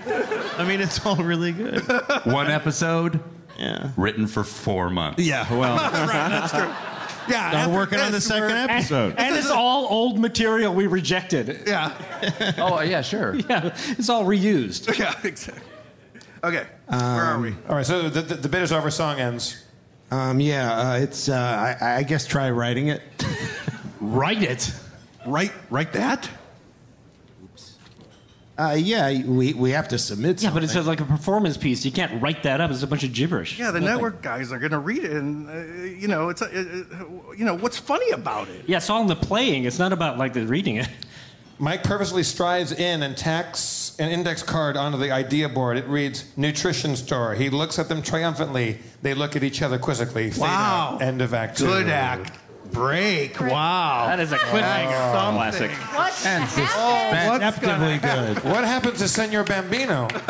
Speaker 15: I mean, it's all really good.
Speaker 13: One episode. Yeah. Written for four months.
Speaker 15: Yeah, well.
Speaker 34: that's true. Yeah,
Speaker 15: I'm working on the second episode.
Speaker 1: And it's all old material we rejected.
Speaker 34: Yeah.
Speaker 1: oh, yeah, sure. Yeah, it's all reused.
Speaker 34: Yeah, exactly. Okay.
Speaker 8: Where are we?
Speaker 5: Um, All right, so the, the, the bit is over, song ends.
Speaker 8: Um, yeah, uh, it's. Uh, I, I guess try writing it.
Speaker 34: write it. Write write that.
Speaker 8: Uh, yeah, we, we have to submit.
Speaker 1: Yeah, but it's
Speaker 8: something.
Speaker 1: just like a performance piece. You can't write that up. It's a bunch of gibberish.
Speaker 34: Yeah, the
Speaker 1: Nothing.
Speaker 34: network guys are going to read it, and uh, you know, it's uh, uh, you know, what's funny about it?
Speaker 1: Yeah, it's all in the playing. It's not about like the reading it.
Speaker 5: Mike purposely strides in and tacks an index card onto the idea board. It reads nutrition store. He looks at them triumphantly. They look at each other quizzically. Fade
Speaker 34: Wow.
Speaker 5: out. End of act two.
Speaker 34: Good act. Break. Wow.
Speaker 5: That is a cliffhanger. Classic.
Speaker 22: What
Speaker 34: And
Speaker 5: what's
Speaker 34: deceptively
Speaker 5: gonna-
Speaker 34: good.
Speaker 5: What happens to Senor Bambino?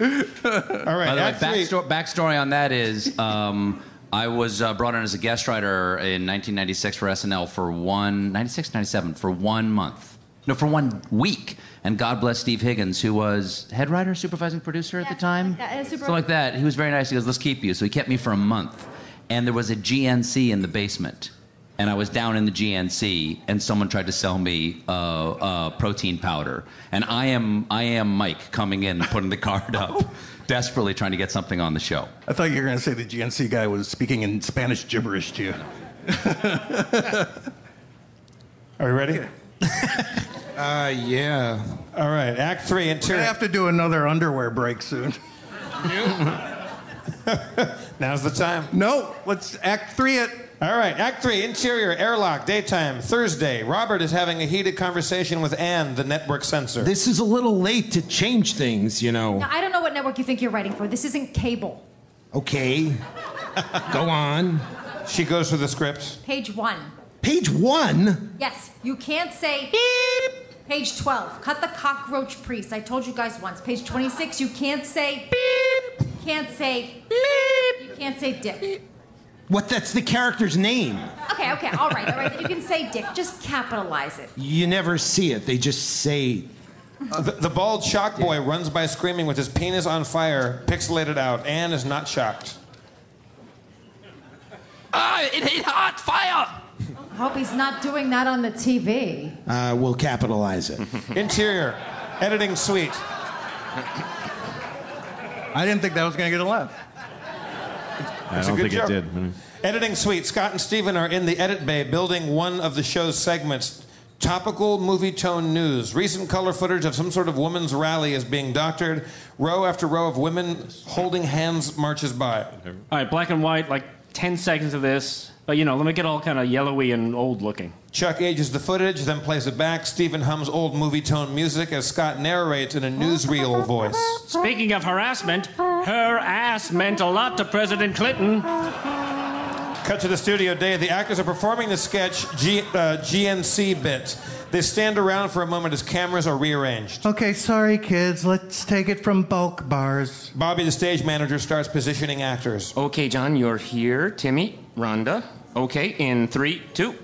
Speaker 5: All right,
Speaker 13: By the way,
Speaker 5: act three.
Speaker 13: backsto- backstory on that is um, I was uh, brought in as a guest writer in 1996 for SNL for one, 96, 97, for one month.
Speaker 18: no, for one week. And God bless Steve Higgins, who was head writer, supervising producer at the time.
Speaker 11: Yeah, it's super.
Speaker 18: So like that, he was very nice. He goes, "Let's keep you." So he kept me for a month, and there was a GNC in the basement, and I was down in the GNC, and someone tried to sell me uh, uh, protein powder, and I am I am Mike coming in, and putting the card up, desperately trying to get something on the show.
Speaker 13: I thought you were going to say the GNC guy was speaking in Spanish gibberish to you.
Speaker 5: Are you ready?
Speaker 13: Uh, yeah.
Speaker 5: All right, Act Three, interior.
Speaker 13: We're gonna have to do another underwear break soon.
Speaker 5: Now's the time. No, let's Act Three it. All right, Act Three, interior, airlock, daytime, Thursday. Robert is having a heated conversation with Anne, the network censor.
Speaker 19: This is a little late to change things, you know.
Speaker 11: Now, I don't know what network you think you're writing for. This isn't cable.
Speaker 19: Okay. Go on.
Speaker 5: She goes through the script.
Speaker 11: Page one.
Speaker 19: Page one.
Speaker 11: Yes, you can't say. Page 12, cut the cockroach priest. I told you guys once. Page 26, you can't say. Beep. Can't say. Beep. You can't say dick.
Speaker 19: What? That's the character's name.
Speaker 11: Okay, okay, all right, all right. You can say dick. Just capitalize it.
Speaker 19: You never see it. They just say.
Speaker 5: Uh, the, the bald shock boy runs by screaming with his penis on fire, pixelated out. Anne is not shocked.
Speaker 40: Ah, it hit hot fire!
Speaker 11: I hope he's not doing that on the TV.
Speaker 19: Uh, we'll capitalize it.
Speaker 5: Interior, editing suite. I didn't think that was going to get a laugh.
Speaker 26: I don't think it did.
Speaker 5: Editing suite. Scott and Steven are in the edit bay building one of the show's segments. Topical movie tone news. Recent color footage of some sort of women's rally is being doctored. Row after row of women holding hands marches by.
Speaker 1: All right, black and white, like 10 seconds of this. But, you know, let me get all kind of yellowy and old looking.
Speaker 5: Chuck ages the footage, then plays it back. Steven hums old movie tone music as Scott narrates in a newsreel voice.
Speaker 1: Speaking of harassment, her ass meant a lot to President Clinton.
Speaker 5: Cut to the studio day. The actors are performing the sketch G, uh, GNC bit. They stand around for a moment as cameras are rearranged.
Speaker 13: Okay, sorry, kids. Let's take it from bulk bars.
Speaker 5: Bobby, the stage manager, starts positioning actors.
Speaker 20: Okay, John, you're here. Timmy, Rhonda. Okay, in three, two.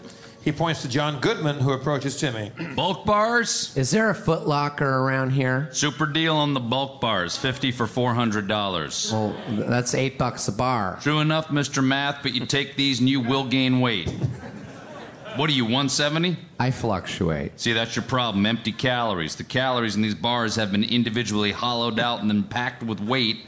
Speaker 5: He points to John Goodman, who approaches Timmy.
Speaker 18: Bulk bars?
Speaker 14: Is there a Foot Locker around here?
Speaker 18: Super deal on the bulk bars, 50 for $400.
Speaker 14: Well, that's eight bucks a bar.
Speaker 18: True enough, Mr. Math, but you take these and you will gain weight. What are you, 170?
Speaker 14: I fluctuate.
Speaker 18: See, that's your problem. Empty calories. The calories in these bars have been individually hollowed out and then packed with weight,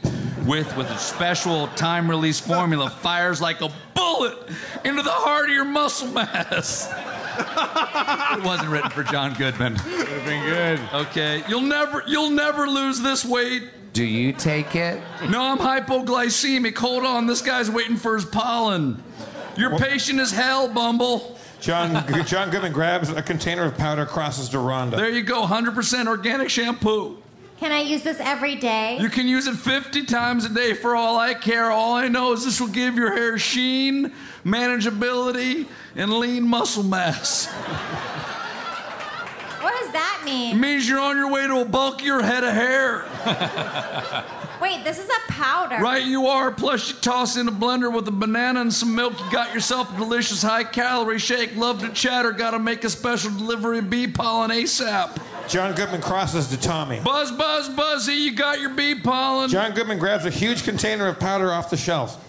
Speaker 18: with with a special time release formula. Fires like a bullet into the heart of your muscle mass. it wasn't written for John Goodman. Would have been good. Okay, you'll never you'll never lose this weight.
Speaker 14: Do you take it?
Speaker 18: No, I'm hypoglycemic. Hold on, this guy's waiting for his pollen. You're patient as hell, Bumble.
Speaker 5: John, John Goodman grabs a container of powder, crosses to Rhonda.
Speaker 18: There you go, 100% organic shampoo.
Speaker 11: Can I use this every day?
Speaker 18: You can use it 50 times a day for all I care. All I know is this will give your hair sheen, manageability, and lean muscle mass.
Speaker 11: What does that
Speaker 18: It
Speaker 11: mean?
Speaker 18: means you're on your way to a bulkier head of hair.
Speaker 11: Wait, this is a powder.
Speaker 18: Right, you are. Plus, you toss in a blender with a banana and some milk. You got yourself a delicious high calorie shake. Love to chatter. Gotta make a special delivery of bee pollen ASAP.
Speaker 5: John Goodman crosses to Tommy.
Speaker 18: Buzz, buzz, buzzy, you got your bee pollen.
Speaker 5: John Goodman grabs a huge container of powder off the shelf.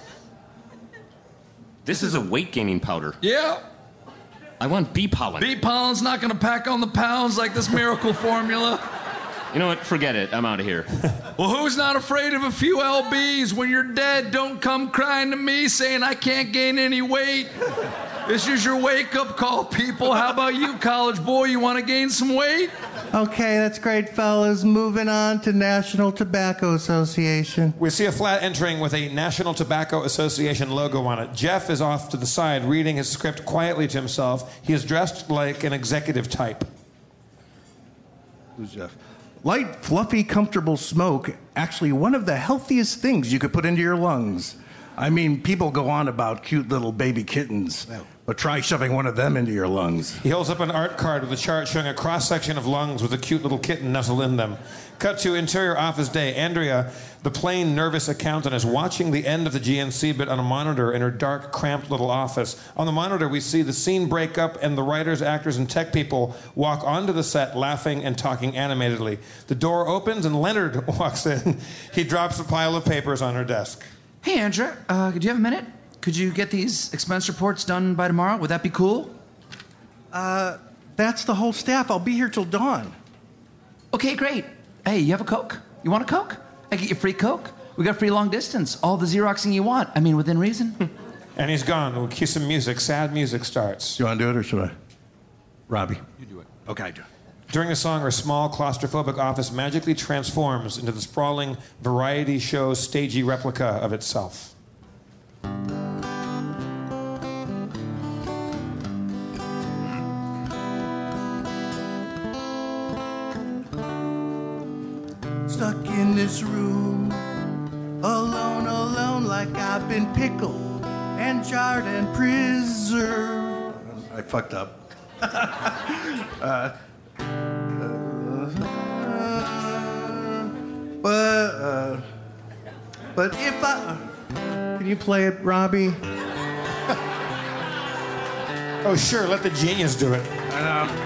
Speaker 20: This is a weight gaining powder.
Speaker 18: Yeah.
Speaker 20: I want bee pollen.
Speaker 18: Bee pollen's not gonna pack on the pounds like this miracle formula.
Speaker 20: You know what? Forget it. I'm out of here.
Speaker 18: Well, who's not afraid of a few LBs? When you're dead, don't come crying to me saying I can't gain any weight. This is your wake up call, people. How about you, college boy? You wanna gain some weight?
Speaker 13: Okay, that's great, fellas. Moving on to National Tobacco Association.
Speaker 5: We see a flat entering with a National Tobacco Association logo on it. Jeff is off to the side reading his script quietly to himself. He is dressed like an executive type.
Speaker 13: Who's Jeff? Light, fluffy, comfortable smoke, actually one of the healthiest things you could put into your lungs. I mean, people go on about cute little baby kittens,
Speaker 15: But try shoving one of them into your lungs.
Speaker 5: He holds up an art card with a chart showing a cross section of lungs with a cute little kitten nestled in them. Cut to interior office day. Andrea, the plain, nervous accountant, is watching the end of the GNC bit on a monitor in her dark, cramped little office. On the monitor, we see the scene break up and the writers, actors, and tech people walk onto the set laughing and talking animatedly. The door opens and Leonard walks in. He drops a pile of papers on her desk.
Speaker 16: Hey, Andrea, uh, do you have a minute? Could you get these expense reports done by tomorrow? Would that be cool?
Speaker 15: Uh, that's the whole staff. I'll be here till dawn.
Speaker 16: Okay, great. Hey, you have a Coke? You want a Coke? I get you free Coke. We got free long distance, all the Xeroxing you want. I mean, within reason.
Speaker 5: And he's gone. We'll cue some music. Sad music starts. Do
Speaker 15: you want to do it or should I? Robbie.
Speaker 5: You do it.
Speaker 15: Okay, I do.
Speaker 5: During the song, her small, claustrophobic office magically transforms into the sprawling variety show stagey replica of itself.
Speaker 34: Stuck in this room, alone, alone, like I've been pickled and jarred and preserved.
Speaker 15: I fucked up. uh, uh, but, uh, but if I.
Speaker 34: uh,
Speaker 15: Can you play it, Robbie?
Speaker 5: oh, sure, let the genius do it.
Speaker 15: I know.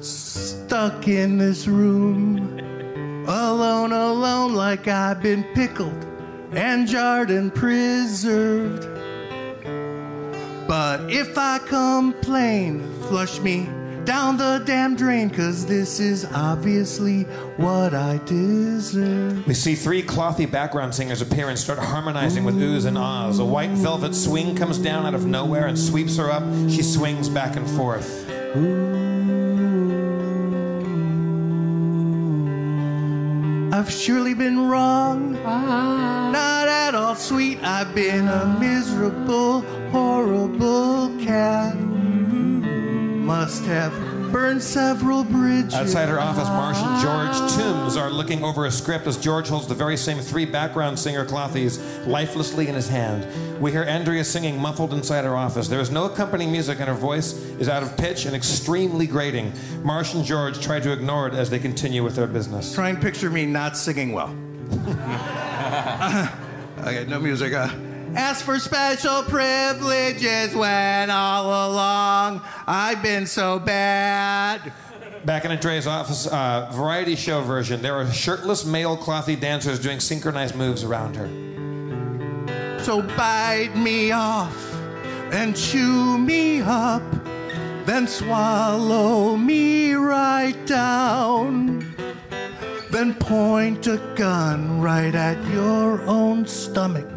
Speaker 34: Stuck in this room, alone, alone, like I've been pickled and jarred and preserved. But if I complain, flush me down the damn drain, cause this is obviously what I deserve.
Speaker 5: We see three clothy background singers appear and start harmonizing with oohs and ahs. A white velvet swing comes down out of nowhere and sweeps her up. She swings back and forth.
Speaker 34: I've surely been wrong. Not at all sweet. I've been a miserable, horrible cat. Must have burned several bridges.
Speaker 5: Outside her office, Marsh and George Toombs are looking over a script as George holds the very same three background singer clothies lifelessly in his hand. We hear Andrea singing muffled inside her office. There is no accompanying music, and her voice is out of pitch and extremely grating. Marsh and George try to ignore it as they continue with their business.
Speaker 15: Try and picture me not singing well.
Speaker 13: uh,
Speaker 15: okay, no music. Uh,
Speaker 34: Ask for special privileges when all along I've been so bad.
Speaker 5: Back in Andrea's office, uh, variety show version, there are shirtless male clothy dancers doing synchronized moves around her.
Speaker 34: So bite me off and chew me up, then swallow me right down. Then point a gun right at your own stomach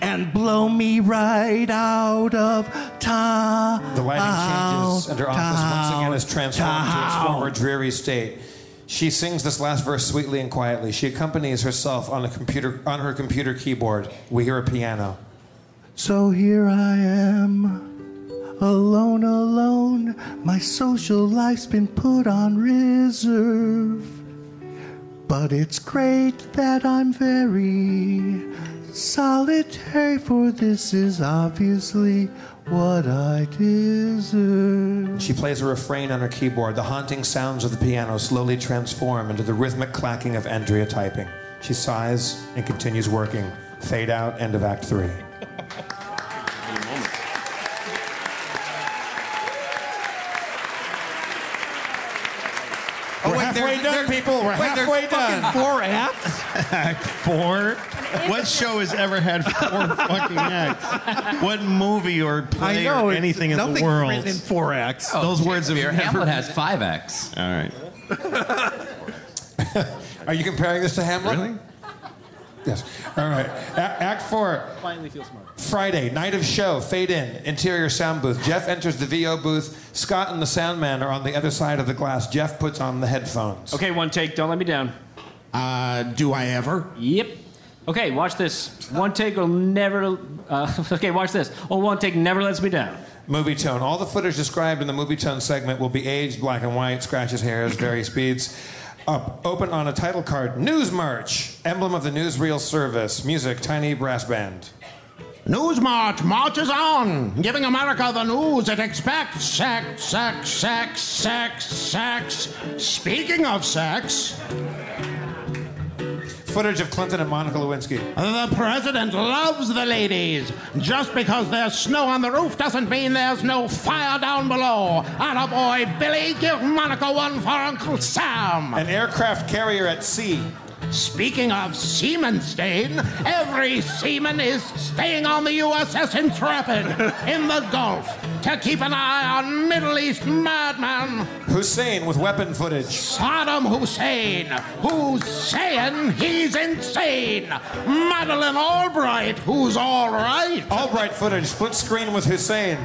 Speaker 34: and blow me right out of town.
Speaker 5: The lighting changes, and her office once again is transformed to its former dreary state. She sings this last verse sweetly and quietly. She accompanies herself on a computer on her computer keyboard. We hear a piano.
Speaker 34: So here I am, alone, alone. My social life's been put on reserve. But it's great that I'm very solitary, for this is obviously what I deserve.
Speaker 5: She plays a refrain on her keyboard. The haunting sounds of the piano slowly transform into the rhythmic clacking of Andrea typing. She sighs and continues working. Fade out, end of Act Three.
Speaker 15: Oh,
Speaker 5: We're
Speaker 15: wait,
Speaker 5: halfway
Speaker 15: they're-
Speaker 5: done, people. We're
Speaker 15: wait, there's
Speaker 5: halfway
Speaker 15: fucking
Speaker 5: done.
Speaker 15: four
Speaker 5: acts.
Speaker 15: Act four? What show has ever had four fucking acts? What movie or
Speaker 19: play or anything in the world?
Speaker 15: written in four acts.
Speaker 19: Oh, Those words have Shakespeare. never- Hamlet has
Speaker 5: five acts.
Speaker 19: All right.
Speaker 5: Are you comparing this to Hamlet? Really? Yes. All right. A- Act four.
Speaker 41: Finally feel smart.
Speaker 5: Friday, night of show, fade in, interior sound booth. Jeff enters the VO booth. Scott and the sound man are on the other side of the glass. Jeff puts on the headphones.
Speaker 1: Okay, one take. Don't let me down. Uh, do I ever? Yep. Okay, watch this. One take will never. Uh, okay, watch this. Oh, one take never lets me down.
Speaker 5: Movie tone. All the footage described in the movie tone segment will be aged, black and white, scratches, hairs, various speeds. up, open on a title card. News March, emblem of the newsreel service. Music, Tiny Brass Band.
Speaker 19: News March marches on, giving America the news it expects. Sex, sex, sex, sex, sex. Speaking of sex,
Speaker 5: Footage of Clinton and Monica Lewinsky.
Speaker 19: the president loves the ladies. Just because there's snow on the roof doesn't mean there's no fire down below. Attaboy, Billy, give Monica one for Uncle Sam.
Speaker 5: An aircraft carrier at sea.
Speaker 19: Speaking of seaman stain, every seaman is staying on the USS Intrepid in the Gulf to keep an eye on Middle East madmen.
Speaker 5: Hussein with weapon footage.
Speaker 19: Saddam Hussein, who's saying he's insane. Madeline Albright, who's all right.
Speaker 5: Albright footage, split screen with Hussein.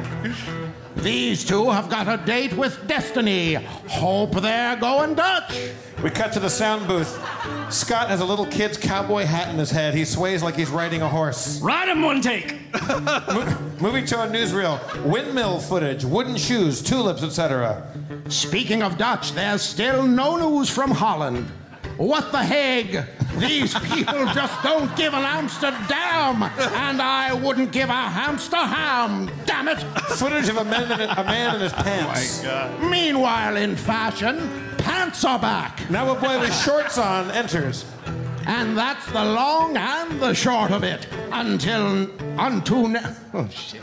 Speaker 19: These two have got a date with destiny. Hope they're going Dutch.
Speaker 5: We cut to the sound booth. Scott has a little kid's cowboy hat in his head. He sways like he's riding a horse.
Speaker 1: Ride him one take.
Speaker 5: Mo- moving to a newsreel. Windmill footage, wooden shoes, tulips, etc.
Speaker 19: Speaking of Dutch, there's still no news from Holland. What the Hague? These people just don't give an Amsterdam, and I wouldn't give a hamster ham. Damn it! Oh
Speaker 5: Footage of a man in, a man in his pants.
Speaker 19: Meanwhile, in fashion, pants are back.
Speaker 5: Now a boy with shorts on enters.
Speaker 19: And that's the long and the short of it. Until unto ne- oh shit.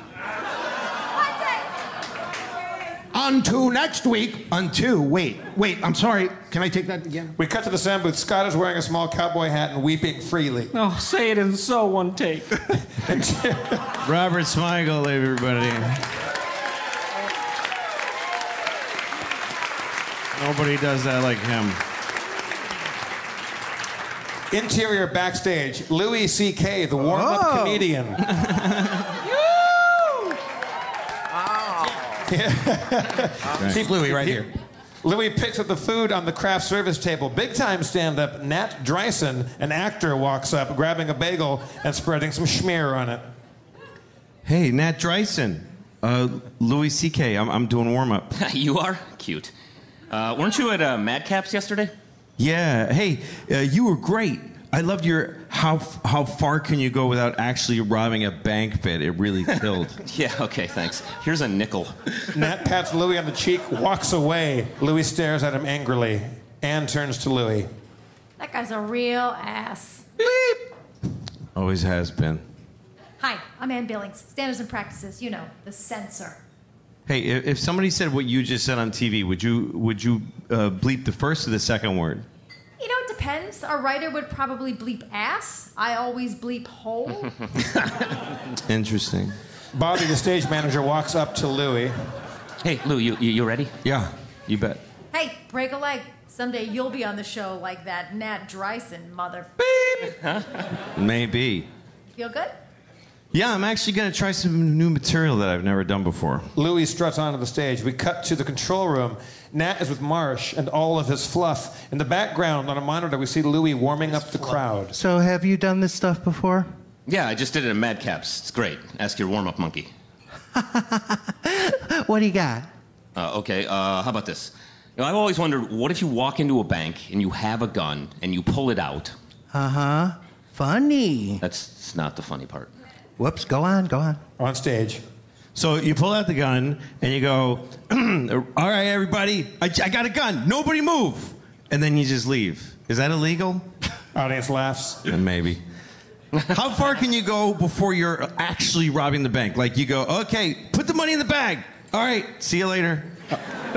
Speaker 19: Unto next week. Unto wait, wait. I'm sorry. Can I take that again?
Speaker 5: We cut to the sound booth. Scott is wearing a small cowboy hat and weeping freely.
Speaker 1: Oh, say it in so one take.
Speaker 15: Robert Smigel, everybody. Nobody does that like him.
Speaker 5: Interior backstage. Louis C.K., the warm up
Speaker 22: Oh.
Speaker 5: comedian.
Speaker 19: Keep Louis right here.
Speaker 5: Louis picks up the food on the craft service table. Big time stand up, Nat Dryson, an actor, walks up, grabbing a bagel and spreading some schmear on it.
Speaker 15: Hey, Nat Dryson. Uh, Louis C.K., I'm, I'm doing warm up.
Speaker 20: you are cute. Uh, weren't you at uh, Madcap's yesterday?
Speaker 15: Yeah. Hey, uh, you were great. I loved your how how far can you go without actually robbing a bank bit? It really killed.
Speaker 20: yeah. Okay. Thanks. Here's a nickel.
Speaker 5: Nat pats Louis on the cheek, walks away. Louis stares at him angrily. Anne turns to Louis.
Speaker 11: That guy's a real ass.
Speaker 15: Always has been.
Speaker 11: Hi, I'm Ann Billings. Standards and practices, you know, the censor.
Speaker 15: Hey, i- if somebody said what you just said on TV, would you would you uh, bleep the first or the second word?
Speaker 11: You know, it depends. A writer would probably bleep ass. I always bleep hole.
Speaker 15: Interesting.
Speaker 5: Bobby, the stage manager, walks up to Louis.
Speaker 20: Hey, Lou, you, you, you ready?
Speaker 15: Yeah, you bet.
Speaker 11: hey, break a leg. Someday you'll be on the show like that Nat Dryson mother.
Speaker 15: Maybe.
Speaker 11: Feel good?
Speaker 15: Yeah, I'm actually gonna try some new material that I've never done before.
Speaker 5: Louis struts onto the stage. We cut to the control room. Nat is with Marsh and all of his fluff. In the background, on a monitor, we see Louis warming up the crowd.
Speaker 34: So, have you done this stuff before?
Speaker 20: Yeah, I just did it at Madcap's. It's great. Ask your warm up monkey.
Speaker 34: What do you got?
Speaker 20: Uh, okay, uh, how about this? You know, I've always wondered what if you walk into a bank and you have a gun and you pull it out?
Speaker 34: Uh huh. Funny.
Speaker 20: That's, that's not the funny part.
Speaker 34: Whoops. Go on. Go on.
Speaker 5: On stage.
Speaker 15: So you pull out the gun and you go, "All right, everybody, I, I got a gun. Nobody move!" And then you just leave. Is that illegal?
Speaker 5: Audience laughs.
Speaker 15: Maybe. How far can you go before you're actually robbing the bank? Like you go, "Okay, put the money in the bag. All right, see you later."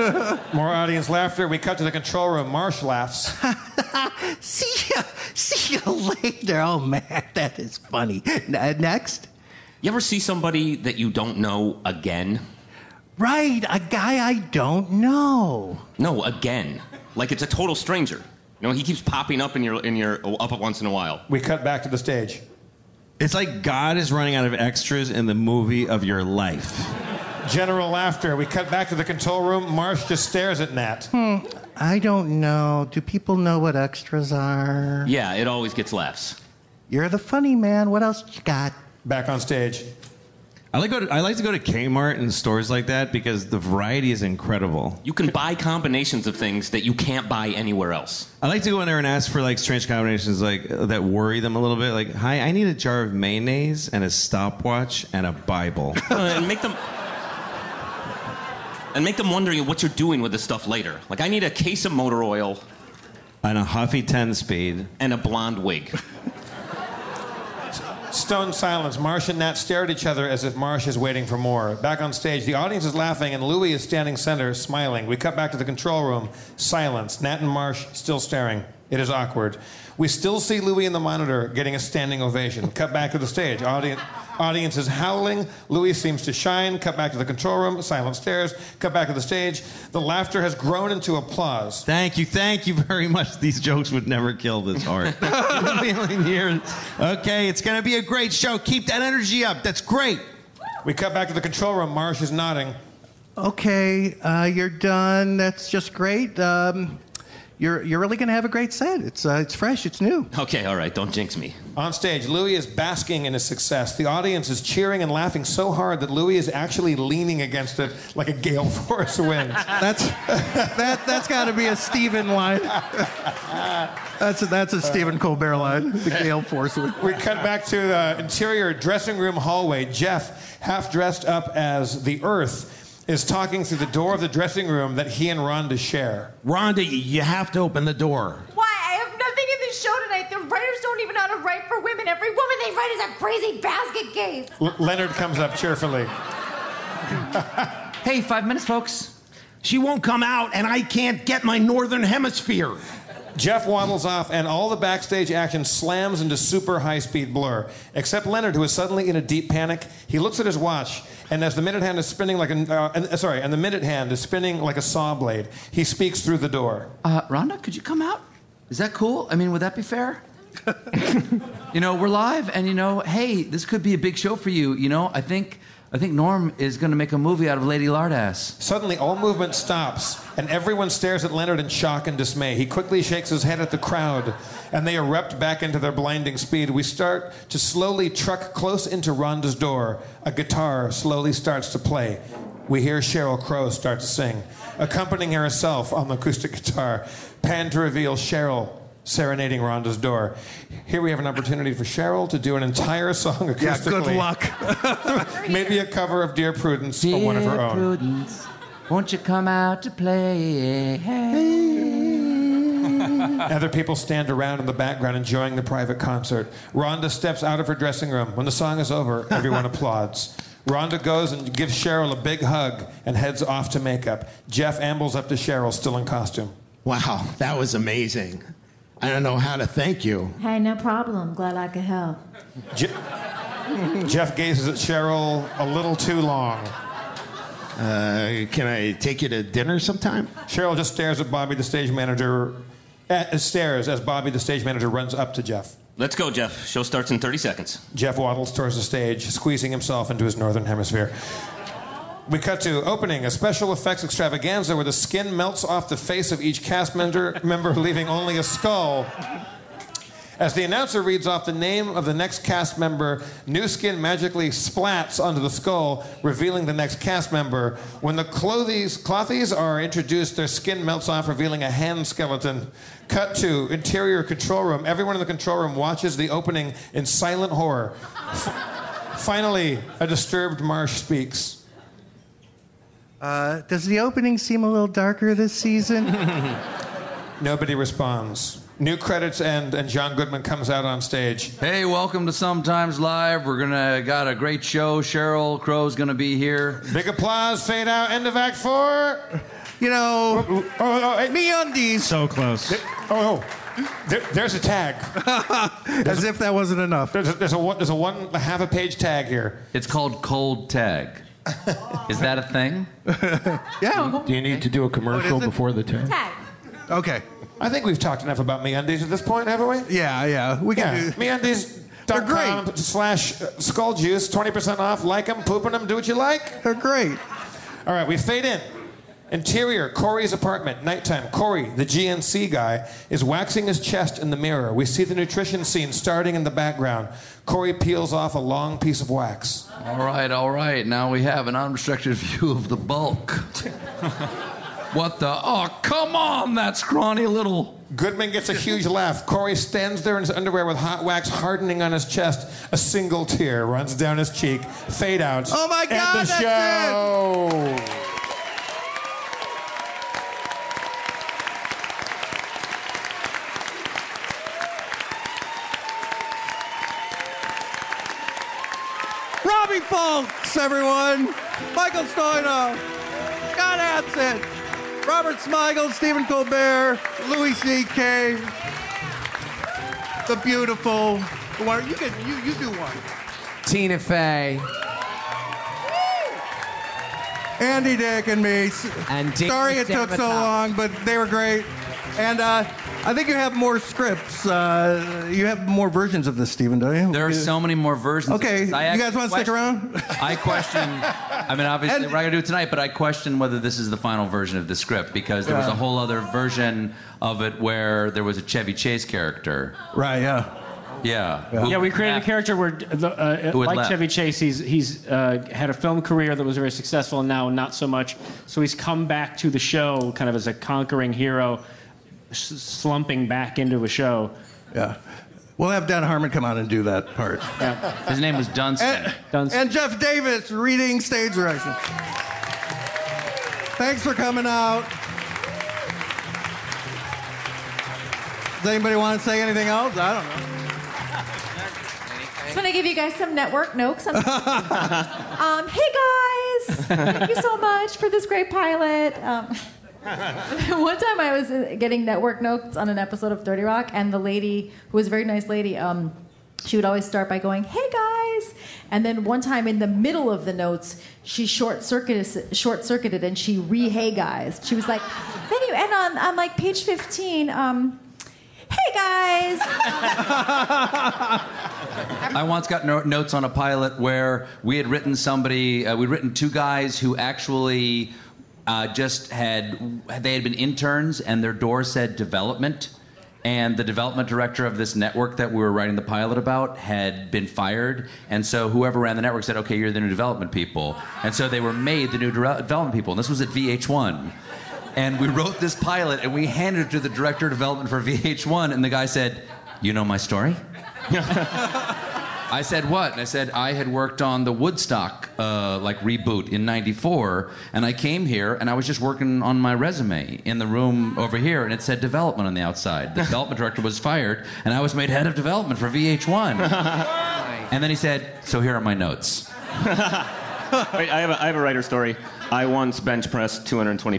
Speaker 5: More audience laughter. We cut to the control room. Marsh laughs.
Speaker 34: See ya. See ya later. Oh man, that is funny. N- uh, next.
Speaker 20: You ever see somebody that you don't know again?
Speaker 34: Right, a guy I don't know.
Speaker 20: No, again. Like it's a total stranger. You know, he keeps popping up in your in your oh, up once in a while.
Speaker 5: We cut back to the stage.
Speaker 15: It's like God is running out of extras in the movie of your life.
Speaker 5: General laughter. We cut back to the control room. Marsh just stares at Nat.
Speaker 34: Hmm. I don't know. Do people know what extras are?
Speaker 20: Yeah, it always gets laughs.
Speaker 34: You're the funny man. What else you got?
Speaker 5: Back on stage.
Speaker 15: I like go to, I like to go to Kmart and stores like that because the variety is incredible.
Speaker 20: You can buy combinations of things that you can't buy anywhere else.
Speaker 15: I like to go in there and ask for like strange combinations like uh, that worry them a little bit. Like, hi, I need a jar of mayonnaise and a stopwatch and a Bible.
Speaker 20: Uh, and make them and make them wondering what you're doing with this stuff later. Like I need a case of motor oil
Speaker 15: and a huffy 10 speed
Speaker 20: and a blonde wig.
Speaker 5: Stone silence. Marsh and Nat stare at each other as if Marsh is waiting for more. Back on stage, the audience is laughing and Louis is standing center, smiling. We cut back to the control room. Silence. Nat and Marsh still staring. It is awkward. We still see Louis in the monitor getting a standing ovation. Cut back to the stage. Audience, audience is howling. Louis seems to shine. Cut back to the control room. Silent stares. Cut back to the stage. The laughter has grown into applause.
Speaker 15: Thank you, thank you very much. These jokes would never kill this art. Okay, it's gonna be a great show. Keep that energy up. That's great.
Speaker 5: We cut back to the control room. Marsh is nodding.
Speaker 6: Okay, uh, you're done. That's just great. Um, you're you're really gonna have a great set. It's uh, it's fresh. It's new.
Speaker 20: Okay, all right, don't jinx me.
Speaker 5: On stage, Louis is basking in his success. The audience is cheering and laughing so hard that Louis is actually leaning against it like a gale force wind.
Speaker 34: That's that that's got to be a Stephen line. That's a, that's a Stephen Colbert line. The Gale Force. would-
Speaker 5: We cut back to the interior dressing room hallway. Jeff, half dressed up as the Earth, is talking through the door of the dressing room that he and Rhonda share.
Speaker 19: Rhonda, you have to open the door.
Speaker 3: Why? I have nothing in this show tonight. The writers don't even know how to write for women. Every woman they write is a crazy basket case.
Speaker 5: L- Leonard comes up cheerfully.
Speaker 19: Hey, five minutes, folks. She won't come out, and I can't get my northern hemisphere.
Speaker 5: Jeff waddles off, and all the backstage action slams into super high speed blur. Except Leonard, who is suddenly in a deep panic. He looks at his watch, and as the minute hand is spinning like an, uh, and- sorry, and the minute hand is spinning like a saw blade, he speaks through the door.
Speaker 4: Uh, Rhonda, could you come out? Is that cool? I mean, would that be fair? you know, we're live, and you know, hey, this could be a big show for you. You know, I think I think Norm is going to make a movie out of Lady Lardass.
Speaker 5: Suddenly, all movement stops, and everyone stares at Leonard in shock and dismay. He quickly shakes his head at the crowd, and they erupt back into their blinding speed. We start to slowly truck close into Rhonda's door. A guitar slowly starts to play. We hear Cheryl Crow start to sing, accompanying herself on the acoustic guitar. Pan to reveal Cheryl serenading Rhonda's door. Here we have an opportunity for Cheryl to do an entire song acoustically.
Speaker 34: Yeah, good luck.
Speaker 5: Maybe a cover of Dear Prudence or one of her
Speaker 4: Dear
Speaker 5: own.
Speaker 4: Prudence, won't you come out to play?
Speaker 5: Other people stand around in the background enjoying the private concert. Rhonda steps out of her dressing room. When the song is over, everyone applauds. Rhonda goes and gives Cheryl a big hug and heads off to makeup. Jeff ambles up to Cheryl, still in costume.
Speaker 19: Wow, that was amazing. I don't know how to thank you.
Speaker 11: Hey, no problem. Glad I could help.
Speaker 5: Je- Jeff gazes at Cheryl a little too long.
Speaker 19: Uh, can I take you to dinner sometime?
Speaker 5: Cheryl just stares at Bobby, the stage manager, eh, stares as Bobby, the stage manager, runs up to Jeff.
Speaker 20: Let's go, Jeff. Show starts in 30 seconds.
Speaker 5: Jeff waddles towards the stage, squeezing himself into his northern hemisphere. We cut to opening a special effects extravaganza where the skin melts off the face of each cast member, member leaving only a skull. As the announcer reads off the name of the next cast member, new skin magically splats onto the skull, revealing the next cast member. When the clothies, clothies are introduced, their skin melts off, revealing a hand skeleton. Cut to interior control room. Everyone in the control room watches the opening in silent horror. F- finally, a disturbed Marsh speaks.
Speaker 6: Uh, does the opening seem a little darker this season?
Speaker 5: Nobody responds. New credits end, and John Goodman comes out on stage.
Speaker 16: Hey, welcome to Sometimes Live. We're gonna got a great show. Cheryl Crow's gonna be here.
Speaker 5: Big applause. Fade out. End of Act Four.
Speaker 34: You know, oh,
Speaker 5: me undies.
Speaker 34: So close.
Speaker 5: oh, oh. There, there's a tag.
Speaker 34: As if that wasn't enough.
Speaker 5: There's a, there's a, one- there's a one a half a page tag here.
Speaker 16: It's called cold tag. Is that a thing?
Speaker 34: yeah.
Speaker 42: Do you need to do a commercial before the tag?
Speaker 34: Okay.
Speaker 5: I think we've talked enough about MeUndies at this point, haven't we?
Speaker 34: Yeah, yeah. We can do-
Speaker 5: MeUndies. They're great. Slash uh, skull juice, 20% off. Like them, poop them, do what you like.
Speaker 34: They're great.
Speaker 5: All right, we fade in. Interior, Corey's apartment, nighttime. Corey, the GNC guy, is waxing his chest in the mirror. We see the nutrition scene starting in the background. Corey peels off a long piece of wax.
Speaker 18: All right, all right. Now we have an unrestricted view of the bulk. what the? Oh, come on, that scrawny little.
Speaker 5: Goodman gets a huge laugh. Corey stands there in his underwear with hot wax hardening on his chest. A single tear runs down his cheek. Fade out.
Speaker 22: Oh my God,
Speaker 5: End the
Speaker 22: that's
Speaker 5: show.
Speaker 13: Robbie Folks, everyone. Michael Stoino. Scott Adsit. Robert Smigel, Stephen Colbert, Louis C.K. The beautiful. the one- You can you you do one.
Speaker 34: Tina Fey.
Speaker 13: Andy Dick and me. S-
Speaker 34: And Dick
Speaker 13: Sorry it took so
Speaker 34: Stamatoff.
Speaker 13: long, but they were great. And uh, I think you have more scripts. Uh, you have more versions of this, Stephen, don't you?
Speaker 16: There are so many more versions. of
Speaker 13: Okay,
Speaker 16: this. I
Speaker 13: you
Speaker 16: actually
Speaker 13: guys want to stick
Speaker 16: question-
Speaker 13: around?
Speaker 16: I question. I mean, obviously, we're not gonna do it tonight, but I question whether this is the final version of the script because there was
Speaker 13: Yeah.
Speaker 16: a whole other version of it where there was a Chevy Chase character.
Speaker 13: Right, yeah.
Speaker 16: Yeah.
Speaker 1: Yeah,
Speaker 16: who-
Speaker 1: we created a character where, the, uh,
Speaker 16: Who had
Speaker 1: like
Speaker 16: left.
Speaker 1: Chevy Chase, he's he's uh, had a film career that was very successful, and now not so much. So he's come back to the show, kind of as a conquering hero, s- slumping back into a show.
Speaker 13: Yeah, we'll have Dan Harmon come out and do that part.
Speaker 16: His name was Dunstan.
Speaker 13: And Jeff Davis reading stage direction. Thanks for coming out. Does anybody want to say anything else? I don't know.
Speaker 11: Just want to give you guys some network notes. um, hey guys, thank you so much for this great pilot. Um, one time I was uh, getting network notes on an episode of Dirty Rock, and the lady, who was a very nice lady, um, she would always start by going, "Hey guys," and then one time in the middle of the notes, she short circuited, short circuited, and she re "Hey guys." She was like, "Thank you," and on, on like page fifteen. Um, Hey guys!
Speaker 16: I once got no- notes on a pilot where we had written somebody, uh, we'd written two guys who actually uh, just had, they had been interns and their door said development. And the development director of this network that we were writing the pilot about had been fired. And so whoever ran the network said, okay, you're the new development people. And so they were made the new dere- development people. And this was at VH1. And we wrote this pilot and we handed it to the director of development for VH1. And the guy said, You know my story? I said, What? And I said, I had worked on the Woodstock uh, like reboot in 94. And I came here and I was just working on my resume in the room over here. And it said development on the outside. The development director was fired and I was made head of development for VH1. and then he said, So here are my notes.
Speaker 20: Wait, I have, a, I have a writer story. I once bench pressed 220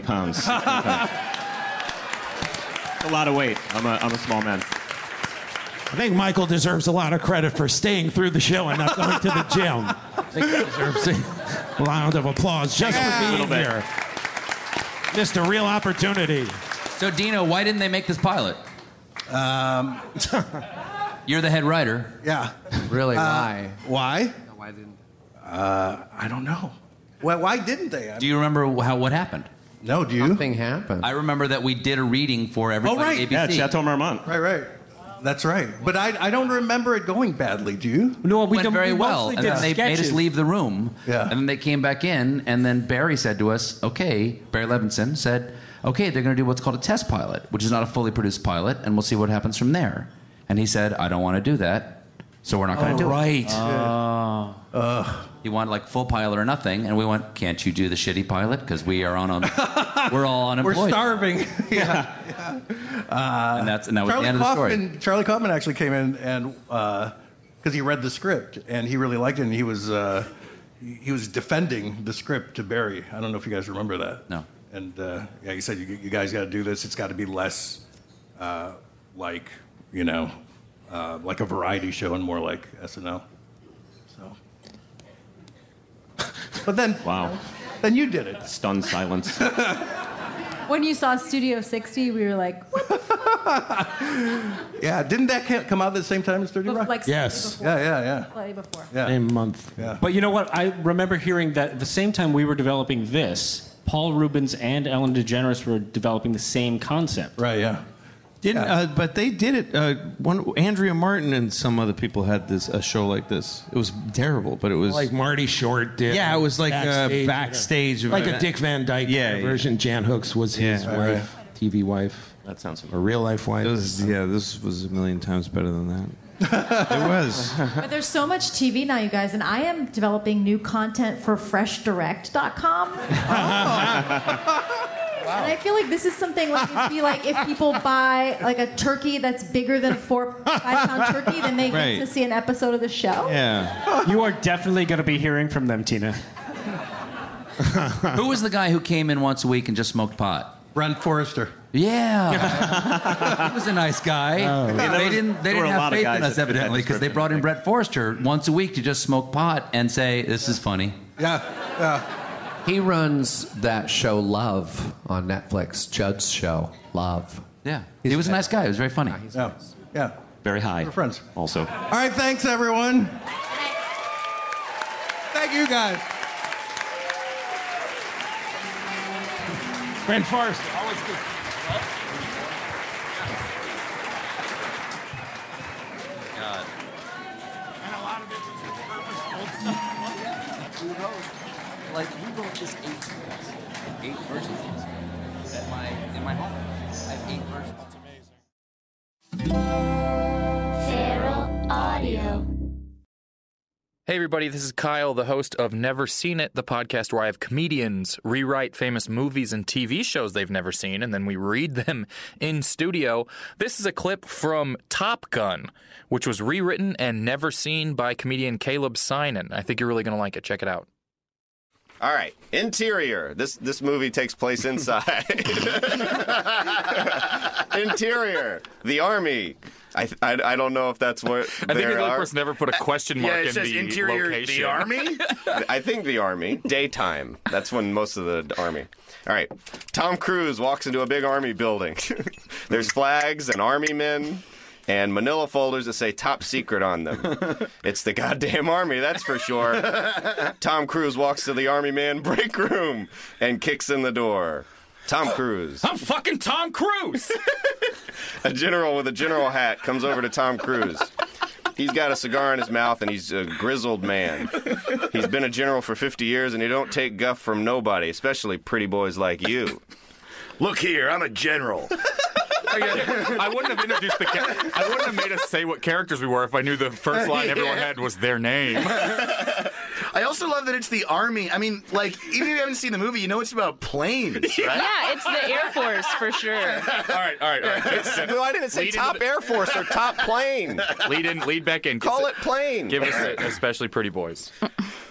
Speaker 20: pounds. It's a lot of weight. I'm a, I'm a small man.
Speaker 19: I think Michael deserves a lot of credit for staying through the show and not going to the gym. I think he deserves a round of applause just
Speaker 16: Yeah.
Speaker 19: for
Speaker 16: Little
Speaker 19: being
Speaker 16: bit.
Speaker 19: here. Missed a real opportunity.
Speaker 16: So, Dino, why didn't they make this pilot?
Speaker 13: Um,
Speaker 16: You're the head writer.
Speaker 13: Yeah.
Speaker 16: Really?
Speaker 13: Uh,
Speaker 16: why?
Speaker 13: Why?
Speaker 16: Why didn't?
Speaker 13: Uh, I don't know. Why, why didn't they?
Speaker 16: Do you remember how what happened?
Speaker 13: No, do you?
Speaker 16: Something happened. I remember that we did a reading for everybody.
Speaker 13: oh, right.
Speaker 16: ABC.
Speaker 20: Marmont.
Speaker 13: Right, right. That's right. But I, I don't remember it going badly, do you?
Speaker 1: No,
Speaker 16: Went very well, and then they made us leave the room.
Speaker 13: Yeah.
Speaker 16: And then they came back in, and then Barry said to us, "Okay." Barry Levinson said, "Okay, they're going to do what's called a test pilot, which is not a fully produced pilot, and we'll see what happens from there." And he said, "I don't want to do that, so we're not going to
Speaker 19: Oh,
Speaker 16: do
Speaker 19: right.
Speaker 16: it."
Speaker 13: Oh.
Speaker 19: Yeah.
Speaker 16: He wanted like full pilot or nothing, and we went, "Can't you do the shitty pilot? Because we are on a, we're all
Speaker 13: We're
Speaker 16: unemployed."
Speaker 13: starving. yeah.
Speaker 16: and that's and that was
Speaker 13: Charlie
Speaker 16: the end of the story.
Speaker 13: Kaufman, Charlie Kaufman actually came in and because he read the script and he really liked it and he was uh, he was defending the script to Barry. I don't know if you guys remember that.
Speaker 16: No.
Speaker 13: And uh, yeah, he said you, you guys got to do this. It's got to be less uh, like you know uh, like a variety show and more like SNL. So. But then.
Speaker 20: Wow.
Speaker 13: Then you did it.
Speaker 20: Stunned silence.
Speaker 11: When you saw Studio 60, we were like,
Speaker 13: Yeah, didn't that ca- come out at the same time as Thirty Rock?
Speaker 11: like, Yes.
Speaker 13: Yeah, yeah, yeah.
Speaker 11: play before.
Speaker 13: Yeah.
Speaker 1: Same month. But you know what? I remember hearing that the same time we were developing this,
Speaker 26: Paul Rubens and Ellen DeGeneres were developing the same concept.
Speaker 34: Right. Oh, Yeah.
Speaker 15: Didn't, uh, but they did it. Uh, one Andrea Martin and some other people had this a show like this. It was terrible, but it was
Speaker 19: like Marty Short did.
Speaker 15: Yeah, it was like
Speaker 19: Backstage,
Speaker 15: backstage, uh, backstage
Speaker 19: like a Dick Van Dyke
Speaker 15: Yeah, yeah.
Speaker 19: version. Jan Hooks was his
Speaker 15: Yeah.
Speaker 19: wife, TV wife.
Speaker 20: That sounds
Speaker 19: a real life wife.
Speaker 15: It was, yeah, this was a million times better than that. it was.
Speaker 3: But there's so much TV now, you guys, and I am developing new content for freshdirect.com. And I feel like this is something like it'd be like if people buy like a turkey that's bigger than a four five pound turkey, then they
Speaker 1: Right.
Speaker 3: get to see an episode of the show.
Speaker 1: Yeah. you are definitely going to be hearing from them, Tina.
Speaker 16: who was the guy who came in once a week and just smoked pot?
Speaker 34: Ron Forrester.
Speaker 16: Yeah, he was a nice guy.
Speaker 18: Oh. Yeah, there
Speaker 16: they
Speaker 18: was-
Speaker 16: didn't
Speaker 18: there
Speaker 16: they
Speaker 18: were
Speaker 16: didn't
Speaker 18: a
Speaker 16: have
Speaker 18: lot of
Speaker 16: faith
Speaker 18: guys
Speaker 16: in us
Speaker 18: that fit that
Speaker 16: evidently because they
Speaker 18: description,
Speaker 16: brought in Brett Forster once a week to just smoke pot and say this is funny.
Speaker 34: Yeah,
Speaker 17: He runs that show Love on Netflix, Judd's show Love.
Speaker 16: Yeah, he was a nice guy. He was very funny.
Speaker 34: Yeah, yeah.
Speaker 20: Very high.
Speaker 34: We're friends.
Speaker 20: Also.
Speaker 34: All right. Thanks, everyone. Thank you, guys.
Speaker 19: Brent Forrester, always good.
Speaker 18: God.
Speaker 14: Like we wrote this eight times. eight versions of this at my in my home. I have eight versions.
Speaker 2: Feral Audio.
Speaker 9: Hey, everybody, this is Kyle, the host of Never Seen It, the podcast where I have comedians rewrite famous movies and TV shows they've never seen, and then we read them in studio. This is a clip from Top Gun, which was rewritten and never seen by comedian Caleb Sinan. I think you're really going to like it. Check it out.
Speaker 41: All right, interior. This this movie takes place inside. interior, the army. I, th- I I don't know if that's what.
Speaker 9: I think the
Speaker 41: there
Speaker 9: other
Speaker 41: are.
Speaker 9: person never put a question mark in the location.
Speaker 41: I think the army. Daytime. That's when most of the army. All right. Tom Cruise walks into a big army building. There's flags and army men and manila folders that say top secret on them. It's the goddamn army, that's for sure. Tom Cruise walks to the army man break room and kicks in the door. Tom Cruise.
Speaker 9: I'm fucking Tom Cruise.
Speaker 41: a general with a general hat comes over to Tom Cruise. He's got a cigar in his mouth and he's a grizzled man. He's been a general for 50 years and he don't take guff from nobody, especially pretty boys like you. Look here, I'm a general.
Speaker 9: I wouldn't have introduced the. Ca- I wouldn't have made us say what characters we were if I knew the first line everyone
Speaker 43: Yeah.
Speaker 9: had was their name.
Speaker 43: I also love that it's the army. I mean, like, even if you haven't seen the movie, you know it's about planes, right?
Speaker 35: Yeah, it's the Air Force for sure.
Speaker 9: All right, all right, all right. uh,
Speaker 41: It's- well, I didn't say top Air Force or top plane.
Speaker 9: Lead in, lead back in.
Speaker 41: Call it plane.
Speaker 9: Give us it, especially pretty boys.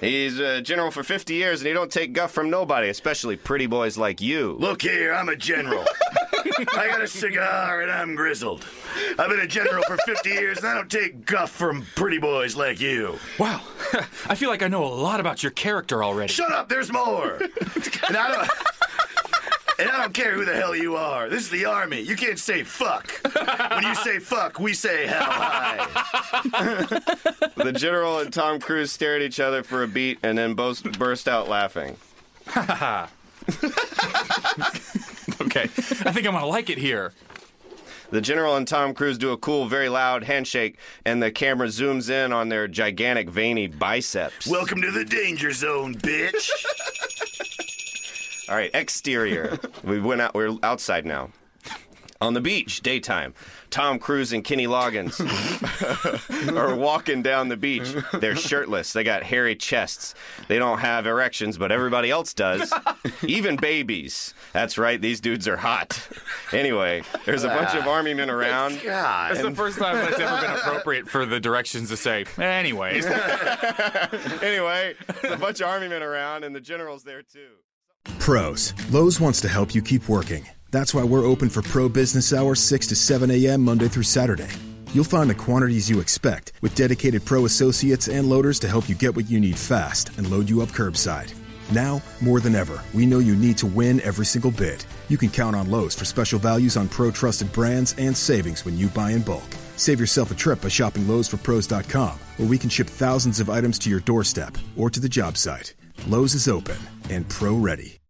Speaker 41: He's a general for 50 years and he don't take guff from nobody, especially pretty boys like you.
Speaker 43: Look here, I'm a general. I got a cigar and I'm grizzled. I've been a general for 50 years and I don't take guff from pretty boys like you.
Speaker 9: Wow, I feel like I know a lot about your character already.
Speaker 43: Shut up, there's more. And I don't And I don't care who the hell you are. This is the army. You can't say fuck. When you say fuck, we say hell high.
Speaker 41: The general and Tom Cruise stare at each other for a beat and then both burst out laughing.
Speaker 9: okay, I think I'm gonna like it here.
Speaker 41: The general and Tom Cruise do a cool, very loud handshake, and the camera zooms in on their gigantic, veiny biceps.
Speaker 43: Welcome to the danger zone, bitch.
Speaker 41: All right, exterior. we went out. We're outside now. On the beach, daytime. Tom Cruise and Kenny Loggins are walking down the beach. They're shirtless. They got hairy chests. They don't have erections, but everybody else does, even babies. That's right. These dudes are hot. Anyway, there's a bunch of army men around.
Speaker 9: God. That's the first time that's ever been appropriate for the directions to say. Anyways.
Speaker 41: anyway, there's a bunch of army men around, and the general's there too.
Speaker 44: Pros. Lowe's wants to help you keep working. That's why we're open for pro business hours 6 to 7 a.m. Monday through Saturday. You'll find the quantities you expect with dedicated pro associates and loaders to help you get what you need fast and load you up curbside. Now, more than ever, we know you need to win every single bid. You can count on Lowe's for special values on pro trusted brands and savings when you buy in bulk. Save yourself a trip by shopping Lowe'sForPros.com, where we can ship thousands of items to your doorstep or to the job site. Lowe's is open and pro ready.